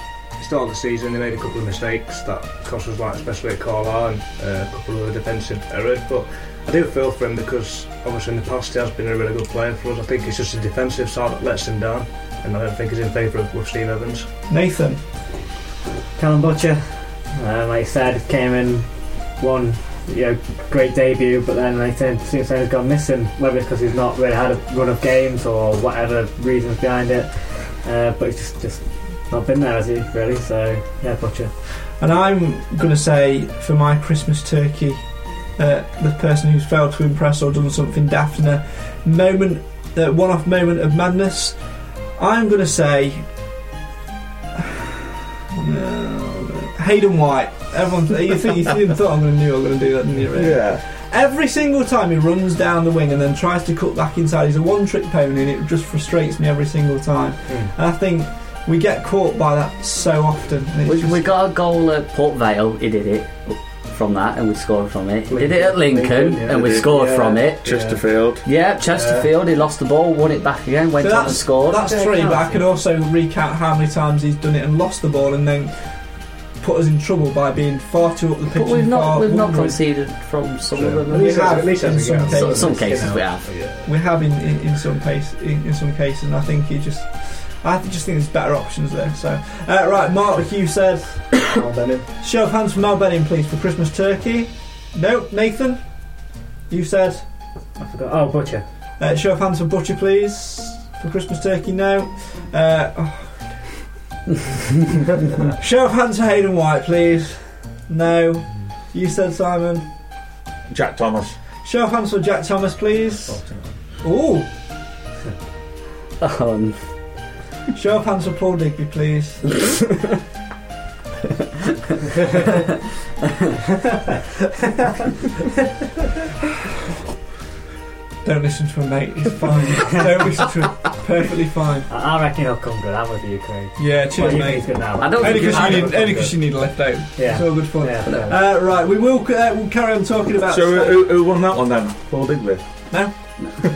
Speaker 7: start of the season they made a couple of mistakes that cost us, like especially at Carlisle, and uh, a couple of defensive errors. But I do feel for him because obviously in the past he has been a really good player for us. I think it's just the defensive side that lets him down, and I don't think he's in favour of with Steve Evans.
Speaker 2: Nathan.
Speaker 4: Callum Butcher, uh, like I said, came in one you know, great debut, but then like I said, since then he's gone missing, whether it's because he's not really had a run of games or whatever reasons behind it. Uh, but he's just, just not been there, has he, really? So, yeah, Butcher.
Speaker 2: And I'm going to say for my Christmas turkey, uh, the person who's failed to impress or done something daft in a moment, uh, one off moment of madness, I'm going to say. (sighs) Uh, Hayden White. Everyone, you think you didn't thought I'm going to knew I was going to do that, didn't you? really?
Speaker 6: Yeah,
Speaker 2: Every single time he runs down the wing and then tries to cut back inside, he's a one trick pony and it just frustrates me every single time.
Speaker 3: Hmm.
Speaker 2: And I think we get caught by that so often. and it's
Speaker 3: We,
Speaker 2: just-
Speaker 3: we got a goal at Port Vale, he did it from that, and we scored from it. He did it at Lincoln,
Speaker 7: Lincoln, yeah.
Speaker 3: and we
Speaker 6: He did,
Speaker 3: scored
Speaker 7: yeah.
Speaker 3: from it.
Speaker 6: Chesterfield.
Speaker 3: Yeah, Chesterfield, he lost the ball, won it back again, went
Speaker 2: So
Speaker 3: on and
Speaker 2: that's,
Speaker 3: scored.
Speaker 2: that's three, but I could also recount how many times he's done it and lost the ball and then put us in trouble by being far too up the pitch.
Speaker 3: But we've
Speaker 2: and
Speaker 3: not
Speaker 2: far
Speaker 3: we've not
Speaker 2: wandering.
Speaker 3: conceded from some
Speaker 4: (laughs)
Speaker 3: of
Speaker 2: We
Speaker 3: them.
Speaker 2: have
Speaker 7: at least
Speaker 2: in
Speaker 7: that's a
Speaker 2: some
Speaker 7: good
Speaker 3: So,
Speaker 2: cases.
Speaker 3: some cases we have.
Speaker 2: We have in, in, in some case in, in some cases, and I think he just. I just think there's better options there. So, uh, right, Mark, you said
Speaker 7: Mal Bennett.
Speaker 2: show of hands for Mal Benning, please, for Christmas turkey. No, Nathan, you said
Speaker 4: I forgot. Oh, Butcher.
Speaker 2: Uh, show of hands for butcher, please. For Christmas turkey, no. Uh, oh. show of hands for Hayden White, please. No. You said Simon.
Speaker 6: Jack Thomas.
Speaker 2: Show of hands for Jack Thomas, please. Ooh.
Speaker 3: Um,
Speaker 2: Show of hands for Paul Digby,
Speaker 4: (laughs)
Speaker 2: please. Don't listen to him, mate. He's fine. Don't listen to him. Perfectly fine.
Speaker 4: I, I reckon he'll come good. I'm with you, Craig.
Speaker 2: Yeah,
Speaker 4: Well,
Speaker 2: cheers,
Speaker 4: you think
Speaker 2: mate.
Speaker 4: he's good now.
Speaker 3: I don't
Speaker 2: Only
Speaker 3: think
Speaker 2: because
Speaker 3: I
Speaker 2: you
Speaker 3: don't
Speaker 2: need,
Speaker 4: think
Speaker 2: only
Speaker 4: it's
Speaker 2: because you need a left out. It's
Speaker 4: Yeah.
Speaker 2: all good fun.
Speaker 4: Yeah, no.
Speaker 2: Uh, right, we will uh, we'll carry on talking about.
Speaker 6: So uh, who, who won that one then? Paul Digby.
Speaker 2: no, (laughs)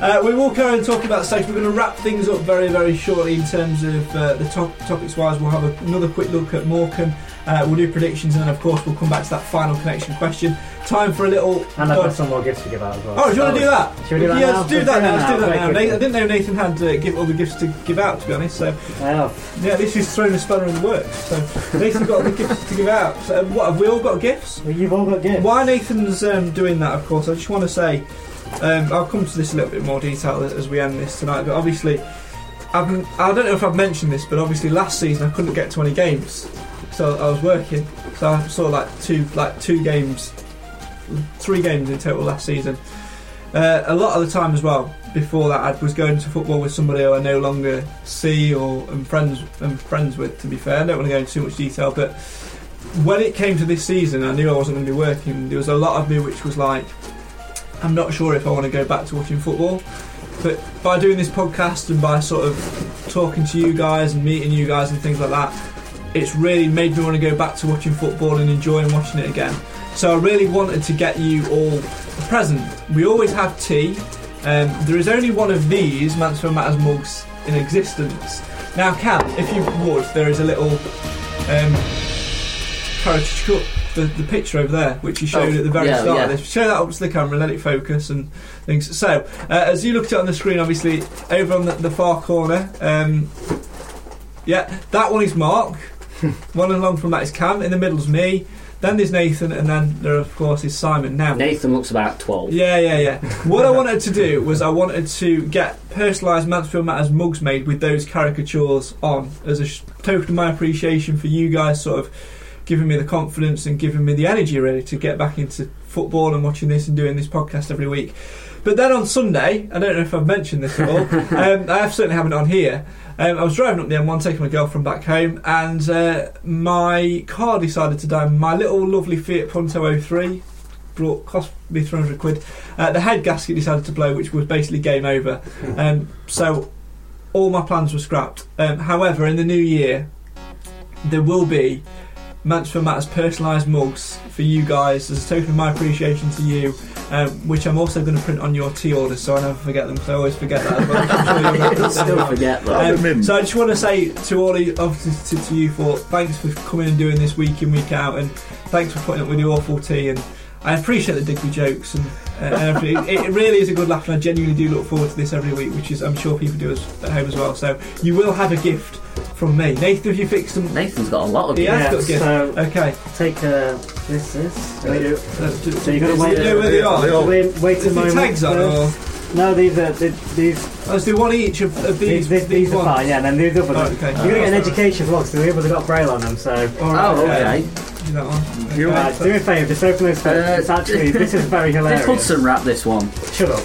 Speaker 2: uh, we will carry on talking about safe. We're going to wrap things up very very shortly in terms of uh, the top, topics wise. We'll have a, another quick look at Morecambe Uh, we'll do predictions and then, of course, we'll come back to that final connection question. Time for a little.
Speaker 4: And I've
Speaker 2: go-
Speaker 4: got some more gifts to give out as well.
Speaker 2: Oh, do you want to do that?
Speaker 4: Should we do that
Speaker 2: yeah,
Speaker 4: now?
Speaker 2: let's do
Speaker 4: Let's
Speaker 2: that
Speaker 4: bring
Speaker 2: now.
Speaker 4: that
Speaker 2: Let's do
Speaker 4: out
Speaker 2: that
Speaker 4: very
Speaker 2: now.
Speaker 4: quickly.
Speaker 2: Nathan, I didn't know Nathan had uh, give all the gifts to give out, to be honest. So
Speaker 4: I know.
Speaker 2: yeah, this is throwing a spanner in the works. So Nathan got the gifts to give out. So um, what have we all got gifts?
Speaker 4: Well, you've all got gifts.
Speaker 2: Why Nathan's um, doing that, of course, I just want to say, um, I'll come to this in a little bit more detail as as we end this tonight, but obviously, I've, I don't know if I've mentioned this, but obviously last season I couldn't get to any games, so I was working, so I saw like two, like two games, three games in total last season. Uh, a lot of the time as well, before that, I was going to football with somebody who I no longer see or am friends, am friends with, to be fair. I don't want to go into too much detail, but when it came to this season, I knew I wasn't going to be working. There was a lot of me which was like, I'm not sure if I want to go back to watching football. But by doing this podcast and by sort of talking to you guys and meeting you guys and things like that, it's really made me want to go back to watching football and enjoying watching it again. So I really wanted to get you all a present. We always have tea. Um, there is only one of these Mansfield Matters mugs in existence. Now, Cam, if you would, there is a little um, caricature, the, the picture over there, which you showed
Speaker 3: Oh,
Speaker 2: at the very
Speaker 3: yeah,
Speaker 2: start
Speaker 3: yeah.
Speaker 2: of this. Show that up to the camera, let it focus and things. So, uh, as you looked at it on the screen, obviously, over on the, the far corner, um, yeah, that one is Mark. one along from that is Cam. In the middle's me. Then there's Nathan, and then there, of course, is Simon. Now,
Speaker 3: Nathan looks about 12.
Speaker 2: yeah, yeah, yeah. What I wanted to do was I wanted to get personalised Mansfield Matters mugs made with those caricatures on as a sh- token of my appreciation for you guys sort of giving me the confidence and giving me the energy really to get back into football and watching this and doing this podcast every week. But then on Sunday, I don't know if I've mentioned this at all, um, I have certainly haven't on here. Um, I was driving up the M1 taking my girlfriend back home, and uh, my car decided to die. My little lovely Fiat Punto 03 brought cost me 300 quid. Uh, the head gasket decided to blow, which was basically game over.
Speaker 3: Hmm.
Speaker 2: Um, so all my plans were scrapped. Um, however, in the new year, there will be Mansfield Matters personalised mugs for you guys as a token of my appreciation to you. Um, which I'm also going to print on your tea orders, so I never forget them. Because I always forget that. As well. I'm sure
Speaker 3: (laughs)
Speaker 2: you'll
Speaker 3: You'll
Speaker 2: notice as
Speaker 3: still
Speaker 2: well.
Speaker 3: forget that.
Speaker 6: Rather
Speaker 2: Um,
Speaker 6: mim.
Speaker 2: so I just want to say to all of you, obviously to, to you for thanks for coming and doing this week in week out, and thanks for putting up with your awful tea. And I appreciate the Digby jokes, and, uh, and everything. it, it really is a good laugh, and I genuinely do look forward to this every week, which is I'm sure people do as, at home as well. So you will have a gift from me, Nathan. Have you fixed them?
Speaker 3: Nathan's got a lot of
Speaker 2: He
Speaker 3: gifts.
Speaker 2: has got a gift.
Speaker 4: so
Speaker 2: Okay,
Speaker 4: take uh, this, this. Can we do-
Speaker 2: let's do-
Speaker 4: So you gotta
Speaker 2: do
Speaker 4: wait-
Speaker 2: you know where they
Speaker 6: They
Speaker 2: are.
Speaker 6: all-
Speaker 4: Wait, wait a
Speaker 2: Is the
Speaker 4: moment.
Speaker 2: tags on? Or?
Speaker 4: first. No, these are th- these
Speaker 2: Let's do one each of, of these.
Speaker 4: these these, these are
Speaker 2: ones.
Speaker 4: fine. Yeah, and then these other ones.
Speaker 2: Oh, okay.
Speaker 4: You're gonna get an education vlog because the others have got braille on them. So
Speaker 2: All right,
Speaker 3: Oh, okay.
Speaker 2: (laughs) Do that one.
Speaker 6: You-
Speaker 2: Okay,
Speaker 4: uh,
Speaker 2: so-
Speaker 4: do me a favour, just open those.
Speaker 3: Uh,
Speaker 4: first. it's (laughs) actually this is very
Speaker 3: Did
Speaker 4: hilarious.
Speaker 3: Hudson wrap this one?
Speaker 4: Shut up.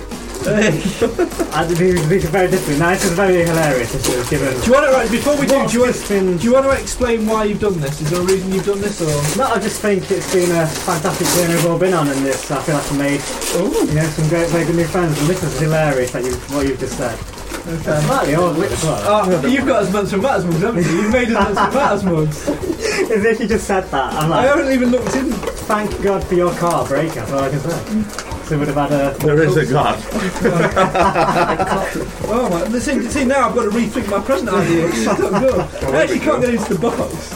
Speaker 4: Uh, these, these are very different. No, this is very hilarious. This is given.
Speaker 2: Do you want to right, before we do?
Speaker 4: What's
Speaker 2: Do you, want,
Speaker 4: this been-
Speaker 2: do you want to explain why you've done this? Is there a reason you've done this, or
Speaker 4: No, I just think it's been a fantastic journey we've all been on in this. I feel like I made
Speaker 2: Oh,
Speaker 4: you know some great, very good new friends, and this is hilarious that you what you've just said. Uh, Marty, all of it as well.
Speaker 2: oh, you've got as much of Matters mugs, haven't you? You've made as much of Matters mugs.
Speaker 4: As if you just said that,
Speaker 2: (laughs)
Speaker 4: I'm
Speaker 2: I
Speaker 4: like,
Speaker 2: haven't even looked in.
Speaker 4: thank God for your car break. That's all I can say. So we would have had a.
Speaker 6: There is a God.
Speaker 2: Oh my! The thing, the thing now, I've got to rethink my present idea. It's not good. (laughs) I actually can't get into the box.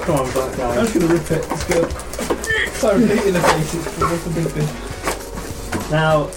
Speaker 4: Come on, black
Speaker 2: I'm
Speaker 4: guy.
Speaker 2: just going to rip it. It's good. Sorry, beat in the face. It's it's a big thing.
Speaker 4: Now,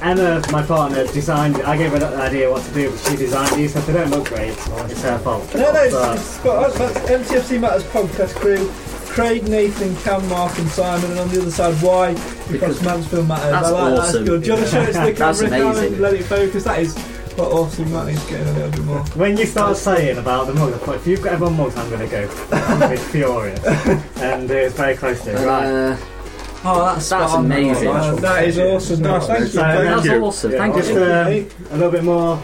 Speaker 4: Emma, my partner, designed. I gave her the idea what to do, but she designed these, so they don't look great. It's her fault.
Speaker 2: No, no,
Speaker 4: But-
Speaker 2: it's, it's spot on. That's MTFC Matters podcast crew. Craig, Nathan, Cam, Mark, and Simon, and on the other side, why? Because
Speaker 3: Because
Speaker 2: Mansfield Matters.
Speaker 3: that's
Speaker 2: I like that,
Speaker 3: awesome.
Speaker 2: That's good. Do you want to show it to the
Speaker 3: (laughs) That's
Speaker 2: camera? Cam, and
Speaker 3: amazing.
Speaker 2: Let it focus. That is quite awesome. That is getting a little bit more.
Speaker 4: When you start saying about the mug, I thought, if you've got everyone mugs, I'm going to go. I'm a bit furious. And it was very close to it. Right.
Speaker 3: Uh,
Speaker 2: Oh, that's,
Speaker 3: That's spot on. amazing.
Speaker 2: Uh, that is awesome. Nice. Thank you.
Speaker 4: So,
Speaker 2: Thank
Speaker 3: that's
Speaker 6: you.
Speaker 3: awesome. Thank
Speaker 4: Just
Speaker 3: you.
Speaker 4: um, a little bit more.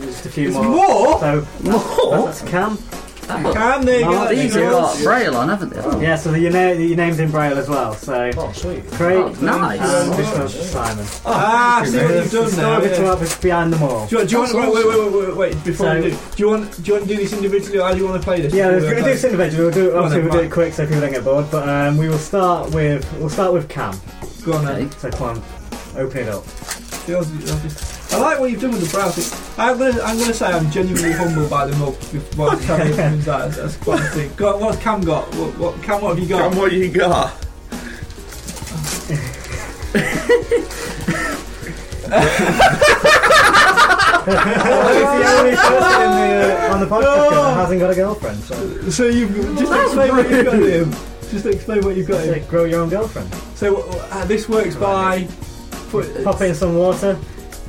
Speaker 4: Just a few
Speaker 2: There's
Speaker 4: more.
Speaker 2: more?
Speaker 4: So,
Speaker 3: More?
Speaker 4: that's Cam.
Speaker 3: That was-
Speaker 2: Cam, there you go.
Speaker 4: Mark,
Speaker 2: That's
Speaker 3: These have
Speaker 2: yours.
Speaker 3: got braille on, haven't they? Oh,
Speaker 4: Yeah, so the, your, na- your name's in Braille as well. So,
Speaker 7: Oh, sweet. Oh,
Speaker 4: Craig.
Speaker 3: nice.
Speaker 4: And this one's for Simon.
Speaker 2: Ah, see what you've done now.
Speaker 4: Story
Speaker 2: yeah.
Speaker 4: between- behind them all.
Speaker 2: Do you, do you want? Wait, wait, wait, wait, wait, wait. Before
Speaker 4: So-
Speaker 2: we do, do you want? Do you want to do this individually, or do you want to play this?
Speaker 4: Yeah,
Speaker 2: before
Speaker 4: let's
Speaker 2: we
Speaker 4: do
Speaker 2: go
Speaker 4: this
Speaker 2: back?
Speaker 4: individual. We'll do,
Speaker 2: Go on
Speaker 4: obviously,
Speaker 2: then,
Speaker 4: we'll do it
Speaker 2: Mike.
Speaker 4: quick so people don't get bored. But um, we will start with we'll start with Cam.
Speaker 2: Go on.
Speaker 3: okay.
Speaker 2: Then.
Speaker 4: So come on, open it up.
Speaker 2: Yours- yours is- I like what you've done with the brow thing. I'm gonna, I'm gonna say I'm genuinely humbled by the milk.
Speaker 4: (laughs)
Speaker 2: What Cam comes out as quality. Go on, what's Cam got? What, what Cam? What have you got?
Speaker 6: And what you
Speaker 4: (laughs)
Speaker 6: got?
Speaker 4: the only person in the, uh, on
Speaker 2: (laughs)
Speaker 4: the podcast
Speaker 2: Oh,
Speaker 4: that hasn't got a girlfriend. So
Speaker 2: So you just explain what you've got, Liam. Just explain what you've got.
Speaker 4: Say,
Speaker 2: Liam.
Speaker 4: grow your own girlfriend.
Speaker 2: So uh, this works by.
Speaker 4: Pop in some water,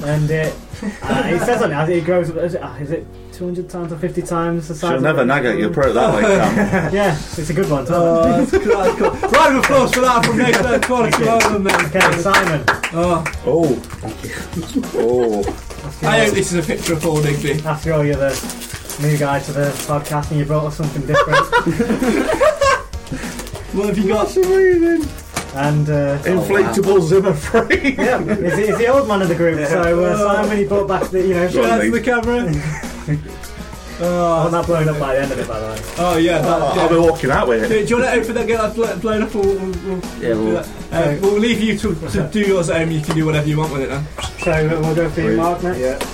Speaker 4: and uh, (laughs) uh, it says on it, it grows. Is it, uh, is it 200 times or 50 times the size?
Speaker 6: She'll
Speaker 4: of
Speaker 6: never
Speaker 4: it?
Speaker 6: nag at you. Put it that way, Cam.
Speaker 4: Yeah, it's a good one.
Speaker 2: Oh,
Speaker 4: Uh,
Speaker 2: that's, (laughs) cool, that's cool. Round of applause for that from Nathan That's
Speaker 4: (laughs)
Speaker 2: Quality. Well done, mate.
Speaker 4: okay, Simon.
Speaker 2: Oh,
Speaker 6: Oh, oh.
Speaker 2: I hope this is a picture of Paul Digby.
Speaker 4: After all, you're the new guy to the podcast, and you brought us something different.
Speaker 2: What have you got?
Speaker 4: and uh,
Speaker 6: Inflatable Zimmer free.
Speaker 4: yeah, it's, the- it's the old man of the group. So uh, Simon, he brought back the you know.
Speaker 6: Sure.
Speaker 2: That's the
Speaker 4: (laughs)
Speaker 2: camera.
Speaker 4: I'm
Speaker 2: Oh,
Speaker 4: not blown up by the end of it, by the way. Ah.
Speaker 2: oh yeah. That,
Speaker 6: I'll be walking out with it.
Speaker 2: Do you want to open that? Get that blown up, or we'll, we'll,
Speaker 3: Yeah,
Speaker 2: do
Speaker 3: well,
Speaker 2: that? Uh, we'll leave you to, to do yours at home. You can do whatever you want with it. Now.
Speaker 4: So uh, we'll go for you, Mark, next.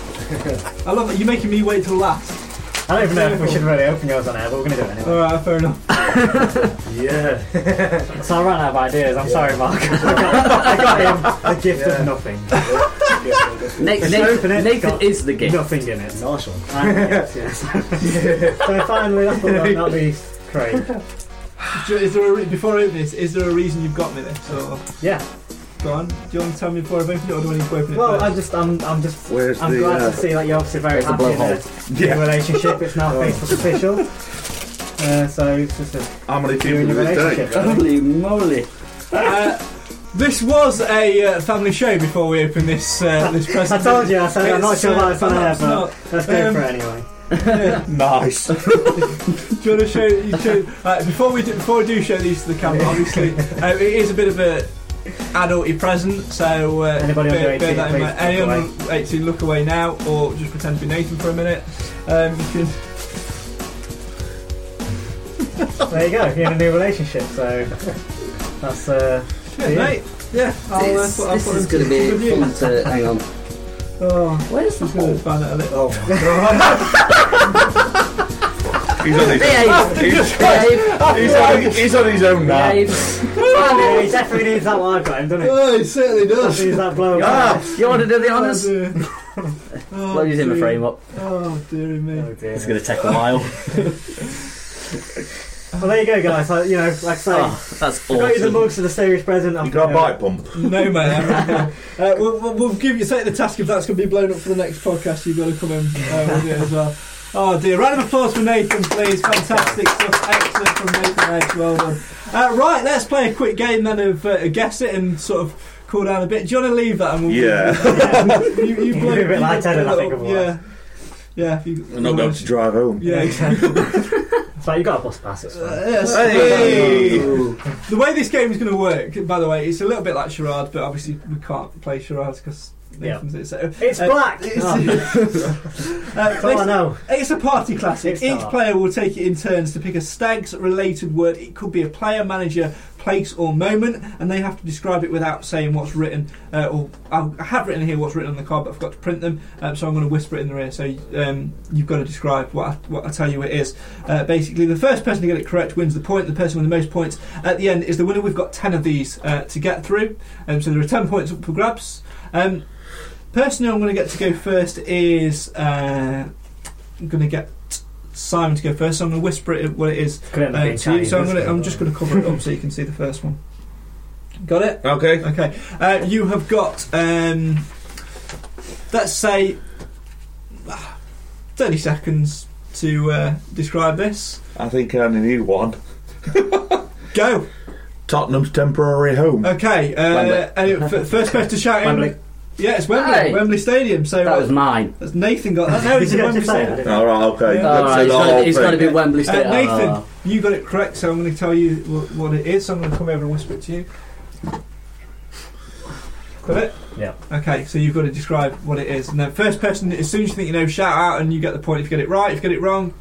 Speaker 2: I love that you're making me wait till last.
Speaker 4: I don't even know if we should really open yours on air, but we're going to do it
Speaker 2: All
Speaker 4: anyway.
Speaker 2: right, fair enough.
Speaker 7: Oh, Yeah.
Speaker 4: So I ran out of ideas. I'm
Speaker 7: (laughs)
Speaker 4: sorry, Mark. (laughs) I got, I got him the gift of nothing.
Speaker 3: (laughs) Nathan,
Speaker 4: open
Speaker 3: Nathan,
Speaker 4: it.
Speaker 3: Nathan
Speaker 4: Got-
Speaker 3: is the gift.
Speaker 4: Nothing in it.
Speaker 7: Nice
Speaker 4: (laughs)
Speaker 7: one.
Speaker 4: I'm the gift, yes.
Speaker 7: (laughs)
Speaker 4: so finally, last but not least, Craig.
Speaker 2: Do you- Is there a re- before I open this? Is there a reason you've got me this? Or
Speaker 4: Yeah.
Speaker 2: go on. Do you want to tell me before I open it, or do I need to open it
Speaker 4: Well,
Speaker 2: first?
Speaker 4: I just, I'm, I'm just,
Speaker 6: Where's
Speaker 4: I'm
Speaker 6: the,
Speaker 4: glad
Speaker 6: uh,
Speaker 4: to see that you're obviously very
Speaker 3: the
Speaker 4: happy in a
Speaker 6: Yeah.
Speaker 4: in a relationship. It's now Facebook official. Uh, so it's just a,
Speaker 6: How many
Speaker 4: you're
Speaker 6: people
Speaker 4: in a
Speaker 6: did this
Speaker 4: relationship.
Speaker 6: take?
Speaker 4: really.
Speaker 3: Holy moly.
Speaker 2: This was a uh, family show before we open this uh, this
Speaker 4: (laughs) I
Speaker 2: presentation.
Speaker 4: told you, I said I'm not
Speaker 2: It's,
Speaker 4: sure why it's on
Speaker 2: uh,
Speaker 4: air,
Speaker 2: it's
Speaker 4: but
Speaker 2: not-
Speaker 4: let's go
Speaker 2: Um,
Speaker 4: for it anyway.
Speaker 2: (laughs)
Speaker 6: Nice.
Speaker 2: Do you want to show? You show right, before we do, before we do show these to the camera, obviously uh, it is a bit of a adulty present. So uh,
Speaker 4: Anybody
Speaker 2: bear,
Speaker 4: under
Speaker 2: bear
Speaker 4: 18,
Speaker 2: that in
Speaker 4: please
Speaker 2: mind.
Speaker 4: look
Speaker 2: Any
Speaker 4: away.
Speaker 2: under eighteen, look away now, or just pretend to be Nathan for a minute. Um, you can,
Speaker 4: (laughs) There you go. You're in a new relationship, so that's uh,
Speaker 2: yeah,
Speaker 4: Yeah.
Speaker 2: mate. Yeah, I'll, uh,
Speaker 3: This,
Speaker 2: put, I'll
Speaker 3: this
Speaker 2: put
Speaker 3: is
Speaker 2: them
Speaker 3: going to
Speaker 2: with
Speaker 3: be
Speaker 2: you.
Speaker 3: fun
Speaker 2: (laughs)
Speaker 3: to hang on.
Speaker 2: Oh,
Speaker 3: Where's the
Speaker 2: I'm gonna
Speaker 3: hole?
Speaker 2: fan it a little.
Speaker 7: Oh, my God.
Speaker 6: He's (laughs) on his
Speaker 3: Behave. Behave.
Speaker 6: own. He's on, he's on his own now.
Speaker 3: Behave.
Speaker 4: yeah, he definitely needs that one I've got him, doesn't he?
Speaker 2: Oh, it certainly does.
Speaker 4: Definitely needs (laughs) that blow.
Speaker 6: Ah,
Speaker 3: You want to do the
Speaker 2: Oh,
Speaker 3: honours?
Speaker 2: dear. Oh,
Speaker 3: Blow his in the
Speaker 2: dear.
Speaker 3: frame up.
Speaker 2: Oh, dearie me.
Speaker 4: Oh dear.
Speaker 3: It's going to take a while.
Speaker 4: Well, there you go, guys. Like, you know, like I say,
Speaker 3: Oh, that's
Speaker 4: I got you the
Speaker 3: awesome.
Speaker 4: mugs for the series present. I'm
Speaker 6: you got a
Speaker 4: you know,
Speaker 6: bike pump.
Speaker 2: No,
Speaker 4: (laughs)
Speaker 2: mate. I'm not. uh, we'll, we'll, we'll give you take the task if that's going to be blown up for the next podcast. You've got to come in uh, with it as well. Oh dear! Round of applause for Nathan, please. Fantastic stuff, excellent from Nathan Edge. Well done. Uh, right, let's play a quick game then of uh, guess it and sort of cool down a bit. Do you want to leave that? And we'll
Speaker 6: Yeah.
Speaker 2: you, you, you blow
Speaker 4: (laughs) You're a bit
Speaker 2: you
Speaker 4: light-headed,
Speaker 2: blow
Speaker 4: I think,
Speaker 2: up, Yeah,
Speaker 4: otherwise.
Speaker 2: yeah. if you-
Speaker 6: I'm not going to drive home.
Speaker 4: (laughs)
Speaker 2: Yeah, exactly.
Speaker 4: It's like you got a bus pass. It's fine.
Speaker 2: Yes.
Speaker 6: Hey.
Speaker 3: Ooh.
Speaker 2: The way this game is going to work, by the way, it's a little bit like charade, but obviously we can't play charades because
Speaker 4: Yeah.
Speaker 2: it's
Speaker 4: It's black! Oh.
Speaker 2: It's, (laughs) Uh,
Speaker 4: That's all I
Speaker 2: listen,
Speaker 4: know.
Speaker 2: it's a party classic.
Speaker 4: It's
Speaker 2: Each
Speaker 4: not.
Speaker 2: player will take it in turns to pick a stags related word. It could be a player, manager, place, or moment, and they have to describe it without saying what's written. Uh, or I'll- I have written here what's written on the card, but I forgot to print them, um, so I'm going to whisper it in their ear. So um, you've got to describe what I, what I tell you it is. Uh, basically, the first person to get it correct wins the point. The person with the most points at the end is the winner. We've got 10 of these uh, to get through, um, so there are 10 points up for grabs. Um, Person who I'm going to get to go first is uh, I'm going to get Simon to go first. So I'm going to whisper it what it is
Speaker 4: Couldn't have
Speaker 2: uh,
Speaker 4: been
Speaker 2: to you.
Speaker 4: Chinese,
Speaker 2: So I'm, going
Speaker 4: was
Speaker 2: to,
Speaker 4: it?
Speaker 2: I'm just going to cover it up so you can see the first one. Got it?
Speaker 6: Okay.
Speaker 2: Okay. Uh, you have got um, let's say (sighs) ah, 30 seconds to uh, describe this.
Speaker 6: I think I only need one.
Speaker 2: Go.
Speaker 6: Tottenham's temporary home.
Speaker 2: Okay.
Speaker 3: Wembley.
Speaker 2: Uh, and it- f- first person to shout in.
Speaker 4: Wembley.
Speaker 2: Yeah, it's Wembley.
Speaker 3: Hey.
Speaker 2: Wembley Stadium. So
Speaker 3: That was mine.
Speaker 2: that's Nathan got that.
Speaker 3: (laughs)
Speaker 2: No, it's
Speaker 4: Did you
Speaker 2: Wembley
Speaker 4: actually say
Speaker 2: Stadium.
Speaker 4: that?
Speaker 6: All right. Okay.
Speaker 2: Yeah.
Speaker 6: Let's
Speaker 3: Alright,
Speaker 6: say
Speaker 3: it's
Speaker 6: the
Speaker 3: gotta-
Speaker 6: whole
Speaker 3: it's got to
Speaker 6: thing.
Speaker 3: be Wembley
Speaker 2: Uh,
Speaker 3: Stadium.
Speaker 2: Nathan,
Speaker 3: Oh.
Speaker 2: you got it correct, so I'm going to tell you wh- what it is. I'm going to come over and whisper it to you. Got it?
Speaker 4: Yeah.
Speaker 2: Okay, so you've got to describe what it is. And then, first person, as soon as you think you know, shout out and you get the point. If you get it right, if you get it wrong,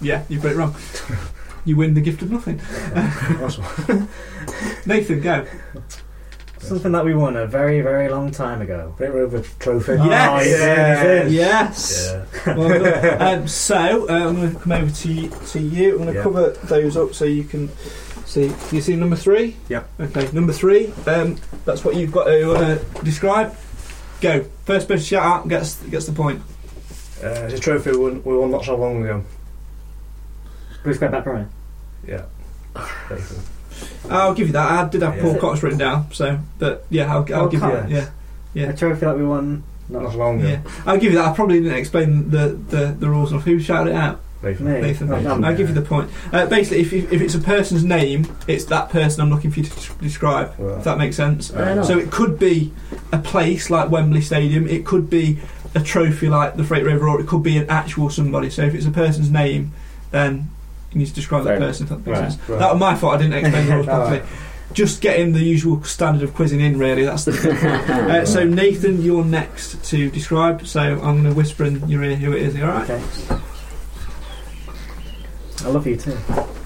Speaker 2: yeah, you've got it wrong.
Speaker 4: (laughs)
Speaker 2: You win the gift of nothing.
Speaker 7: Nice one.
Speaker 2: Nathan, go.
Speaker 4: Something that we won a very, very long time ago.
Speaker 7: Bring over a trophy.
Speaker 4: Oh, he's in, he's in.
Speaker 2: Yes.
Speaker 7: Yeah.
Speaker 2: Well
Speaker 4: (laughs)
Speaker 2: done.
Speaker 7: (laughs)
Speaker 2: um, so uh, I'm going to come over to y- to you. I'm going to
Speaker 7: Yeah.
Speaker 2: cover those up so you can see. You see number three.
Speaker 7: Yeah.
Speaker 2: Okay. Number three. Um, that's what you've got to uh, describe. Go. First person shout out gets gets the point.
Speaker 7: Uh, it's a trophy we won, we won not so long ago.
Speaker 4: Bruce Greg back Bryan. (sighs)
Speaker 7: Yeah. Trophy.
Speaker 2: I'll give you that. I did have
Speaker 7: Yeah.
Speaker 2: Paul Cox written down. So, but yeah, I'll, I'll
Speaker 4: Paul
Speaker 2: give
Speaker 4: Cox.
Speaker 2: you. Yeah. Yeah.
Speaker 4: A trophy that we won.
Speaker 7: Not
Speaker 4: Not
Speaker 7: so long ago.
Speaker 2: Yeah, I'll give you that. I probably didn't explain the, the, the rules of who shouted it out.
Speaker 7: Nathan.
Speaker 4: me.
Speaker 2: Nathan,
Speaker 4: Oh, damn.
Speaker 2: I'll give you the point. Uh, basically, if, you, if it's a person's name, it's that person I'm looking for you to t- describe.
Speaker 7: Right.
Speaker 2: If that makes sense.
Speaker 3: Fair enough.
Speaker 2: So it could be a place like Wembley Stadium. It could be a trophy like the Freight River, or it could be an actual somebody. So if it's a person's name, then you need to describe
Speaker 3: Fair
Speaker 2: that
Speaker 3: enough.
Speaker 2: person. If that makes
Speaker 4: Right,
Speaker 2: sense.
Speaker 7: right.
Speaker 2: That was my fault. I didn't explain the rules
Speaker 7: All
Speaker 2: properly. Just getting the usual standard of quizzing in, really. That's the uh, so Nathan, you're next to describe. So I'm going to whisper in your ear who it is. All right.
Speaker 4: Okay. I love you too.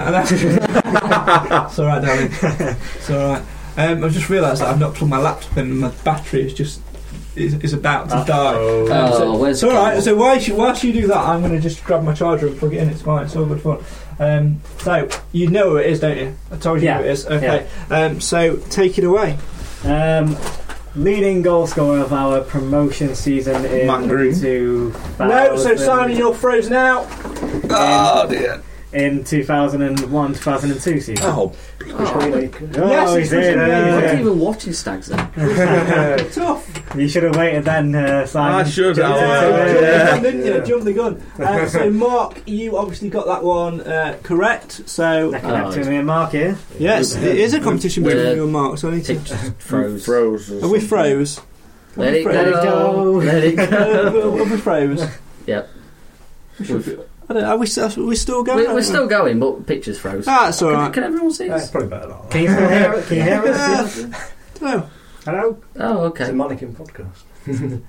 Speaker 2: And that's it's all right,
Speaker 4: (laughs)
Speaker 2: darling. It's all right. Um, I've just realised that I've not plugged my laptop in. and My battery is just is, is about to die.
Speaker 7: Oh.
Speaker 2: Um, so,
Speaker 3: Oh, where's
Speaker 2: it's all right.
Speaker 3: Paul?
Speaker 2: So whilst you, whilst you do that, I'm going to just grab my charger and plug it in. It's fine. It's all good fun. Um, so you know who it is, don't you? I told you
Speaker 4: Yeah.
Speaker 2: who it is. Okay. Um, so take it away.
Speaker 4: Um, leading goal scorer of our promotion season in
Speaker 6: Matt Green.
Speaker 4: two
Speaker 2: No. So
Speaker 4: thousand-
Speaker 2: Simon, you're frozen out.
Speaker 6: Oh dear.
Speaker 4: in 2001 2002 season.
Speaker 6: Oh,
Speaker 4: Oh,
Speaker 2: Yes,
Speaker 4: he
Speaker 2: it's
Speaker 4: did,
Speaker 2: written
Speaker 4: uh,
Speaker 2: in.
Speaker 3: I
Speaker 2: Yeah.
Speaker 3: wasn't even watching Stags then.
Speaker 2: Tough.
Speaker 4: You should have waited then, uh, Simon.
Speaker 6: I should
Speaker 4: Yeah,
Speaker 6: have.
Speaker 2: Yeah, jump
Speaker 4: yeah, yeah.
Speaker 2: the gun, didn't you? Jump the gun. Uh, so, Mark, you obviously got that one uh, correct. So,
Speaker 4: Neck and neck
Speaker 3: Oh,
Speaker 4: to me and Mark here.
Speaker 2: yes, it is a competition
Speaker 3: We're-
Speaker 2: between you and Mark. So I need to. (laughs)
Speaker 3: It just froze.
Speaker 6: froze.
Speaker 2: Are we froze?
Speaker 3: Let it
Speaker 2: Let it
Speaker 3: go.
Speaker 4: go.
Speaker 3: Let
Speaker 2: (laughs)
Speaker 3: it
Speaker 2: Uh,
Speaker 3: go.
Speaker 2: are we froze?
Speaker 3: Yep.
Speaker 2: We should be- I don't, are, we, s- are we still going?
Speaker 3: We're, we're still going, but pictures froze.
Speaker 2: Ah, that's all
Speaker 3: can,
Speaker 2: right.
Speaker 3: can everyone see
Speaker 7: That's
Speaker 3: us?
Speaker 7: probably better not.
Speaker 4: Can you still hear it? Can you hear
Speaker 2: Yeah.
Speaker 4: us?
Speaker 2: No,
Speaker 7: Hello?
Speaker 3: Oh,
Speaker 7: It's a
Speaker 3: okay.
Speaker 7: mannequin podcast.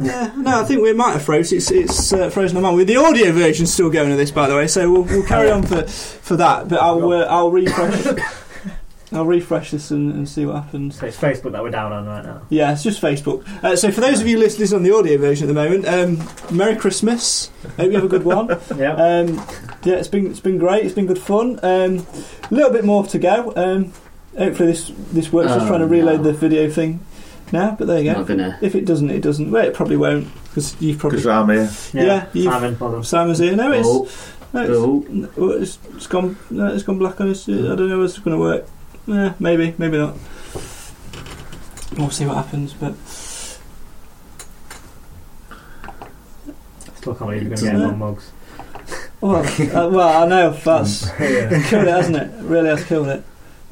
Speaker 2: yeah, no, I think we might have froze. It's it's uh, frozen on. With the audio version still going of this, by the way. So we'll, we'll carry on for, for that. But I'll uh, I'll refresh. I'll refresh this and, and see what happens.
Speaker 4: So it's Facebook that we're down on right now.
Speaker 2: Yeah, it's just Facebook. Uh, so for those of you listening on the audio version at the moment, um, Merry Christmas. Hope you have a good one.
Speaker 4: Yep.
Speaker 2: Um, yeah, it's been it's been great. It's been good fun. A um, little bit more to go. Um, hopefully this this works. just
Speaker 3: Oh,
Speaker 2: trying to reload the
Speaker 3: no.
Speaker 2: video thing now, but there you
Speaker 3: I'm
Speaker 2: go.
Speaker 3: not gonna.
Speaker 2: If it doesn't, it doesn't. Well, it probably won't because you've probably
Speaker 6: Because I'm here.
Speaker 2: Yeah, you-
Speaker 4: Simon, follow
Speaker 2: Simon's here. No, it's,
Speaker 3: uh, Oh,
Speaker 2: no, it's,
Speaker 3: oh.
Speaker 2: well, it's, it's gone. No, it's gone black on us. I don't know if it's going to work. Yeah, maybe, maybe not. We'll see what happens. But
Speaker 4: Still can't believe you're going to get more mugs. Mm.
Speaker 2: well, uh, well I know that's
Speaker 7: (laughs) yeah.
Speaker 2: killed it, hasn't it? Really has killed it.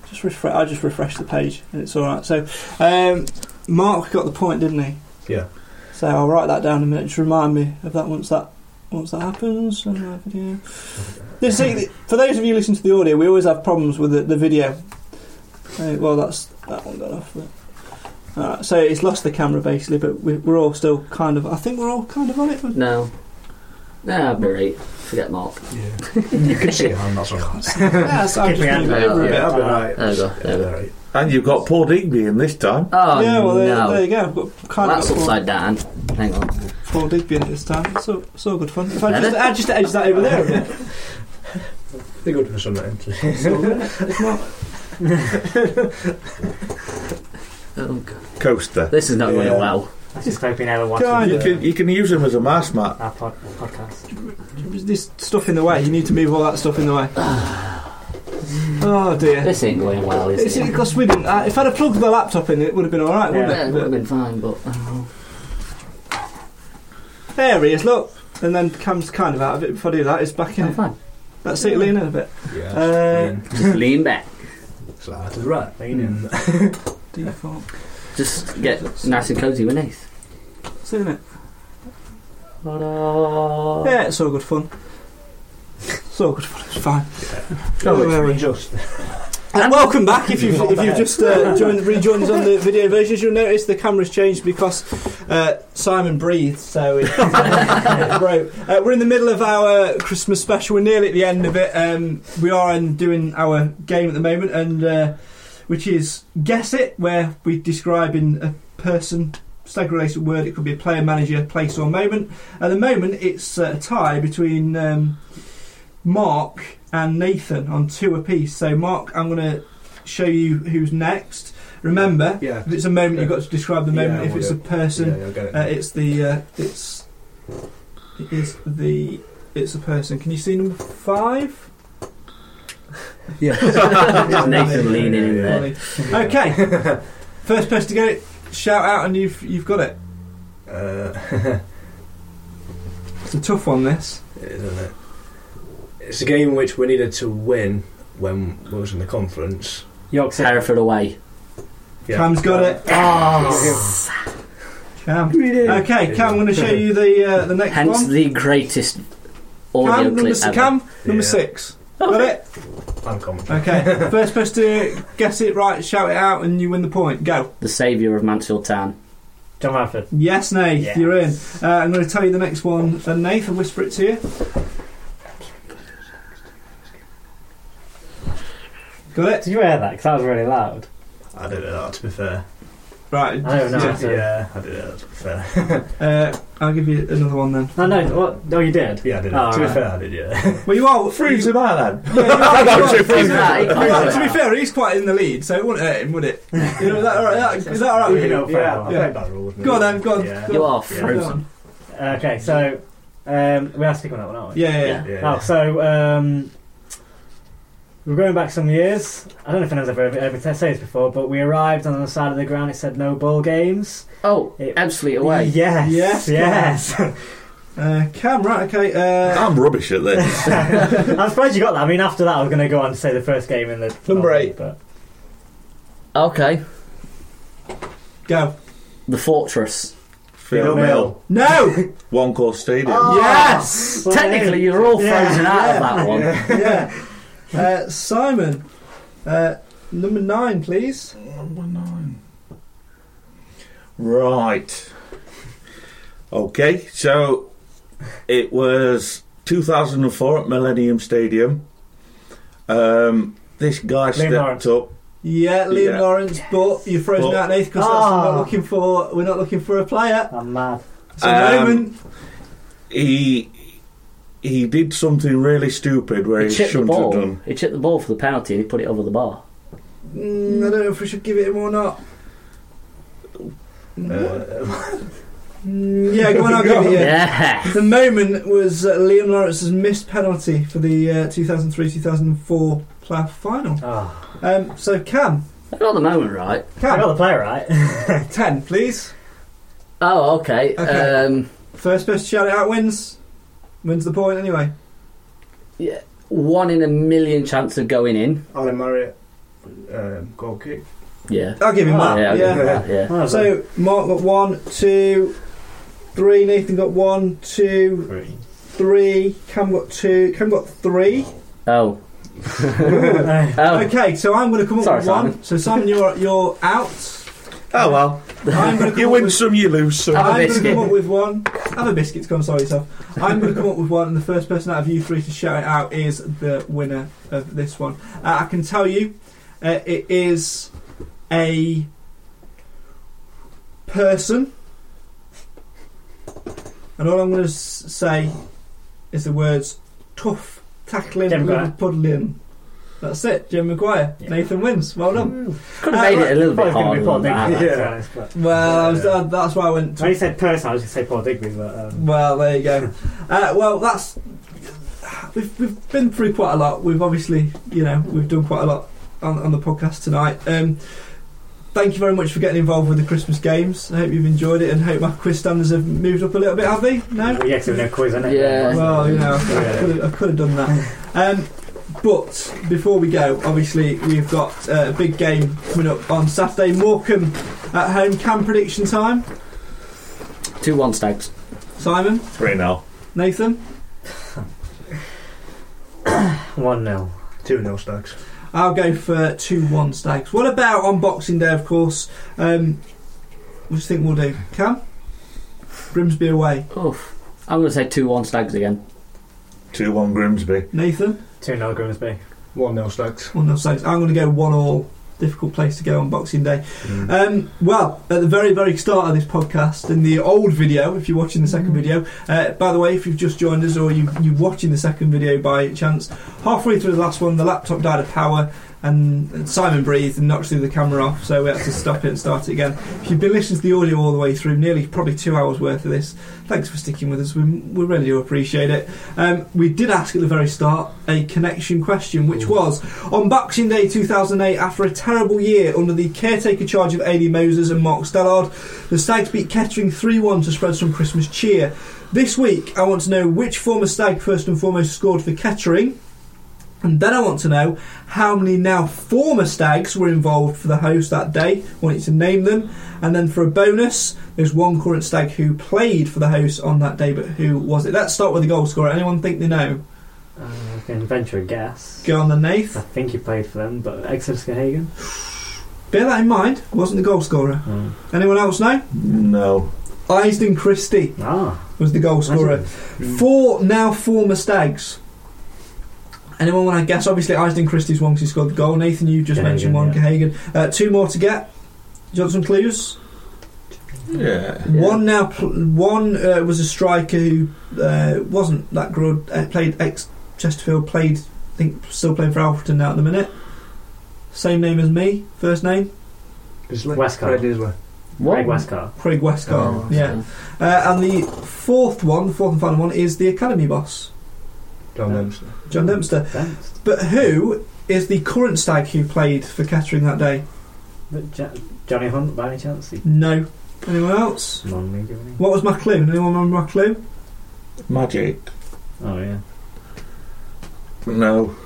Speaker 2: Just refresh. I just refreshed the page, and it's all right. So, um, Mark got the point, didn't he?
Speaker 7: Yeah.
Speaker 2: So I'll write that down in a minute. Just remind me of that once that once that happens. And that video. You see, th- for those of you listening to the audio, we always have problems with the, the video. Uh, well, that's that one got off. But. Alright, so it's lost the camera basically, but we, we're all still kind of. I think we're all kind of on
Speaker 3: (laughs)
Speaker 2: it.
Speaker 3: No. Nah, be right. Forget Mark.
Speaker 7: yeah. You can see it, and that's alright.
Speaker 2: Yes, I'm just
Speaker 4: Keeping
Speaker 2: moving
Speaker 3: it
Speaker 2: over a
Speaker 3: up,
Speaker 2: bit.
Speaker 7: Yeah, I'll be right.
Speaker 3: There we go. There we go.
Speaker 7: Alright.
Speaker 6: And you've got Paul Digby in this time.
Speaker 3: Oh,
Speaker 2: yeah, well, there,
Speaker 3: no.
Speaker 2: there you go. I've got kind
Speaker 3: That's
Speaker 2: of got
Speaker 3: upside down. Hang on.
Speaker 2: Paul, Paul Digby in it this time. It's all, it's all good fun. If I just,
Speaker 3: Better?
Speaker 2: I just edge that over there a bit.
Speaker 3: (laughs)
Speaker 7: Be good for something.
Speaker 4: (laughs)
Speaker 2: It's all good. It's not-
Speaker 3: Oh, God.
Speaker 6: Coaster.
Speaker 3: This is not
Speaker 6: Yeah.
Speaker 3: going well.
Speaker 4: I'm just hoping Ella
Speaker 2: Kind
Speaker 4: watches
Speaker 6: You can, you can use him as a mass mat.
Speaker 4: our pod- podcast.
Speaker 2: This stuff in the way. You need to move all that stuff in the way.
Speaker 3: (sighs)
Speaker 2: oh dear.
Speaker 3: This ain't going well, is
Speaker 2: It's
Speaker 3: it?
Speaker 2: because we didn't. Uh, if I'd have plugged the laptop in, it would have been all right,
Speaker 3: Yeah, it
Speaker 2: wouldn't
Speaker 3: would have
Speaker 2: it?
Speaker 3: been fine, but uh, I don't know.
Speaker 2: But there he is. Look, and then Cam's kind of out of it. If I do that, it's back in
Speaker 3: I'm
Speaker 2: it.
Speaker 3: fine.
Speaker 2: That's it. Lean in a bit.
Speaker 7: Yeah.
Speaker 2: Uh, (laughs)
Speaker 3: Just lean back.
Speaker 7: it's like, it's right. Mm. Lean in.
Speaker 2: Default.
Speaker 3: Just get nice and cozy beneath.
Speaker 2: (laughs) That's it, isn't it?
Speaker 3: Ta-da.
Speaker 2: Yeah, it's all good fun. It's all good fun. It's fine.
Speaker 7: No, Oh,
Speaker 2: Where
Speaker 7: it's
Speaker 2: were we?
Speaker 7: really just.
Speaker 2: And welcome back. If you've, if you've just uh, joined, rejoined us on the video versions, you'll notice the camera's changed because uh, Simon breathed, so it, it (laughs) broke. Uh, we're in the middle of our Christmas special. We're nearly at the end of it. Um, we are in doing our game at the moment, and uh, which is Guess It, where we describe in a person stag related word. It could be a player, manager, place, or moment. At the moment, it's uh, a tie between um, Mark and Nathan on two apiece. So, Mark, I'm going to show you who's next. Remember,
Speaker 7: Yeah.
Speaker 2: if it's a moment, you've got to describe the
Speaker 7: Yeah,
Speaker 2: moment.
Speaker 7: I
Speaker 2: if
Speaker 7: will
Speaker 2: it's
Speaker 7: do.
Speaker 2: a person,
Speaker 7: Yeah, yeah, I get it.
Speaker 2: uh, it's the uh, it's it is the it's a person. Can you see number five?
Speaker 3: (laughs) Nathan leaning in there.
Speaker 2: Okay,
Speaker 3: (laughs)
Speaker 2: first person to get it, shout out, and you've you've got it.
Speaker 7: Uh,
Speaker 2: It's a tough one. This
Speaker 7: isn't it? It's a game which we needed to win when we was in the conference.
Speaker 4: Yorkshire.
Speaker 3: Hereford away.
Speaker 7: Yeah.
Speaker 2: Cam's got it. Cam. Okay, Cam. I'm going to show you the uh, the next
Speaker 3: Hence
Speaker 2: one.
Speaker 3: the greatest audio
Speaker 2: Cam number,
Speaker 3: clip
Speaker 2: s-
Speaker 3: ever.
Speaker 2: Cam number
Speaker 7: Yeah.
Speaker 2: six. Got it.
Speaker 7: Uncommon. (laughs)
Speaker 2: Okay. First person to guess it right, shout it out, and you win the point. Go.
Speaker 3: The saviour of Mansfield Town.
Speaker 4: John Radford.
Speaker 2: Yes, Nath,
Speaker 4: Yes.
Speaker 2: you're in. Uh, I'm going to tell you the next one, and Nath, I'll whisper it to you. Got it?
Speaker 4: Did you hear that? Because that was really loud.
Speaker 7: I did it that to be fair.
Speaker 2: Right.
Speaker 4: I don't know.
Speaker 2: yeah.
Speaker 4: So-
Speaker 7: Yeah, I did it that to be fair. (laughs)
Speaker 2: Uh, I'll give you another one then.
Speaker 4: No, no. What? No, you did.
Speaker 7: Yeah, I did it.
Speaker 4: Oh,
Speaker 7: to be
Speaker 4: right.
Speaker 7: fair, I did, yeah. (laughs)
Speaker 2: Well, you are.
Speaker 6: Freeze him out, lad.
Speaker 2: (laughs) Yeah, you are- you are- (laughs)
Speaker 3: He's right, he's
Speaker 2: you are-
Speaker 3: right.
Speaker 2: to be fair, he's quite in the lead, so it wouldn't hurt him, would it? You know, is that alright? That, is that
Speaker 7: Oh,
Speaker 2: alright with you?
Speaker 4: Yeah.
Speaker 7: yeah, I
Speaker 2: Yeah.
Speaker 7: played by the rules.
Speaker 2: Go on then, go on.
Speaker 7: Yeah.
Speaker 2: go
Speaker 3: You
Speaker 2: on,
Speaker 3: are
Speaker 2: go
Speaker 3: frozen.
Speaker 2: on.
Speaker 4: Okay, so um, we are sticking on that one, aren't we?
Speaker 2: Yeah, yeah, yeah.
Speaker 3: Yeah.
Speaker 7: Yeah.
Speaker 4: Oh, so um, we're going back some years. I don't know if anyone's ever ever t- said this before, but we arrived on the side of the ground. It said no ball games.
Speaker 3: Oh,
Speaker 4: It-
Speaker 3: absolutely away.
Speaker 4: Yes,
Speaker 2: Yes,
Speaker 4: yes, yes.
Speaker 2: Uh, Cam, right, okay. Uh,
Speaker 6: I'm rubbish at this.
Speaker 4: I'm surprised you got that. I mean, after that, I was going to go on to say the first game in the
Speaker 2: Number eight.
Speaker 4: but
Speaker 3: Okay.
Speaker 2: go.
Speaker 3: The Fortress.
Speaker 6: Phil Mill.
Speaker 4: (laughs)
Speaker 2: No!
Speaker 6: One course stadium.
Speaker 2: yes!
Speaker 4: Well,
Speaker 3: Technically, you're all
Speaker 2: Yeah,
Speaker 3: frozen out of that one.
Speaker 2: yeah. Uh, Simon, uh, number nine, please.
Speaker 6: Number nine. Right. Okay, so it was 2004 at Millennium Stadium. Um, this guy stepped
Speaker 4: Lawrence.
Speaker 6: up.
Speaker 2: Yeah, Liam
Speaker 6: Yeah.
Speaker 2: Lawrence, but you're frozen
Speaker 6: But-
Speaker 2: out, Nath, because
Speaker 4: Ah.
Speaker 2: we're not looking for. We're not looking for a player.
Speaker 4: I'm mad.
Speaker 2: It's a
Speaker 6: Um,
Speaker 2: moment.
Speaker 6: He he did something really stupid where
Speaker 3: He
Speaker 6: he,
Speaker 3: chipped the
Speaker 6: shouldn't have
Speaker 3: ball.
Speaker 6: done.
Speaker 3: He chipped the ball for the penalty and he put it over the bar.
Speaker 2: Mm, I don't know if we should give it him or not.
Speaker 6: Uh,
Speaker 2: Mm, yeah, go on, I'll give
Speaker 4: (laughs)
Speaker 2: it you.
Speaker 3: Yeah. (laughs)
Speaker 2: The moment was uh, Liam Lawrence's missed penalty for the uh, 2003-2004 playoff final.
Speaker 4: Oh.
Speaker 2: Um, so Cam,
Speaker 3: I got the moment right.
Speaker 4: I got
Speaker 2: Cam,
Speaker 4: the player right.
Speaker 2: (laughs)
Speaker 4: (laughs)
Speaker 2: ten, please.
Speaker 3: Oh, okay.
Speaker 2: Okay.
Speaker 3: Um,
Speaker 2: First person to shout it out wins. Wins the point anyway.
Speaker 3: one in a million chance of going in.
Speaker 7: Alan Marriott, um, goal kick.
Speaker 3: Yeah.
Speaker 2: I'll give him
Speaker 4: Oh,
Speaker 2: that.
Speaker 3: yeah.
Speaker 2: Yeah.
Speaker 3: Yeah. yeah.
Speaker 4: Oh,
Speaker 2: So Mark got one, two, three. Nathan got one, two,
Speaker 4: Three.
Speaker 2: three. Cam got two. Cam got three. (laughs)
Speaker 3: Oh.
Speaker 4: Uh,
Speaker 3: Oh.
Speaker 2: Okay, so I'm going to come up
Speaker 3: Sorry,
Speaker 2: with one. So Simon, you're you're out.
Speaker 6: Oh well.
Speaker 2: I'm
Speaker 6: (laughs)
Speaker 2: going to
Speaker 6: You
Speaker 2: come up
Speaker 6: win
Speaker 2: with
Speaker 6: some, you lose some.
Speaker 3: Have a
Speaker 2: I'm going to
Speaker 3: biscuit.
Speaker 2: come up with one. Have a biscuit to console yourself. I'm going to come up with one, and the first person out of you three to shout it out is the winner of this one. Uh, I can tell you, uh, it is a person, and all I'm going to s- say is the words tough tackling
Speaker 4: Jim Maguire.
Speaker 2: puddling. That's it, Jim McGuire.
Speaker 4: Yeah.
Speaker 2: Nathan wins. Well done. Uh,
Speaker 3: Could have made it a little bit
Speaker 4: Probably
Speaker 3: harder
Speaker 4: gonna be Paul
Speaker 3: than
Speaker 4: Digby.
Speaker 3: that.
Speaker 4: to be
Speaker 7: Yeah.
Speaker 4: honest, but-
Speaker 2: Well, I was, uh, that's why I went.
Speaker 4: When you said person, I was going to say Paul Digby, but um,
Speaker 2: Well, there you go. Uh, well, that's we've, we've been through quite a lot. We've obviously, you know, we've done quite a lot on, on the podcast tonight. Um, thank you very much for getting involved with the Christmas games. I hope you've enjoyed it, and hope my quiz standards have moved up a little bit. Have they? No.
Speaker 4: yeah, because there was no quiz in it.
Speaker 3: Yeah.
Speaker 2: Well, you know, I could have, I could have done that. Um, but before we go, obviously we've got uh, a big game coming up on Saturday. Morecambe at home. Cam prediction time.
Speaker 3: Two one stags.
Speaker 2: Simon,
Speaker 6: Three now.
Speaker 2: Nathan.
Speaker 4: One 0
Speaker 7: Two nil stags.
Speaker 2: I'll go for two one stakes. What about on Boxing Day, of course? Um, what do you think we'll do? Cam? Grimsby away.
Speaker 3: Oof. I'm going to say two one stags again.
Speaker 6: Two one Grimsby.
Speaker 2: Nathan? Oh,
Speaker 4: Two 0 Grimsby.
Speaker 7: One nil stags.
Speaker 2: One nil stakes. I'm going to go one all difficult place to go on Boxing Day. Um, well, at the very, very start of this podcast, in the old video, if you're watching the 2nd video, uh, by the way, if you've just joined us or you, you're watching the second video by chance, halfway through the last one, the laptop died of power. And Simon breathed and knocked through the camera off, so we had to stop it and start it again. If you've been listening to the audio all the way through, nearly probably two hours worth of this, thanks for sticking with us. We, we really do appreciate it. Um, we did ask at the very start a connection question, which was on Boxing Day 2008, after a terrible year under the caretaker charge of Aidy Moses and Mark Stallard, the Stags beat Kettering 3 1 to spread some Christmas cheer. This week, I want to know which former Stag first and foremost scored for Kettering. And then I want to know how many now former stags were involved for the host that day. I want you to name them. And then for a bonus, there's one current stag who played for the host on that day, but who was it? Let's start with the goal scorer. Anyone think they know?
Speaker 4: Uh, I can venture a guess.
Speaker 2: Go on the Nath.
Speaker 4: I think he played for them, but Exeter Hagen.
Speaker 2: Bear that in mind, wasn't the goal scorer.
Speaker 4: Mm.
Speaker 2: Anyone else know?
Speaker 6: No.
Speaker 2: Isden Christie
Speaker 4: Ah, Mm.
Speaker 2: was the goal scorer. Four now former stags. Anyone want to guess? Obviously, Isden Christie's one 'cause he scored the goal. Nathan, you just
Speaker 4: Gahagan,
Speaker 2: mentioned one,
Speaker 4: yeah.
Speaker 2: Gahagan. Uh, two more to get. Johnson Clues.
Speaker 6: Yeah.
Speaker 2: One now, pl- one uh, was a striker who uh, wasn't that good. Uh, played ex Chesterfield. Played, I think, still playing for Alfreton now at the minute. Same name as me. First name
Speaker 7: Isley.
Speaker 4: Westcott.
Speaker 7: Fred Isley.
Speaker 4: Greg Westcar.
Speaker 2: Craig
Speaker 4: Oh,
Speaker 2: Westcott. yeah, uh, and the fourth one, the fourth and final one, is the academy boss
Speaker 7: John
Speaker 4: Yeah.
Speaker 7: Dempster.
Speaker 2: John Dempster.
Speaker 4: Thanks.
Speaker 2: But who is the current stag who played for Kettering that day?
Speaker 4: But Jo- Johnny Hunt, by any chance? He-
Speaker 2: No. Anyone else?
Speaker 4: Non-league, wasn't he?
Speaker 2: What was my clue? Anyone remember my clue?
Speaker 6: Magic.
Speaker 4: Oh yeah.
Speaker 6: No.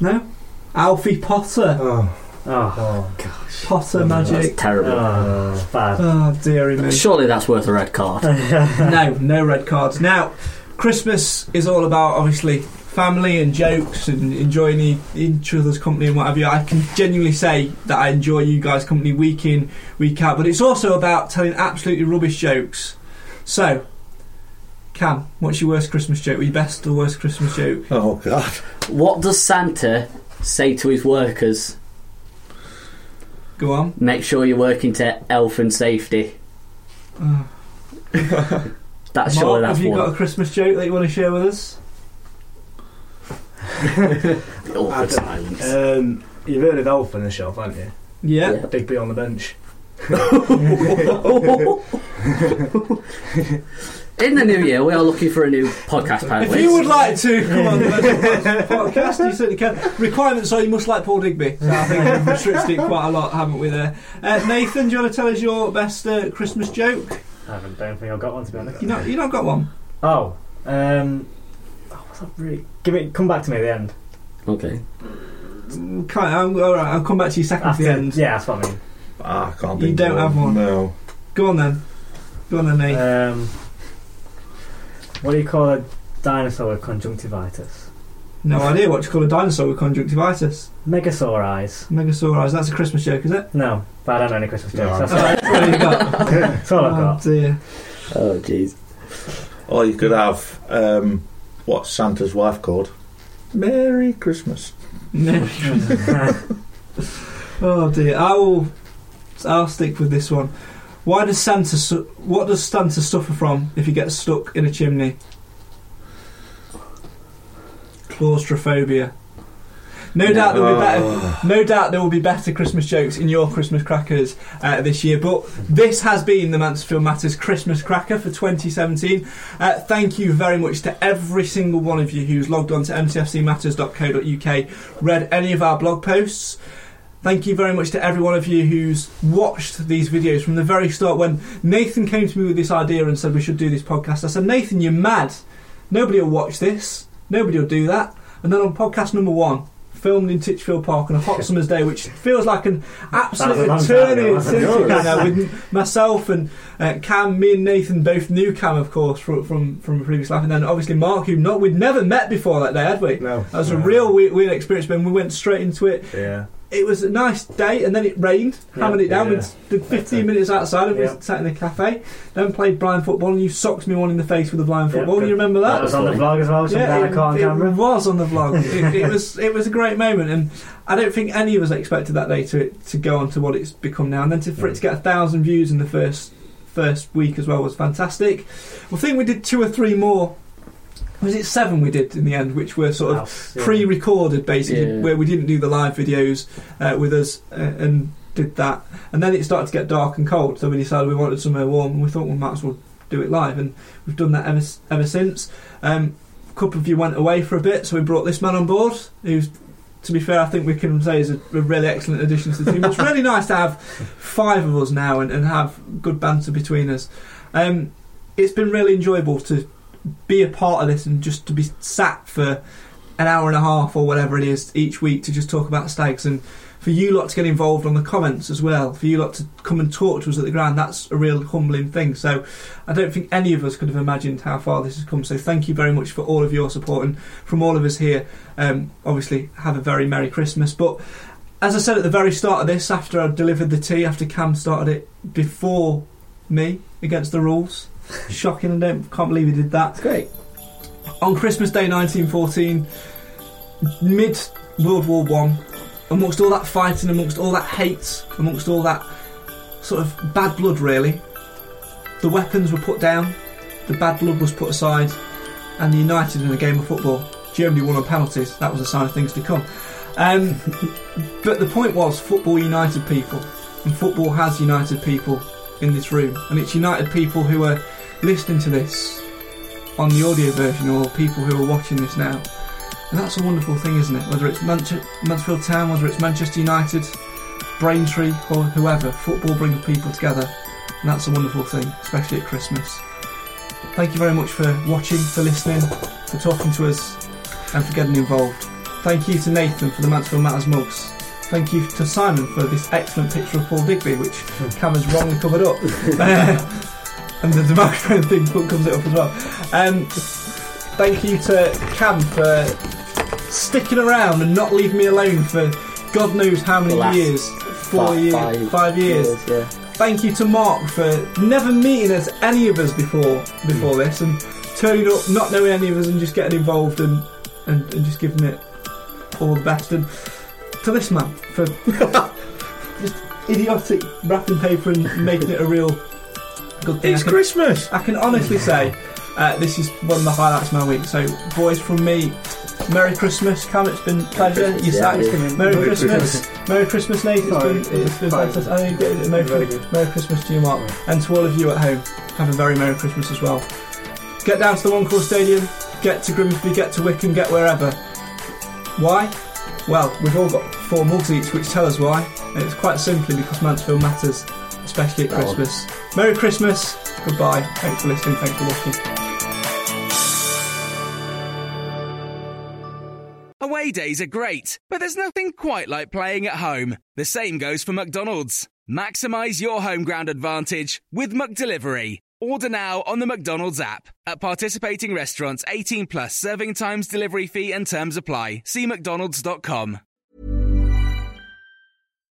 Speaker 2: No. Alfie Potter.
Speaker 7: Oh,
Speaker 4: Oh,
Speaker 7: oh.
Speaker 2: Potter
Speaker 3: That's
Speaker 2: magic.
Speaker 3: terrible.
Speaker 4: oh bad.
Speaker 2: Oh dearie me.
Speaker 3: Surely that's worth a red card.
Speaker 2: no, no red cards. Now, Christmas is all about obviously family and jokes and enjoying e- each other's company and what have you. I can genuinely say that I enjoy you guys' company week in, week out, but it's also about telling absolutely rubbish jokes. So, Cam, what's your worst Christmas joke? Or your best or worst Christmas joke?
Speaker 6: Oh God.
Speaker 3: What does Santa say to his workers?
Speaker 2: Go on.
Speaker 3: Make sure you're working to elf and safety.
Speaker 2: Uh,
Speaker 3: That's
Speaker 2: Mark,
Speaker 3: surely that's
Speaker 2: have you got
Speaker 3: one.
Speaker 2: a Christmas joke that you want to share with us?
Speaker 3: Awkward silence.
Speaker 7: Um, you've heard of Elf on the shelf, haven't you?
Speaker 2: Yeah.
Speaker 3: Yeah.
Speaker 7: Digby on the bench.
Speaker 2: (laughs)
Speaker 3: (laughs) In the new year, we are looking for a new podcast panelist.
Speaker 2: If you would like to come on the Legend podcast, you certainly can. Requirements are you must like Paul Digby. So I think we've restricted it quite a lot, haven't we? There, uh, Nathan, do you want to tell us your best uh, Christmas joke?
Speaker 4: I haven't, don't think I've got one to be honest.
Speaker 2: You not, you not got one.
Speaker 4: Oh, um, oh, what's that really? Give it. Come back to me at the end.
Speaker 3: Okay.
Speaker 2: Can't, I'm, all right, I'll come back to you second at
Speaker 4: After,
Speaker 2: the end.
Speaker 4: Yeah, that's what I mean.
Speaker 6: Ah, I can't
Speaker 2: You
Speaker 6: think of
Speaker 2: don't have one.
Speaker 6: No.
Speaker 2: Go on then. Go on then, Nate.
Speaker 4: Um, what do you call a dinosaur with conjunctivitis?
Speaker 2: no idea what to call a dinosaur with conjunctivitis.
Speaker 4: Megasaur eyes.
Speaker 2: Megasaur eyes. That's a Christmas joke, is it?
Speaker 4: No, but I don't know any Christmas
Speaker 6: No.
Speaker 4: jokes. That's,
Speaker 2: All
Speaker 4: all,
Speaker 2: right, what have you got?
Speaker 4: that's all I've
Speaker 2: Oh
Speaker 4: got.
Speaker 2: dear.
Speaker 3: Oh, jeez.
Speaker 6: (laughs) Or you could have um, what's Santa's wife called? Merry Christmas.
Speaker 2: No. (laughs) Oh dear, I will. I'll stick with this one. Why does Santa? Su- what does Santa suffer from if he gets stuck in a chimney? Claustrophobia. No doubt there will be better. No doubt there will be better Christmas jokes in your Christmas crackers uh, this year. But this has been the Mansfield Matters Christmas Cracker for 2017. Uh, thank you very much to every single one of you who's logged on to mcfcmatters.co.uk, read any of our blog posts, Thank you very much to every one of you who's watched these videos from the very start. When Nathan came to me with this idea and said we should do this podcast, I said, Nathan, you're mad. Nobody will watch this. Nobody will do that. And then on podcast number one, filmed in Titchfield Park on a
Speaker 4: (laughs)
Speaker 2: hot summer's day, which feels like an absolute
Speaker 4: That was a long time
Speaker 2: eternity
Speaker 4: ago, wasn't it?
Speaker 2: eternity ago, with myself and uh, Cam, me and Nathan, both new Cam, of course, from from, from a previous life. And then obviously Mark, who not we'd never met before that day, had we?
Speaker 7: No.
Speaker 2: That was a real weird, weird experience, but we went straight into it.
Speaker 7: Yeah.
Speaker 2: it was a nice day, and then it rained, hammered it down.
Speaker 7: yeah.
Speaker 2: We did 15 minutes outside, and
Speaker 4: Yeah.
Speaker 2: we sat in a cafe. Then played blind football, and you socked me one in the face with a blind
Speaker 4: Yeah,
Speaker 2: football.
Speaker 4: good.
Speaker 2: you remember that?
Speaker 4: That was on the vlog as well, something
Speaker 2: Yeah,
Speaker 4: I
Speaker 2: it,
Speaker 4: caught on
Speaker 2: it
Speaker 4: camera.
Speaker 2: was on the
Speaker 4: (laughs)
Speaker 2: vlog. it, it was it was a great moment, and I don't think any of us expected that day to to go on to what it's become now. And then to, for it
Speaker 4: Mm.
Speaker 2: to get a thousand views in the first first week as well was fantastic. I think we did two or three more. Was it seven we did in the end, which were sort of
Speaker 4: House, yeah.
Speaker 2: pre-recorded basically,
Speaker 3: Yeah.
Speaker 2: where we didn't do the live videos uh, with us uh, and did that. And then it started to get dark and cold, so we decided we wanted somewhere warm, and we thought we might as well do it live, and we've done that ever s- ever since. Um, a couple of you went away for a bit, so we brought this man on board, who's to be fair, I think we can say is a, a really excellent addition to the team. It's really nice to have five of us now and, and have good banter between us. Um, it's been really enjoyable to be a part of this and just to be sat for an hour and a half or whatever it is each week to just talk about stags and for you lot to get involved on the comments as well for you lot to come and talk to us at the ground that's a real humbling thing so i don't think any of us could have imagined how far this has come so thank you very much for all of your support and from all of us here um, obviously have a very merry christmas but as i said at the very start of this after i delivered the tea after cam started it before me against the rules shocking i don't can't believe he did that
Speaker 3: It's great.
Speaker 2: on Christmas Day 1914, mid World War One, amongst all that fighting, amongst all that hate, amongst all that sort of bad blood, really, the weapons were put down, the bad blood was put aside, and united in a game of football. Germany won on penalties. That was a sign of things to come. Um, (laughs) but the point was, football united people, and football has united people in this room, and it's united people who are listening to this on the audio version or people who are watching this now. And that's a wonderful thing, isn't it? Whether it's Manche- Mansfield Town, whether it's Manchester United, Braintree, or whoever, football brings people together. And that's a wonderful thing, especially at Christmas. Thank you very much for watching, for listening, for talking to us, and for getting involved. Thank you to Nathan for the Mansfield Matters mugs. Thank you to Simon for this excellent picture of Paul Digby, which Cameron's wrongly covered
Speaker 3: (laughs)
Speaker 2: up. (laughs) and the microphone thing comes it up as well. Um, thank you to Cam for sticking around and not leaving me alone for God knows how many
Speaker 3: The last
Speaker 2: years. Four
Speaker 3: Fi-
Speaker 2: years,
Speaker 3: five
Speaker 2: five years.
Speaker 3: yeah.
Speaker 2: Thank you to Mark for never meeting us, any of us before before
Speaker 6: Hmm.
Speaker 2: this, and turning up, not knowing any of us, and just getting involved and and, and just giving it all the best. And to this man for (laughs) just idiotic wrapping paper and making it a real good thing.
Speaker 6: It's
Speaker 2: I can-
Speaker 6: Christmas.
Speaker 2: I can honestly say uh, this is one of the highlights of my week. So, boys, from me, Merry Christmas, Cam. It's been a pleasure.
Speaker 3: Christmas,
Speaker 2: You
Speaker 3: yeah,
Speaker 2: sat.
Speaker 3: yeah.
Speaker 2: Merry,
Speaker 4: Merry
Speaker 2: Christmas. Merry Christmas, Nate. It's
Speaker 4: Sorry.
Speaker 2: been, it's been
Speaker 4: Sorry.
Speaker 2: fantastic. I know you did it. Merry,
Speaker 4: Very
Speaker 2: Christmas. Merry Christmas to you, Mark, and to all of you at home. Have a very Merry Christmas as well. Get down to the One Call Stadium. Get to Grimsby. Get to Wickham. Get wherever. Why? Well, we've all got four mugs each, which tell us why, and it's quite simply because Mansfield matters, especially at
Speaker 3: That one.
Speaker 2: Christmas. Merry Christmas. Goodbye. Thanks for listening. Thanks for watching.
Speaker 8: Away days are great, but there's nothing quite like playing at home. The same goes for McDonald's. Maximize your home ground advantage with McDelivery. Order now on the McDonald's app. At participating restaurants, 18 plus serving times, delivery fee, and terms apply. See McDonald's.com.